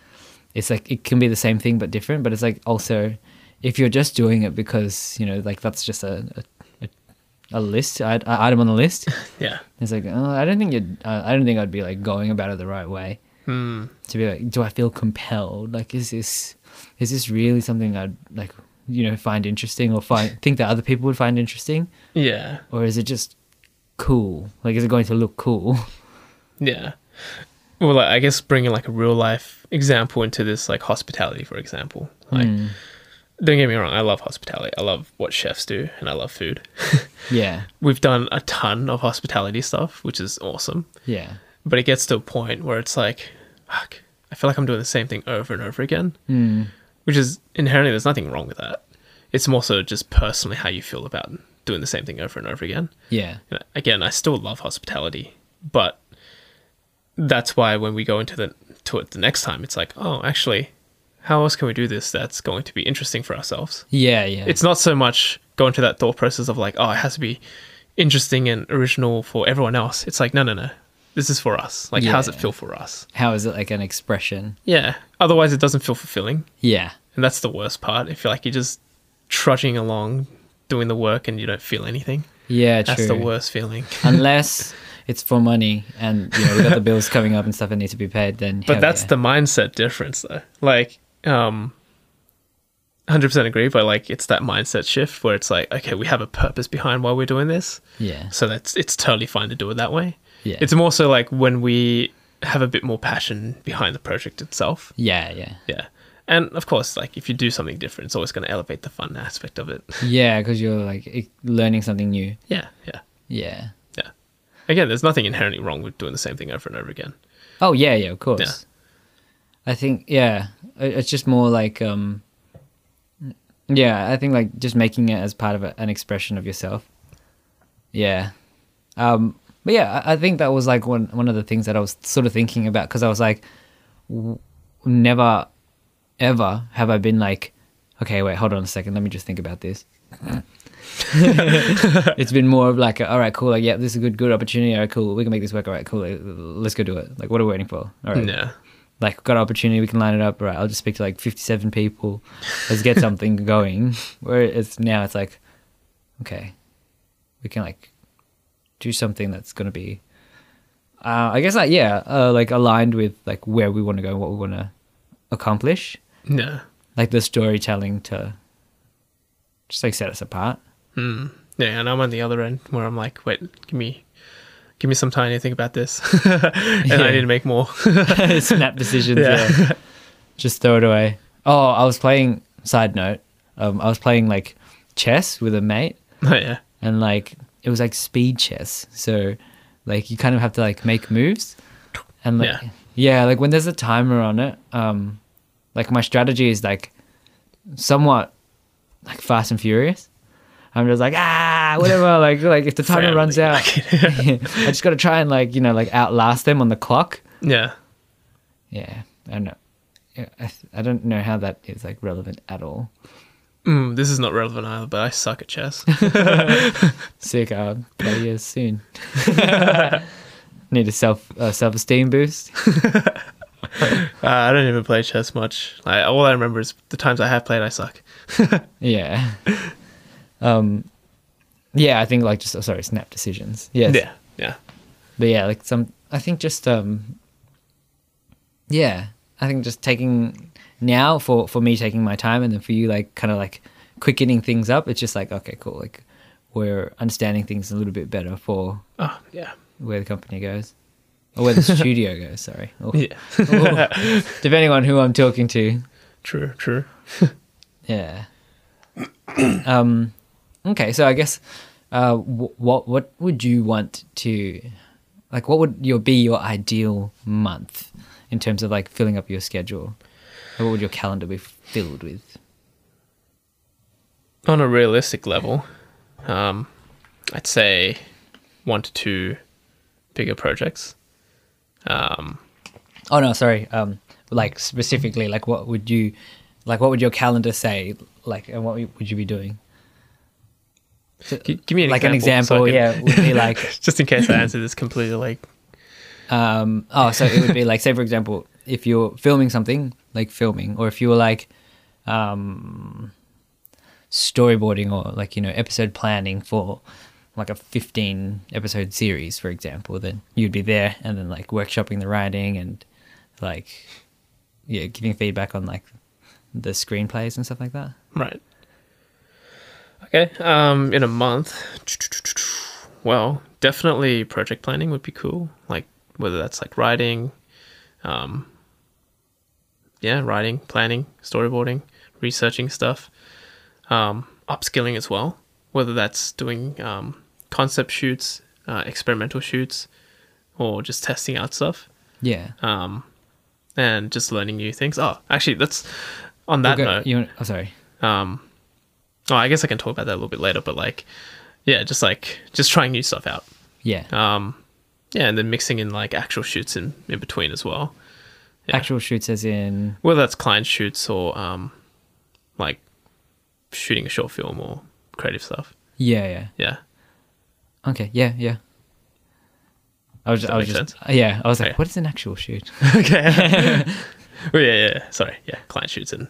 Speaker 2: it's like, it can be the same thing, but different. But it's like also, if you're just doing it because, you know, like that's just a, a, a- a list, i- a item on the list,
Speaker 1: Yeah.
Speaker 2: it's like oh, I don't think you'd, uh, I don't think I'd be like going about it the right way.
Speaker 1: Hmm.
Speaker 2: To be like, do I feel compelled? Like, is this is this really something I'd like you know find interesting or find think that other people would find interesting,
Speaker 1: Yeah.
Speaker 2: or is it just cool? Like, is it going to look cool?
Speaker 1: Yeah. Well, like, I guess bringing like a real life example into this, like hospitality, for example.
Speaker 2: Hmm.
Speaker 1: Like, don't get me wrong, I love hospitality. I love what chefs do, and I love food.
Speaker 2: Yeah,
Speaker 1: We've done a ton of hospitality stuff, which is awesome.
Speaker 2: yeah,
Speaker 1: But it gets to a point where it's like, fuck, I feel like I'm doing the same thing over and over again. Which is inherently, there's nothing wrong with that. It's more so just personally how you feel about doing the same thing over and over again
Speaker 2: yeah,
Speaker 1: you know, again, I still love hospitality, but that's why when we go into the to it the next time, it's like, oh, actually, how else can we do this that's going to be interesting for ourselves?
Speaker 2: yeah, yeah.
Speaker 1: It's not so much going to that thought process of like, oh, it has to be interesting and original for everyone else. It's like, no, no, no, this is for us. Like, how's it
Speaker 2: Yeah.
Speaker 1: feel for us?
Speaker 2: How is it like an expression?
Speaker 1: Yeah. Otherwise, it doesn't feel fulfilling,
Speaker 2: Yeah,
Speaker 1: and that's the worst part. I feel like you're just trudging along, doing the work and you don't feel anything.
Speaker 2: Yeah, true.
Speaker 1: That's the worst feeling.
Speaker 2: Unless it's for money and you know we got the bills coming up and stuff that need to be paid, then
Speaker 1: But
Speaker 2: hell
Speaker 1: that's
Speaker 2: Oh, yeah.
Speaker 1: the mindset difference, though. Like, um, 100% agree, but like, it's that mindset shift where it's like, okay, we have a purpose behind why we're doing this.
Speaker 2: yeah
Speaker 1: So that's, it's totally fine to do it that way.
Speaker 2: yeah
Speaker 1: It's more so like when we have a bit more passion behind the project itself.
Speaker 2: yeah yeah
Speaker 1: Yeah. And of course, like, if you do something different, it's always going to elevate the fun aspect of it.
Speaker 2: yeah because you're like e- learning something new.
Speaker 1: yeah. Yeah.
Speaker 2: Yeah.
Speaker 1: Yeah. Again, there's nothing inherently wrong with doing the same thing over and over again.
Speaker 2: Oh yeah, yeah, of course. I think yeah, it- it's just more like um, yeah, I think like just making it as part of a, an expression of yourself. Yeah, um, but yeah, I, I think that was like one one of the things that I was sort of thinking about because I was like, w- never, ever have I been like, okay, wait, hold on a second, let me just think about this. it's been more of like, all right, cool, like, yeah, this is a good, good opportunity. All right, cool, we can make this work. All right, cool, like, let's go do it. Like, what are we waiting for? All right,
Speaker 1: Yeah.
Speaker 2: like got an opportunity we can line it up right i'll just speak to like 57 people let's get something going where it's now it's like okay we can like do something that's going to be uh, i guess like yeah uh, like aligned with like where we want to go and what we want to accomplish
Speaker 1: Yeah.
Speaker 2: like the storytelling to just like set us apart
Speaker 1: Mm. Yeah, and I'm on the other end where I'm like, wait, give me, give me some time to think about this, and
Speaker 2: Yeah.
Speaker 1: I need to make more.
Speaker 2: snap decisions.
Speaker 1: Yeah.
Speaker 2: Yeah. Just throw it away. Oh, I was playing. Side note, um, I was playing like chess with a mate,
Speaker 1: oh, yeah,
Speaker 2: and like it was like speed chess. So, like you kind of have to like make moves, and like
Speaker 1: Yeah.
Speaker 2: yeah, like when there's a timer on it, um, like my strategy is like somewhat like Fast and Furious. I'm just like ah, whatever. like like if the timer
Speaker 1: Family,
Speaker 2: runs out,
Speaker 1: like-
Speaker 2: I just got to try and like you know like outlast them on the clock
Speaker 1: yeah,
Speaker 2: yeah i don't know Yeah, I, th- I don't know how that is like relevant at all
Speaker 1: mm, this is not relevant either, but I suck at chess. Uh,
Speaker 2: sick i'll play you soon need a self uh, self-esteem boost
Speaker 1: uh, I don't even play chess much. Like, all I remember is the times I have played, I suck.
Speaker 2: yeah um yeah i think like just oh, sorry snap decisions yes
Speaker 1: Yeah, yeah,
Speaker 2: but yeah like some i think just um yeah i think just taking now for for me taking my time and then for you like kind of like quickening things up it's just like okay cool like we're understanding things a little bit better for
Speaker 1: oh yeah,
Speaker 2: where the company goes or where the studio goes sorry Oh.
Speaker 1: yeah,
Speaker 2: Oh. depending on who i'm talking to
Speaker 1: true, true.
Speaker 2: yeah um okay so i guess uh wh- what what would you want to like what would your be your ideal month in terms of like filling up your schedule what would your calendar be filled with
Speaker 1: On a realistic level, um, I'd say one to two bigger projects. Um,
Speaker 2: oh no sorry um like specifically like what would you like what would your calendar say like and what would you be doing
Speaker 1: gi- give me an
Speaker 2: like an
Speaker 1: example. so
Speaker 2: example
Speaker 1: I can-
Speaker 2: yeah would be like
Speaker 1: just in case I answer this completely like
Speaker 2: Um, oh, so it would be like, say, for example, if you're filming something, like filming, or if you were like um, storyboarding or like, you know, episode planning for like a 15 episode series, for example, then you'd be there and then like workshopping the writing and like, yeah, giving feedback on like the screenplays and stuff like that.
Speaker 1: Right. Okay. Um, in a month. Well, definitely project planning would be cool. Like whether that's like writing, um, yeah, writing, planning, storyboarding, researching stuff, um, upskilling as well. Whether that's doing um, concept shoots, uh, experimental shoots, or just testing out stuff
Speaker 2: Yeah.
Speaker 1: um, and just learning new things. Oh, actually, that's on that
Speaker 2: Okay,
Speaker 1: note
Speaker 2: you wanna- oh, sorry.
Speaker 1: um oh i guess i can talk about that a little bit later but like yeah just like just trying new stuff out
Speaker 2: Yeah.
Speaker 1: um yeah and then mixing in like actual shoots in in between as well yeah.
Speaker 2: Actual shoots, as in,
Speaker 1: whether that's client shoots or um like shooting a short film or creative stuff
Speaker 2: yeah, yeah.
Speaker 1: yeah
Speaker 2: Okay. Yeah. Yeah. I was.
Speaker 1: Does
Speaker 2: Just,
Speaker 1: that
Speaker 2: I was
Speaker 1: make Oh,
Speaker 2: just. uh, Yeah. I was like,
Speaker 1: Okay.
Speaker 2: what is an actual shoot?
Speaker 1: okay well, yeah, yeah yeah sorry yeah client shoots and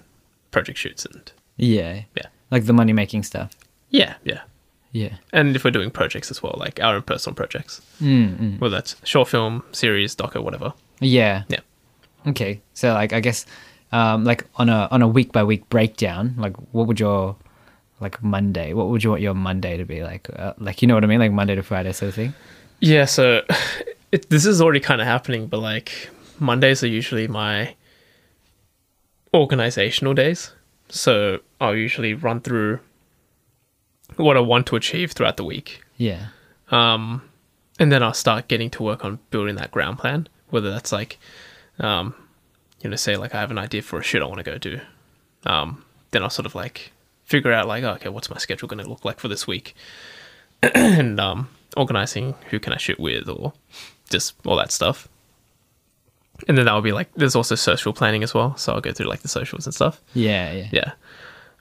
Speaker 1: project shoots and
Speaker 2: yeah.
Speaker 1: Yeah.
Speaker 2: Like the money making stuff.
Speaker 1: Yeah, yeah.
Speaker 2: Yeah.
Speaker 1: And if we're doing projects as well, like our own personal projects,
Speaker 2: Mm, mm.
Speaker 1: whether that's short film, series, doco, whatever.
Speaker 2: Yeah.
Speaker 1: Yeah.
Speaker 2: Okay. So like I guess um like on a on a week by week breakdown, like what would your like Monday, what would you want your Monday to be like? Uh, like you know what I mean, like Monday to Friday sort of thing.
Speaker 1: Yeah, so it, this is already kind of happening, but like Mondays are usually my organizational days. So I'll usually run through what I want to achieve throughout the week.
Speaker 2: Yeah.
Speaker 1: Um, and then I'll start getting to work on building that ground plan, whether that's like, um, you know, say like I have an idea for a shoot I want to go do. Um, then I'll sort of like figure out like, oh, okay, what's my schedule going to look like for this week? and um, organizing who can I shoot with or just all that stuff. And then that will be like, there's also social planning as well. So I'll go through like the socials and stuff.
Speaker 2: Yeah, yeah.
Speaker 1: Yeah.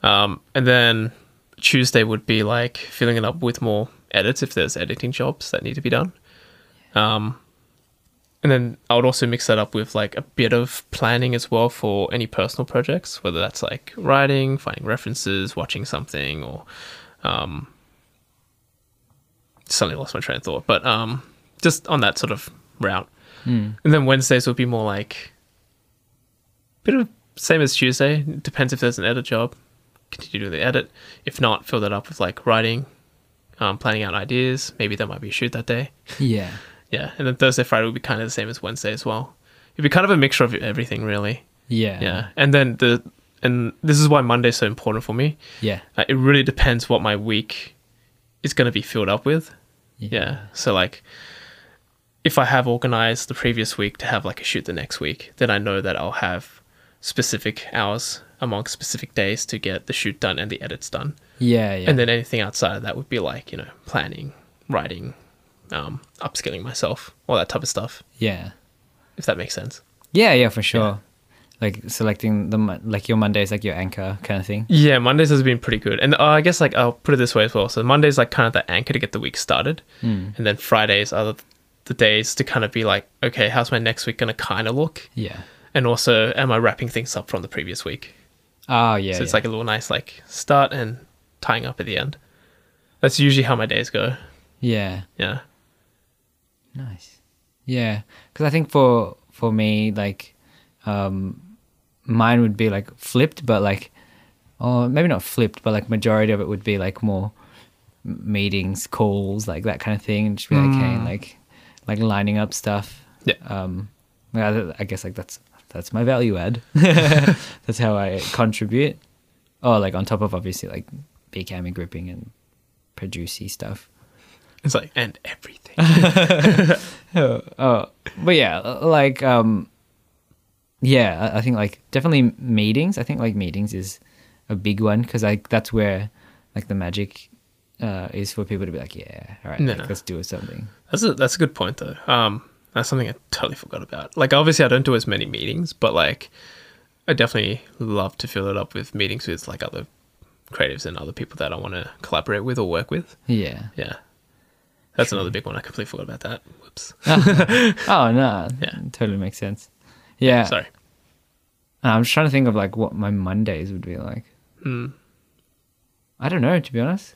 Speaker 1: Um, and then Tuesday would be like filling it up with more edits if there's editing jobs that need to be done. Um, and then I would also mix that up with like a bit of planning as well for any personal projects, whether that's like writing, finding references, watching something, or um, suddenly lost my train of thought. But um, just on that sort of route. And then Wednesdays would be more like bit of same as Tuesday. Depends if there's an edit job, continue to do the edit. If not, fill that up with like writing, um, planning out ideas. Maybe there might be a shoot that day.
Speaker 2: Yeah.
Speaker 1: Yeah, and then Thursday, Friday would be kind of the same as Wednesday as well. It'd be kind of a mixture of everything, really.
Speaker 2: Yeah.
Speaker 1: Yeah, and then the and this is why Monday's so important for me.
Speaker 2: Yeah.
Speaker 1: Uh, it really depends what my week is going to be filled up with.
Speaker 2: Yeah.
Speaker 1: Yeah. So like if I have organized the previous week to have like a shoot the next week, then I know that I'll have specific hours among specific days to get the shoot done and the edits done.
Speaker 2: Yeah, yeah.
Speaker 1: And then anything outside of that would be like, you know, planning, writing, um, upskilling myself, all that type of stuff,
Speaker 2: yeah.
Speaker 1: if that makes sense.
Speaker 2: Yeah, yeah, for sure. Like selecting the mon- like your Mondays like your anchor kind of thing.
Speaker 1: Yeah, Mondays has been pretty good. And uh, I guess like I'll put it this way as well. So Mondays like kind of the anchor to get the week started. Mm. And then Fridays are the- the days to kind of be like, okay, how's my next week going to kind of look?
Speaker 2: Yeah.
Speaker 1: and also am I wrapping things up from the previous week?
Speaker 2: Oh, yeah.
Speaker 1: so it's
Speaker 2: yeah.
Speaker 1: like a little nice like start and tying up at the end. That's usually how my days go.
Speaker 2: Yeah.
Speaker 1: Yeah.
Speaker 2: Nice. Yeah, because I think for for me, like, um, mine would be like flipped, but like, or maybe not flipped, but like majority of it would be like more m- meetings, calls, like that kind of thing, and just be like, hey, like, like lining up stuff.
Speaker 1: Mm. Yeah.
Speaker 2: Um, yeah, th- I guess like that's that's my value add. that's how I contribute. Oh, like on top of obviously like big camera gripping and producey stuff.
Speaker 1: It's like and everything.
Speaker 2: Oh, but yeah, like um, yeah, I- I think like definitely meetings. I think like meetings is a big one because like that's where like the magic uh, is for people to be like, yeah, all right,
Speaker 1: No.
Speaker 2: like, let's do something.
Speaker 1: that's a that's a good point though. Um that's something I totally forgot about. Like obviously I don't do as many meetings, but like I definitely love to fill it up with meetings with like other creatives and other people that I want to collaborate with or work with.
Speaker 2: Yeah.
Speaker 1: Yeah. That's another big one. I completely forgot about that. Whoops.
Speaker 2: Oh no.
Speaker 1: Yeah.
Speaker 2: Totally makes sense. Yeah. Uh,
Speaker 1: Sorry.
Speaker 2: I'm just trying to think of like what my Mondays would be like.
Speaker 1: Hmm.
Speaker 2: I don't know to be honest.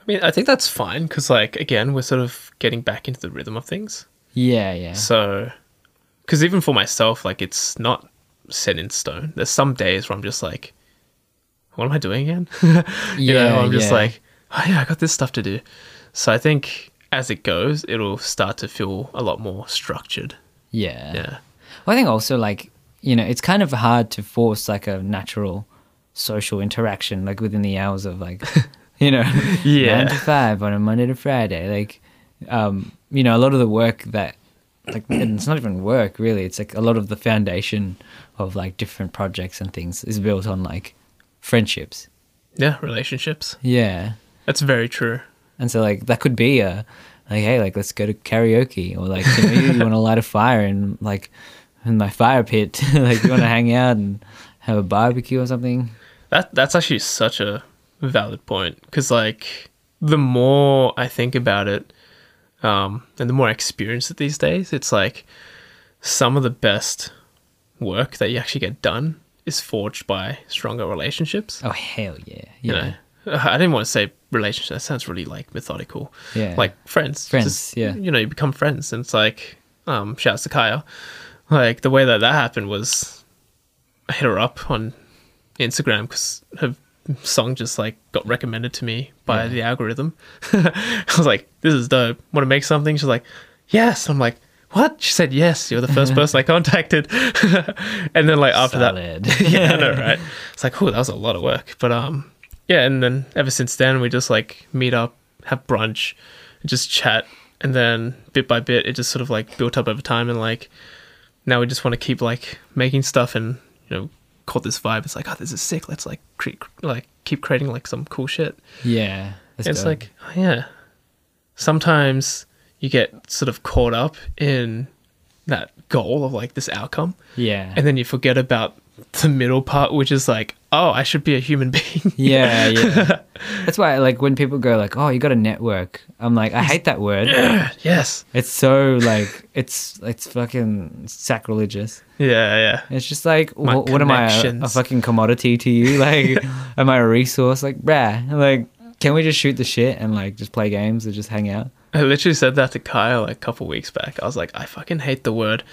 Speaker 1: I mean, I think that's fine because, like, again, we're sort of getting back into the rhythm of things.
Speaker 2: Yeah. Yeah.
Speaker 1: So, because even for myself, like, it's not set in stone. There's some days where I'm just like, what am I doing again? you
Speaker 2: Yeah,
Speaker 1: know, I'm just
Speaker 2: yeah.
Speaker 1: like, oh, yeah, I got this stuff to do. So I think as it goes, it'll start to feel a lot more structured.
Speaker 2: Yeah.
Speaker 1: Yeah.
Speaker 2: Well, I think also like you know it's kind of hard to force like a natural social interaction like within the hours of like you know
Speaker 1: Yeah.
Speaker 2: nine to five on a Monday to Friday like um, you know a lot of the work that like and it's not even work really it's like a lot of the foundation of like different projects and things is built on like friendships
Speaker 1: Yeah. Relationships.
Speaker 2: yeah
Speaker 1: That's very true.
Speaker 2: and so like that could be a like hey like let's go to karaoke or like you, know, you, want to light a fire in like in my fire pit like you want to hang out and have a barbecue or something.
Speaker 1: That that's actually such a valid point because like the more I think about it, um, and the more I experience it these days, it's like some of the best work that you actually get done is forged by stronger relationships.
Speaker 2: Oh hell yeah
Speaker 1: You
Speaker 2: yeah
Speaker 1: know, I didn't want to say relationship. That sounds really like methodical.
Speaker 2: Yeah.
Speaker 1: Like friends.
Speaker 2: Friends,
Speaker 1: Just,
Speaker 2: yeah.
Speaker 1: You know, you become friends, and it's like, um, shouts to Kaya. Like the way that that happened was, I hit her up on Instagram because her song just like got recommended to me by the algorithm. I was like, this is dope. Want to make something? She's like, yes. I'm like. What? She said yes. You're the first person I contacted, and then like after that,
Speaker 2: Solid.
Speaker 1: yeah, I know, right? It's like, oh, that was a lot of work. But um, yeah, and then ever since then, we just like meet up, have brunch, and just chat, and then bit by bit, it just sort of like built up over time, and like now we just want to keep like making stuff, and you know, caught this vibe. It's like, oh, this is sick. Let's like cre- like keep creating like some cool shit.
Speaker 2: yeah. That's
Speaker 1: It's
Speaker 2: dope.
Speaker 1: like, oh, yeah. Sometimes you get sort of caught up in that goal of like this outcome
Speaker 2: yeah.
Speaker 1: and then you forget about the middle part, which is like, oh, I should be a human being.
Speaker 2: Yeah, yeah. That's why, like, when people go like, "Oh, you got a network," I'm like, I hate that word.
Speaker 1: yes.
Speaker 2: It's so like, it's it's fucking sacrilegious.
Speaker 1: Yeah, yeah.
Speaker 2: It's just like,
Speaker 1: My
Speaker 2: wh- what am I, a- a,
Speaker 1: connections.
Speaker 2: fucking commodity to you? Like, am I a resource? Like, bruh, like, can we just shoot the shit and like just play games or just hang out?
Speaker 1: I literally said that to Kyle like, a couple weeks back. I was like, I fucking hate the word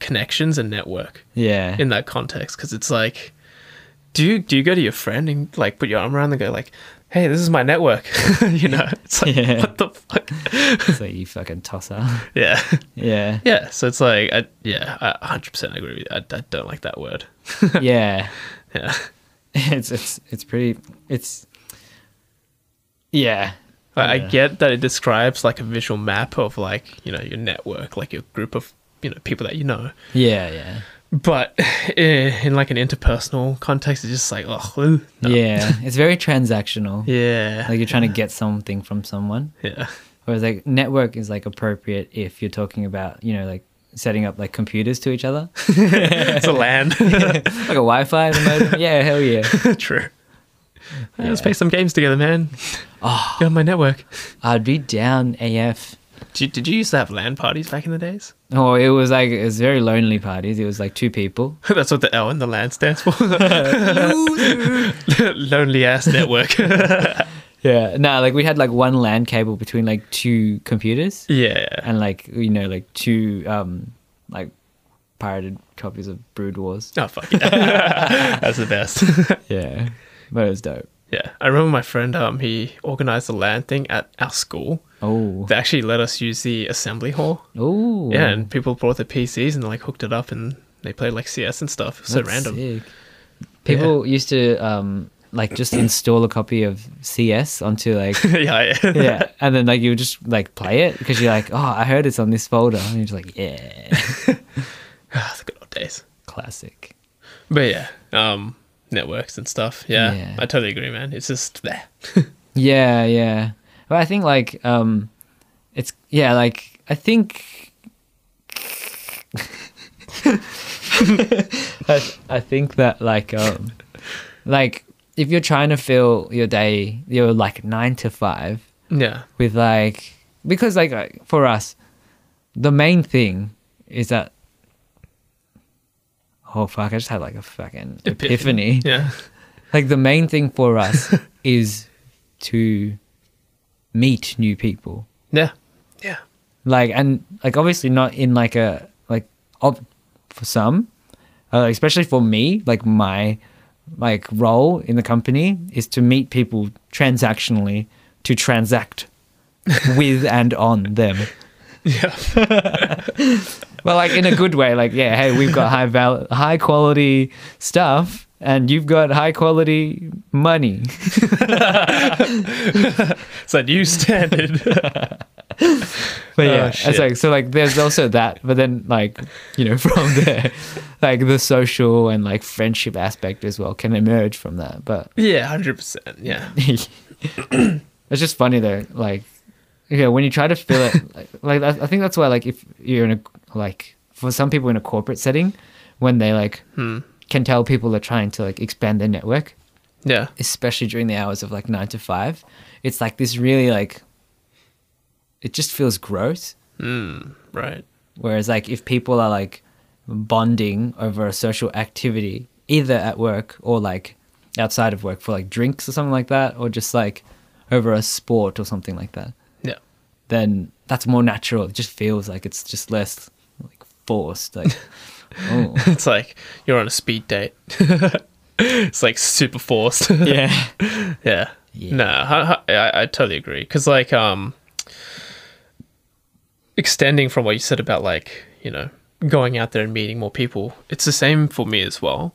Speaker 1: connections and network
Speaker 2: Yeah,
Speaker 1: in that context because it's like, do you do you go to your friend and like put your arm around and go like, hey, this is my network, you know? It's like
Speaker 2: Yeah.
Speaker 1: what the fuck,
Speaker 2: it's like you fucking tosser.
Speaker 1: yeah,
Speaker 2: Yeah,
Speaker 1: yeah. So it's like, I, yeah, I 100 percent agree with you. I, I don't like that word.
Speaker 2: yeah.
Speaker 1: Yeah.
Speaker 2: It's it's it's pretty. It's yeah.
Speaker 1: I, I
Speaker 2: Yeah.
Speaker 1: get that it describes like a visual map of like you know your network, like your group of you know people that you know,
Speaker 2: Yeah, yeah.
Speaker 1: but eh, in like an interpersonal context, it's just like oh ugh, no.
Speaker 2: Yeah. It's very transactional.
Speaker 1: yeah,
Speaker 2: like you're trying to get something from someone
Speaker 1: yeah,
Speaker 2: whereas like network is like appropriate if you're talking about you know like setting up like computers to each other
Speaker 1: it's a land,
Speaker 2: like a wi-fi modem. yeah hell yeah
Speaker 1: true. Hey, Let's play some games together, man. Oh. Get on my network.
Speaker 2: i'd be down af
Speaker 1: Did you, did you used to have land parties back in the days?
Speaker 2: oh it was like it was very lonely parties it was like two people
Speaker 1: That's what the L in the land stands for. Lonely ass network.
Speaker 2: yeah no like we had like one lan cable between like two computers
Speaker 1: yeah.
Speaker 2: and like you know like two um like pirated copies of brood wars
Speaker 1: Oh fuck yeah. That's the best.
Speaker 2: yeah but it was dope
Speaker 1: Yeah, I remember my friend. Um, he organized a LAN thing at our school.
Speaker 2: oh
Speaker 1: They actually let us use the assembly hall.
Speaker 2: oh
Speaker 1: Yeah, and people brought their PCs and like hooked it up and they played like CS and stuff. It was so
Speaker 2: That's
Speaker 1: random.
Speaker 2: sick. People used to um, like just install a copy of CS onto like
Speaker 1: yeah, yeah.
Speaker 2: yeah, and then like you would just like play it because you're like, oh, I heard it's on this folder, and you're just like, yeah,
Speaker 1: Ah, the good old days.
Speaker 2: classic.
Speaker 1: But yeah, um, networks and stuff. Yeah,
Speaker 2: Yeah.
Speaker 1: I totally agree, man. It's just there.
Speaker 2: Yeah, yeah. But I think like um, it's yeah, like I think. I, I think that like um, like if you're trying to fill your day, you're like nine to five.
Speaker 1: Yeah,
Speaker 2: with like because like uh, for us the main thing is that oh fuck i just had like a fucking epiphany,
Speaker 1: yeah,
Speaker 2: like the main thing for us is to meet new people
Speaker 1: yeah, yeah,
Speaker 2: like and like obviously not in like a like ob- for some uh, especially for me like my like role in the company is to meet people transactionally to transact with and on them
Speaker 1: yeah.
Speaker 2: well like in a good way like yeah hey we've got high val- high quality stuff and you've got high quality money
Speaker 1: It's a new standard.
Speaker 2: But
Speaker 1: Oh,
Speaker 2: yeah,
Speaker 1: shit.
Speaker 2: it's like so like there's also that, but then like you know from there, like the social and like friendship aspect as well can emerge from that. But
Speaker 1: yeah, hundred percent. Yeah,
Speaker 2: it's just funny though, like yeah, when you try to fill it, like, like I I think that's why like if you're in a like for some people in a corporate setting, when they like
Speaker 1: Hmm.
Speaker 2: can tell people are trying to like expand their network,
Speaker 1: yeah,
Speaker 2: especially during the hours of like nine to five, it's like this really like it just feels gross.
Speaker 1: Mm, right.
Speaker 2: Whereas, like, if people are like bonding over a social activity, either at work or like outside of work for like drinks or something like that, or just like over a sport or something like that,
Speaker 1: Yeah.
Speaker 2: then that's more natural. It just feels like it's just less like forced. Like, oh,
Speaker 1: It's like you're on a speed date. it's like super forced.
Speaker 2: yeah.
Speaker 1: Yeah.
Speaker 2: Yeah.
Speaker 1: No, I, I- I, I totally agree. Because, like, um, extending from what you said about, like, you know, going out there and meeting more people, it's the same for me as well.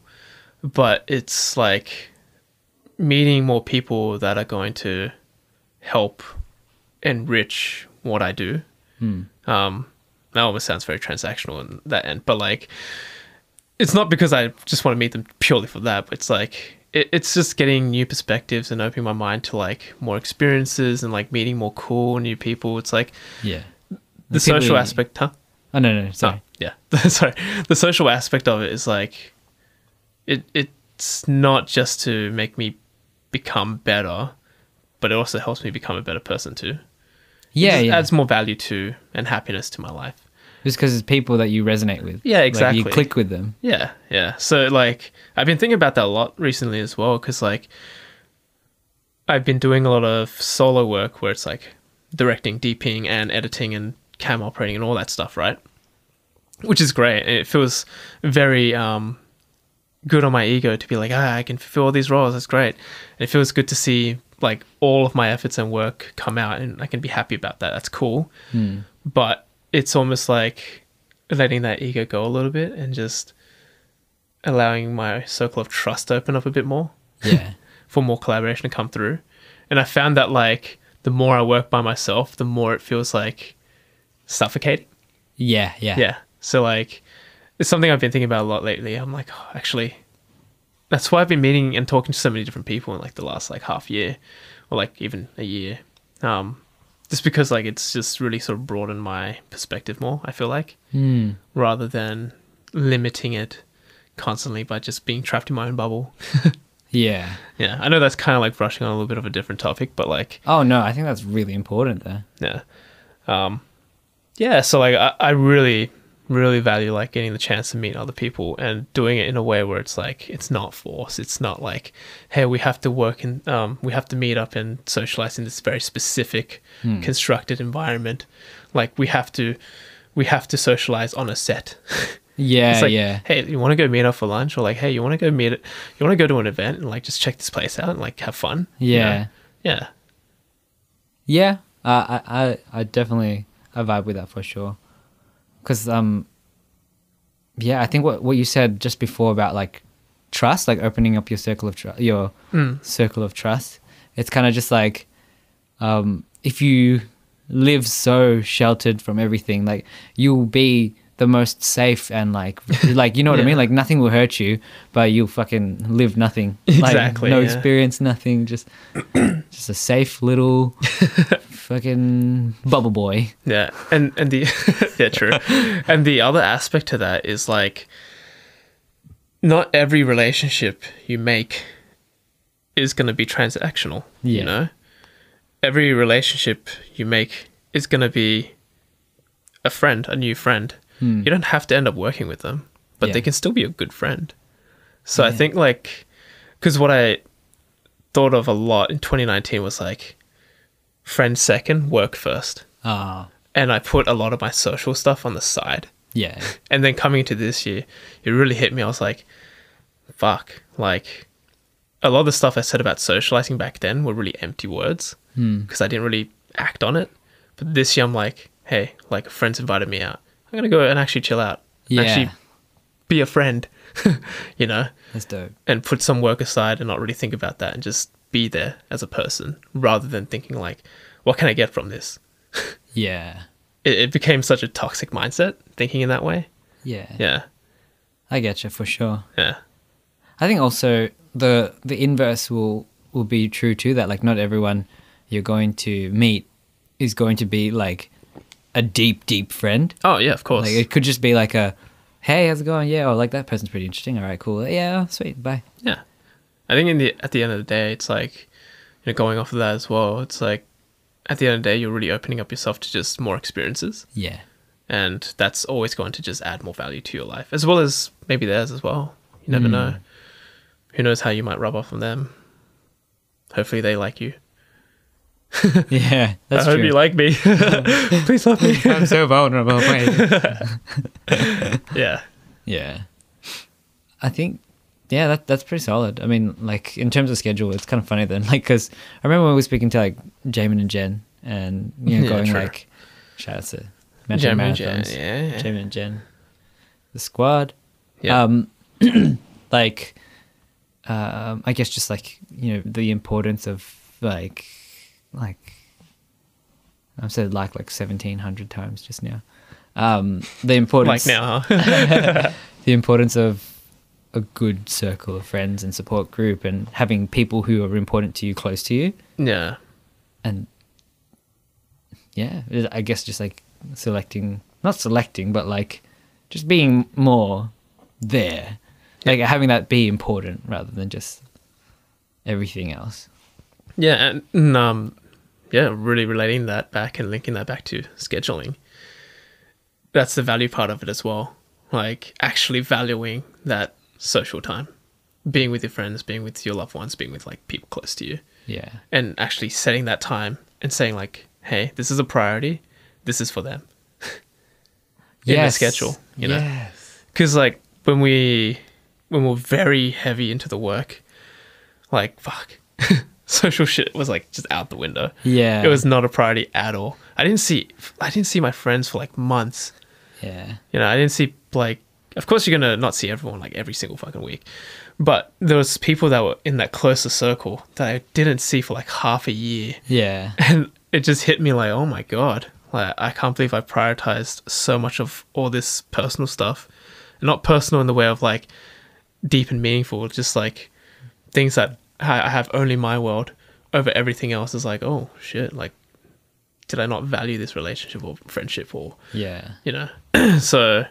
Speaker 1: But it's like meeting more people that are going to help enrich what I do.
Speaker 2: Hmm.
Speaker 1: Um, that almost sounds very transactional in that end, but like, it's not because I just want to meet them purely for that, but it's like it, it's just getting new perspectives and opening my mind to like more experiences and like meeting more cool new people. It's like
Speaker 2: Yeah.
Speaker 1: the
Speaker 2: people
Speaker 1: social
Speaker 2: you-
Speaker 1: aspect, huh?
Speaker 2: Oh, no, no, sorry.
Speaker 1: Oh, yeah. sorry. The social aspect of it is like it it's not just to make me become better, but it also helps me become a better person too. It
Speaker 2: Yeah,
Speaker 1: just
Speaker 2: yeah.
Speaker 1: adds more value to and happiness to my life.
Speaker 2: Just because it's people that you resonate with.
Speaker 1: Yeah,
Speaker 2: Like,
Speaker 1: exactly.
Speaker 2: you click with them.
Speaker 1: Yeah, yeah. So like I've been thinking about that a lot recently as well cuz like I've been doing a lot of solo work where it's like directing, DPing and editing and cam operating and all that stuff, right? Which is great. and It feels very um good on my ego to be like, "Ah, I can fulfill all these roles. That's great." And it feels good to see like all of my efforts and work come out and I can be happy about that. That's cool but it's almost like letting that ego go a little bit and just allowing my circle of trust to open up a bit more
Speaker 2: Yeah.
Speaker 1: for more collaboration to come through. And I found that like the more I work by myself, the more it feels like suffocating.
Speaker 2: yeah, yeah.
Speaker 1: Yeah. So like it's something I've been thinking about a lot lately. I'm like, oh, actually that's why I've been meeting and talking to so many different people in like the last like half year or like even a year. Um just because like it's just really sort of broadened my perspective more, I feel like,
Speaker 2: Hmm.
Speaker 1: rather than limiting it constantly by just being trapped in my own bubble.
Speaker 2: Yeah.
Speaker 1: Yeah. I know that's kind of like brushing on a little bit of a different topic, but like
Speaker 2: Oh, no, I think that's really important though.
Speaker 1: yeah um yeah so like I, I really really value like getting the chance to meet other people and doing it in a way where it's like it's not force it's not like hey we have to work in um we have to meet up and socialize in this very specific
Speaker 2: Hmm.
Speaker 1: constructed environment like we have to we have to socialize on a set
Speaker 2: Yeah,
Speaker 1: it's like,
Speaker 2: yeah.
Speaker 1: hey, you want to go meet up for lunch, or like, hey, you want to go meet it, you want to go to an event and like just check this place out and like have fun. you know?
Speaker 2: Yeah.
Speaker 1: yeah,
Speaker 2: Yeah, I I, I, I definitely I vibe with that for sure. Cause um, yeah, I think what what you said just before about like trust, like opening up your circle of trust, your
Speaker 1: Mm.
Speaker 2: circle of trust. It's kind of just like, um, if you live so sheltered from everything, like you'll be the most safe and like like you know what I
Speaker 1: Yeah.
Speaker 2: mean. Like nothing will hurt you, but you'll fucking live nothing.
Speaker 1: Exactly,
Speaker 2: Like, no
Speaker 1: yeah.
Speaker 2: experience, nothing. Just just a safe little fucking bubble boy.
Speaker 1: Yeah, and and the yeah true, and the other aspect to that is like, not every relationship you make is going to be transactional.
Speaker 2: Yeah.
Speaker 1: You know, every relationship you make is going to be a friend, a new friend. You don't have to end up working with them, but they
Speaker 2: Hmm. Yeah.
Speaker 1: can still be a good friend. So I think like, because what I thought of a lot in 2019 was like, friend second, work first
Speaker 2: Ah,
Speaker 1: and I put a lot of my social stuff on the side.
Speaker 2: yeah,
Speaker 1: And then coming into this year, it really hit me. I was like, fuck, like a lot of the stuff I said about socializing back then were really empty words because I didn't really act on it. But this year, I'm like, hey, like friends invited me out. I'm going to go and actually chill out. and
Speaker 2: yeah.
Speaker 1: Actually be a friend, you know,
Speaker 2: that's dope.
Speaker 1: and put some work aside and not really think about that and just be there as a person rather than thinking, like, what can I get from this?
Speaker 2: Yeah,
Speaker 1: it, it became such a toxic mindset thinking in that way.
Speaker 2: yeah,
Speaker 1: Yeah,
Speaker 2: I get you for sure.
Speaker 1: yeah,
Speaker 2: I think also the the inverse will will be true too. That like not everyone you're going to meet is going to be like a deep deep friend.
Speaker 1: Oh yeah, of course.
Speaker 2: Like it could just be like a, hey, how's it going? Yeah, oh, like that person's pretty interesting. All right, cool. Yeah, oh, sweet. Bye.
Speaker 1: yeah, I think in the at the end of the day, it's like you know going off of that as well. It's like at the end of the day, you're really opening up yourself to just more experiences,
Speaker 2: Yeah,
Speaker 1: and that's
Speaker 2: Hmm.
Speaker 1: always going to just add more value to your life as well as maybe theirs as well. You never know. who knows how you might rub off on them. Hopefully they like you.
Speaker 2: Yeah, that's
Speaker 1: I hope
Speaker 2: true. Hmm.
Speaker 1: you like me. Please love me.
Speaker 2: I'm so vulnerable. Wait.
Speaker 1: yeah.
Speaker 2: yeah, I think yeah, that that's pretty solid. I mean, like in terms of schedule, it's kind of funny then, like because I remember when we were speaking to like Jamin and Jen, and you know,
Speaker 1: Yeah,
Speaker 2: going
Speaker 1: true.
Speaker 2: like shout out to
Speaker 1: Jam
Speaker 2: Marathons,
Speaker 1: and Jam, yeah.
Speaker 2: Jamin and Jen, the squad.
Speaker 1: Yeah.
Speaker 2: Um, like, um, I guess just like you know the importance of like, like I've said like like seventeen hundred times just now. Um, the
Speaker 1: like
Speaker 2: importance
Speaker 1: now, huh?
Speaker 2: the importance of a good circle of friends and support group and having people who are important to you close to you
Speaker 1: yeah.
Speaker 2: and yeah it- i guess just like selecting not selecting but like just being more there like having that be important rather than just everything else
Speaker 1: Yeah, and, and um, yeah, really relating that back and linking that back to scheduling. That's the value part of it as well. Like actually valuing that social time, being with your friends, being with your loved ones, being with like people close to you,
Speaker 2: yeah
Speaker 1: and actually setting that time and saying like, "Hey, this is a priority. This is for them." In the schedule, you know?
Speaker 2: yes
Speaker 1: because like when we when we're very heavy into the work like fuck social shit was like just out the window
Speaker 2: yeah
Speaker 1: it was not a priority at all i didn't see i didn't see my friends for like months
Speaker 2: yeah
Speaker 1: you know i didn't see like of course you're gonna not see everyone like every single fucking week but there was people that were in that closer circle that i didn't see for like half a year
Speaker 2: yeah
Speaker 1: and it just hit me like oh my god like i can't believe i prioritized so much of all this personal stuff not personal in the way of like deep and meaningful just like things that i I have only my world over everything else is like oh shit like did i not value this relationship or friendship or
Speaker 2: yeah
Speaker 1: you know so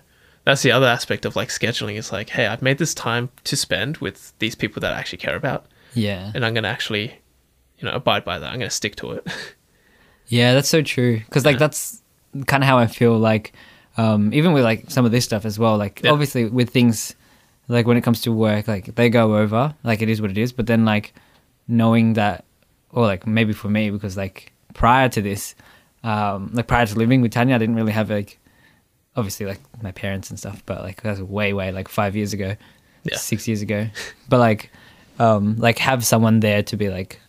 Speaker 1: that's the other aspect of like scheduling is like hey i've made this time to spend with these people that i actually care about
Speaker 2: yeah
Speaker 1: and i'm going to actually you know abide by that i'm going to stick to it
Speaker 2: Yeah, that's so true. Because like that's kind of how I feel. Like um, even with like some of this stuff as well. Like
Speaker 1: Yeah.
Speaker 2: obviously with things like when it comes to work, like they go over. Like it is what it is. But then like knowing that, or like maybe for me because like prior to this, um, like prior to living with Tanya, I didn't really have like obviously like my parents and stuff. But like that's way way like five years ago,
Speaker 1: Yeah.
Speaker 2: six years ago. But like um, like have someone there to be like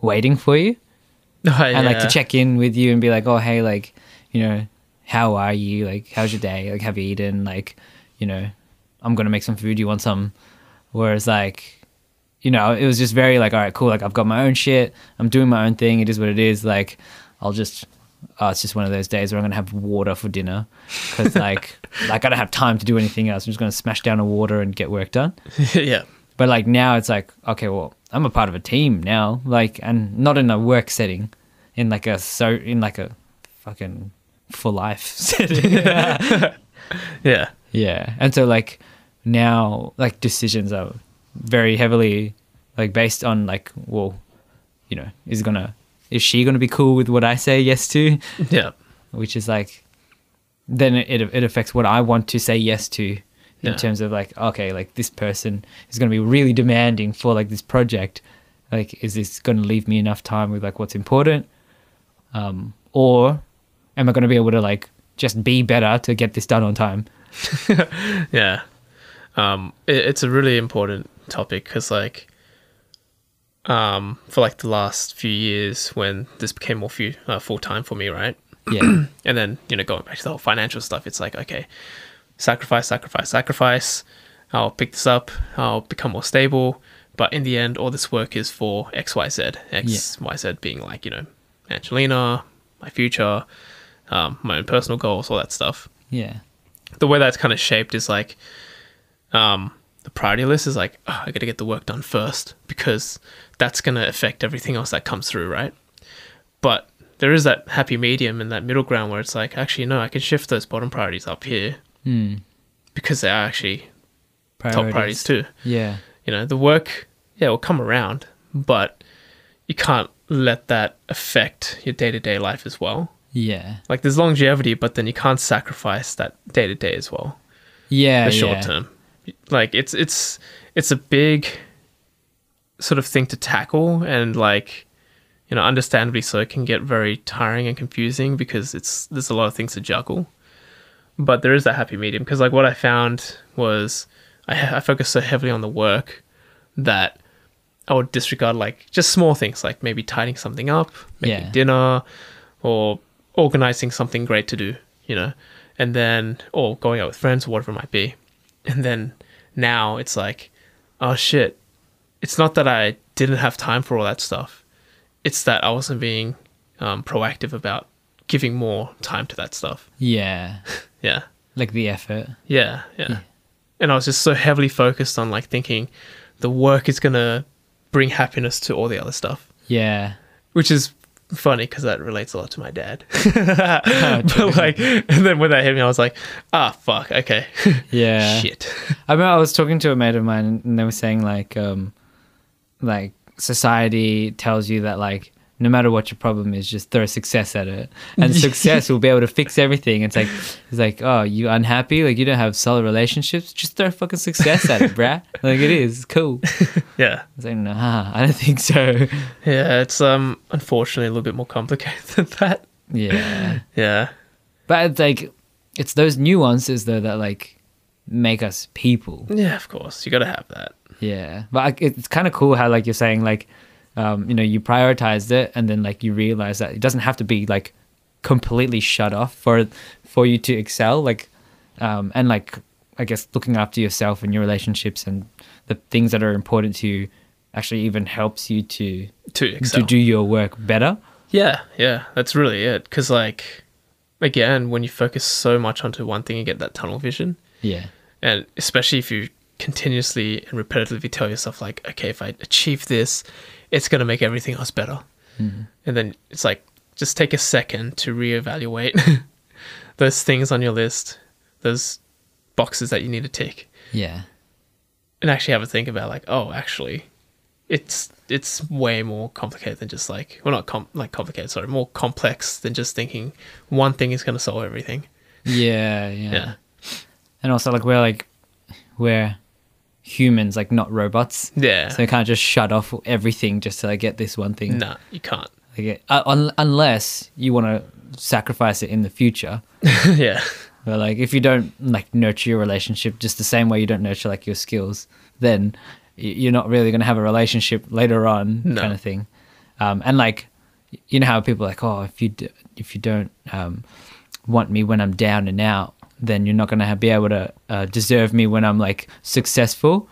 Speaker 2: waiting for you
Speaker 1: Oh,
Speaker 2: and like to check in with you and be like, oh hey, like you know, how are you? Like how's your day? Like have you eaten? Like you know, I'm gonna make some food. You want some? Whereas like, you know, it was just very like, all right, cool. Like I've got my own shit. I'm doing my own thing. It is what it is. Like I'll just. Oh, it's just one of those days where I'm gonna have water for dinner, because like, like I don't have time to do anything else. I'm just gonna smash down a water and get work done.
Speaker 1: yeah.
Speaker 2: But like now it's like, okay, well, I'm a part of a team now, like, and not in a work setting, in like a so in like a fucking for life setting.
Speaker 1: Yeah.
Speaker 2: yeah, and so like now, like decisions are very heavily like based on like, well, you know, is gonna is she gonna be cool with what I say yes to?
Speaker 1: Yeah.
Speaker 2: which is like then it it affects what I want to say yes to in
Speaker 1: Yeah.
Speaker 2: terms of like okay like this person is going to be really demanding for like this project like is this going to leave me enough time with like what's important um or am I going to be able to like just be better to get this done on time
Speaker 1: Yeah. Um, it, it's a really important topic because, like, um, for like the last few years when this became more few, uh, full time for me, right?
Speaker 2: yeah
Speaker 1: And then, you know, going back to the whole financial stuff, it's like, okay, sacrifice, sacrifice, sacrifice. I'll pick this up. I'll become more stable. But in the end, all this work is for X, Y, Z. X, Y, Z being like, you know, Angelina, my future, um, my own personal goals, all that stuff.
Speaker 2: yeah
Speaker 1: the way that's kind of shaped is like um the priority list is like oh, i gotta get the work done first because that's gonna affect everything else that comes through right but there is that happy medium and that middle ground where it's like actually no i can shift those bottom priorities up here
Speaker 2: mm.
Speaker 1: because they are actually top priorities too
Speaker 2: yeah
Speaker 1: you know the work yeah will come around but you can't let that affect your day-to-day life as well
Speaker 2: yeah
Speaker 1: like there's longevity but then you can't sacrifice that day-to-day as well
Speaker 2: yeah
Speaker 1: the short
Speaker 2: yeah.
Speaker 1: term. Like it's it's it's a big sort of thing to tackle and like you know understandably so it can get very tiring and confusing because it's there's a lot of things to juggle but there is that happy medium because like what i found was I, I focused so heavily on the work that i would disregard like just small things like maybe tidying something up making
Speaker 2: Yeah.
Speaker 1: dinner or organizing something great to do you know and then or going out with friends or whatever it might be and then now it's like oh shit it's not that i didn't have time for all that stuff it's that i wasn't being um, proactive about giving more time to that stuff
Speaker 2: Yeah.
Speaker 1: yeah
Speaker 2: Like the effort.
Speaker 1: yeah, yeah. And I was just so heavily focused on like thinking the work is going to bring happiness to all the other stuff,
Speaker 2: Yeah.
Speaker 1: which is funny because that relates a lot to my dad. but like, and then when that hit me, I was like, ah, fuck, okay.
Speaker 2: Yeah.
Speaker 1: Shit.
Speaker 2: I remember I was talking to a mate of mine and they were saying like um like society tells you that like no matter what your problem is, just throw success at it. And success will be able to fix everything. It's like it's like, oh, you unhappy? Like you don't have solid relationships? Just throw fucking success at it, bruh. Like it is. It's cool. I
Speaker 1: Yeah.
Speaker 2: was like, nah, I don't think so.
Speaker 1: Yeah. It's, um, unfortunately a little bit more complicated than that.
Speaker 2: Yeah.
Speaker 1: Yeah.
Speaker 2: But it's like it's those nuances though that like make us people.
Speaker 1: Yeah. Of course. You got to have that.
Speaker 2: Yeah, but I- it- it's kind of cool how like you're saying like, um, you know, you prioritized it, and then like you realize that it doesn't have to be like completely shut off for for you to excel. Like, um, and like I guess looking after yourself and your relationships and the things that are important to you actually even helps you to
Speaker 1: To excel.
Speaker 2: to do your work better.
Speaker 1: Yeah, yeah, that's really it. Because, like, again, when you focus so much onto one thing, you get that tunnel vision.
Speaker 2: Yeah.
Speaker 1: And especially if you continuously and repetitively tell yourself, like, okay, if I achieve this, it's going to make everything else better. And then it's like, just take a second to reevaluate those things on your list, those boxes that you need to tick,
Speaker 2: Yeah.
Speaker 1: and actually have a think about, like, oh, actually, it's it's way more complicated than just like well not com- like complicated sorry more complex than just thinking one thing is going to solve everything
Speaker 2: Yeah, yeah.
Speaker 1: Yeah.
Speaker 2: And also like we're like we're humans, like not robots.
Speaker 1: yeah
Speaker 2: So you can't just shut off everything just to like get this one thing.
Speaker 1: nah you can't
Speaker 2: Like, it- uh, un- unless you want to sacrifice it in the future.
Speaker 1: yeah
Speaker 2: But like if you don't like nurture your relationship just the same way you don't nurture like your skills, then y- you're not really going to have a relationship later on
Speaker 1: No.
Speaker 2: kind of thing. Um, and like y- you know how people are like oh if you d- if you don't um, want me when I'm down and out, then you're not going to ha- be able to uh, deserve me when I'm like successful.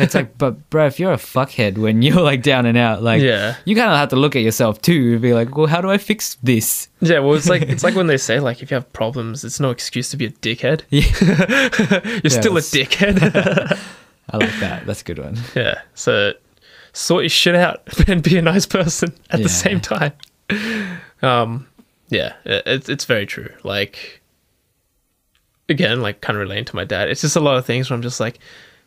Speaker 2: it's like but bro, if you're a fuckhead when you're like down and out, like
Speaker 1: Yeah.
Speaker 2: you kind of have to look at yourself too and be like, well, how do I fix this?
Speaker 1: Yeah, well, it's like it's like when they say like if you have problems, it's no excuse to be a dickhead. You're still a
Speaker 2: it's-
Speaker 1: dickhead.
Speaker 2: I like that. That's a good one.
Speaker 1: yeah, so sort your shit out and be a nice person at
Speaker 2: Yeah.
Speaker 1: the same time. Um, yeah, it, it's- it's very true. Like, again, like kind of relating to my dad, it's just a lot of things where I'm just like,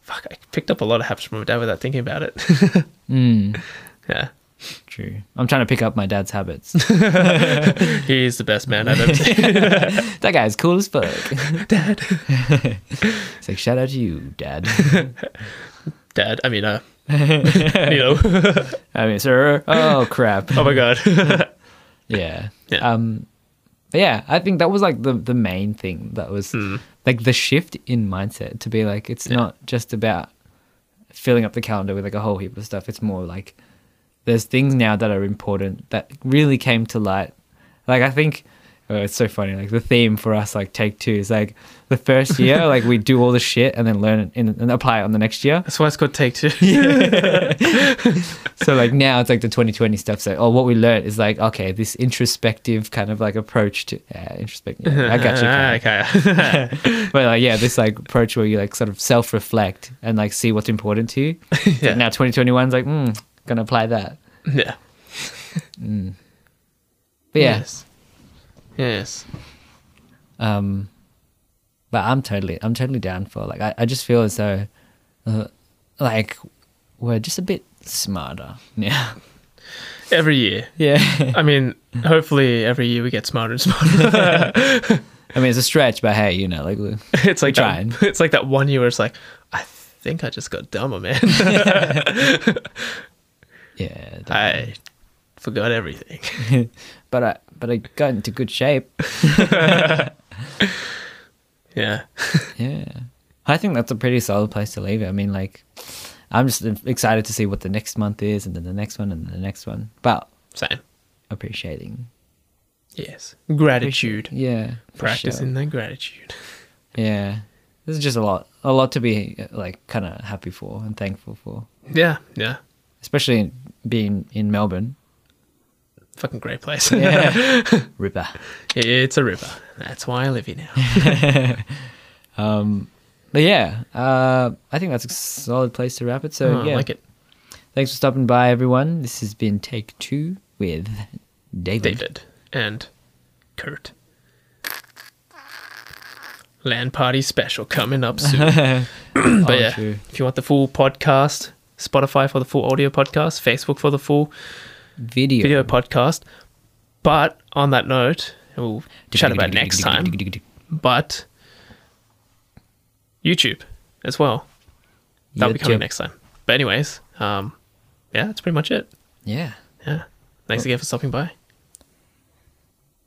Speaker 1: fuck, I picked up a lot of habits from my dad without thinking about it. Yeah,
Speaker 2: True. I'm trying to pick up my dad's habits.
Speaker 1: he's the best man I've ever seen.
Speaker 2: that guy's cool as fuck. Dad. it's like, shout out to you, Dad.
Speaker 1: Dad, I mean, uh, you know,
Speaker 2: I mean, sir. Oh, crap.
Speaker 1: oh my god.
Speaker 2: Yeah.
Speaker 1: Yeah.
Speaker 2: Um, but yeah, I think that was like the, the main thing that was like the shift in mindset to be like, it's not just about filling up the calendar with like a whole heap of stuff. It's more like there's things now that are important that really came to light. Like, I think. Oh, it's so funny. Like the theme for us, like take two, is like the first year, like we do all the shit and then learn it in, and apply it on the next year.
Speaker 1: That's why it's called Take Two.
Speaker 2: so like now it's like the 2020 stuff so oh what we learned is like okay this introspective kind of like approach to uh, introspective yeah, i got you
Speaker 1: Ah,
Speaker 2: Kyle.
Speaker 1: okay.
Speaker 2: but like yeah this like approach where you like sort of self-reflect and like see what's important to you It's
Speaker 1: Yeah.
Speaker 2: like now 2021's like mm, gonna apply that
Speaker 1: Yeah.
Speaker 2: but yeah
Speaker 1: Yes. Yes.
Speaker 2: um but i'm totally i'm totally down for like i, I just feel as though uh, like we're just a bit smarter now
Speaker 1: Every year.
Speaker 2: yeah
Speaker 1: I mean, hopefully every year we get smarter and smarter.
Speaker 2: i mean it's a stretch but hey you know like we-
Speaker 1: it's like
Speaker 2: Trying.
Speaker 1: That, it's like that one year where it's like, I think I just got dumber, man.
Speaker 2: Yeah. that-
Speaker 1: I forgot everything.
Speaker 2: but I but I got into good shape.
Speaker 1: Yeah.
Speaker 2: Yeah. I think that's a pretty solid place to leave it. I mean, like, I'm just excited to see what the next month is, and then the next one, and the next one. But
Speaker 1: Same.
Speaker 2: appreciating
Speaker 1: Yes. Gratitude.
Speaker 2: yeah, for
Speaker 1: Practicing
Speaker 2: sure.
Speaker 1: the gratitude.
Speaker 2: Yeah, this is just a lot, a lot to be uh, like kind of happy for and thankful for,
Speaker 1: Yeah. Yeah.
Speaker 2: especially in, being in Melbourne.
Speaker 1: Fucking great place.
Speaker 2: Yeah, ripper.
Speaker 1: it's a river. That's why I live here now.
Speaker 2: But yeah, uh, I think that's a solid place to wrap it. So
Speaker 1: Oh,
Speaker 2: yeah,
Speaker 1: I like it.
Speaker 2: thanks for stopping by, everyone. This has been Take Two with
Speaker 1: David and Kurt. Land party special coming up soon. but
Speaker 2: Oh,
Speaker 1: yeah,
Speaker 2: true.
Speaker 1: if you want the full podcast, Spotify for the full audio podcast, Facebook for the full
Speaker 2: Video.
Speaker 1: video podcast. But on that note, we'll chat about next time. But YouTube as well. That'll be coming
Speaker 2: YouTube.
Speaker 1: next time. But anyways, um, yeah, that's pretty much it.
Speaker 2: Yeah.
Speaker 1: Yeah. Thanks again for stopping by.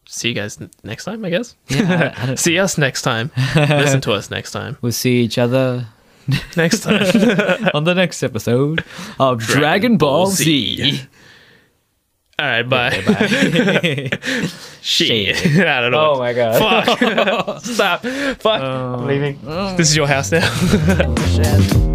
Speaker 1: See you guys n- next time, I guess.
Speaker 2: Yeah, I- I don't-
Speaker 1: See us next time. Listen to us next time.
Speaker 2: We'll see each other
Speaker 1: Next time.
Speaker 2: on the next episode of Dragon, Ball Z.
Speaker 1: All right, bye. Shit. I don't know.
Speaker 2: oh my Uh, god.
Speaker 1: Fuck. Stop. Fuck. I'm leaving. This is your house now.
Speaker 2: Oh, Shit.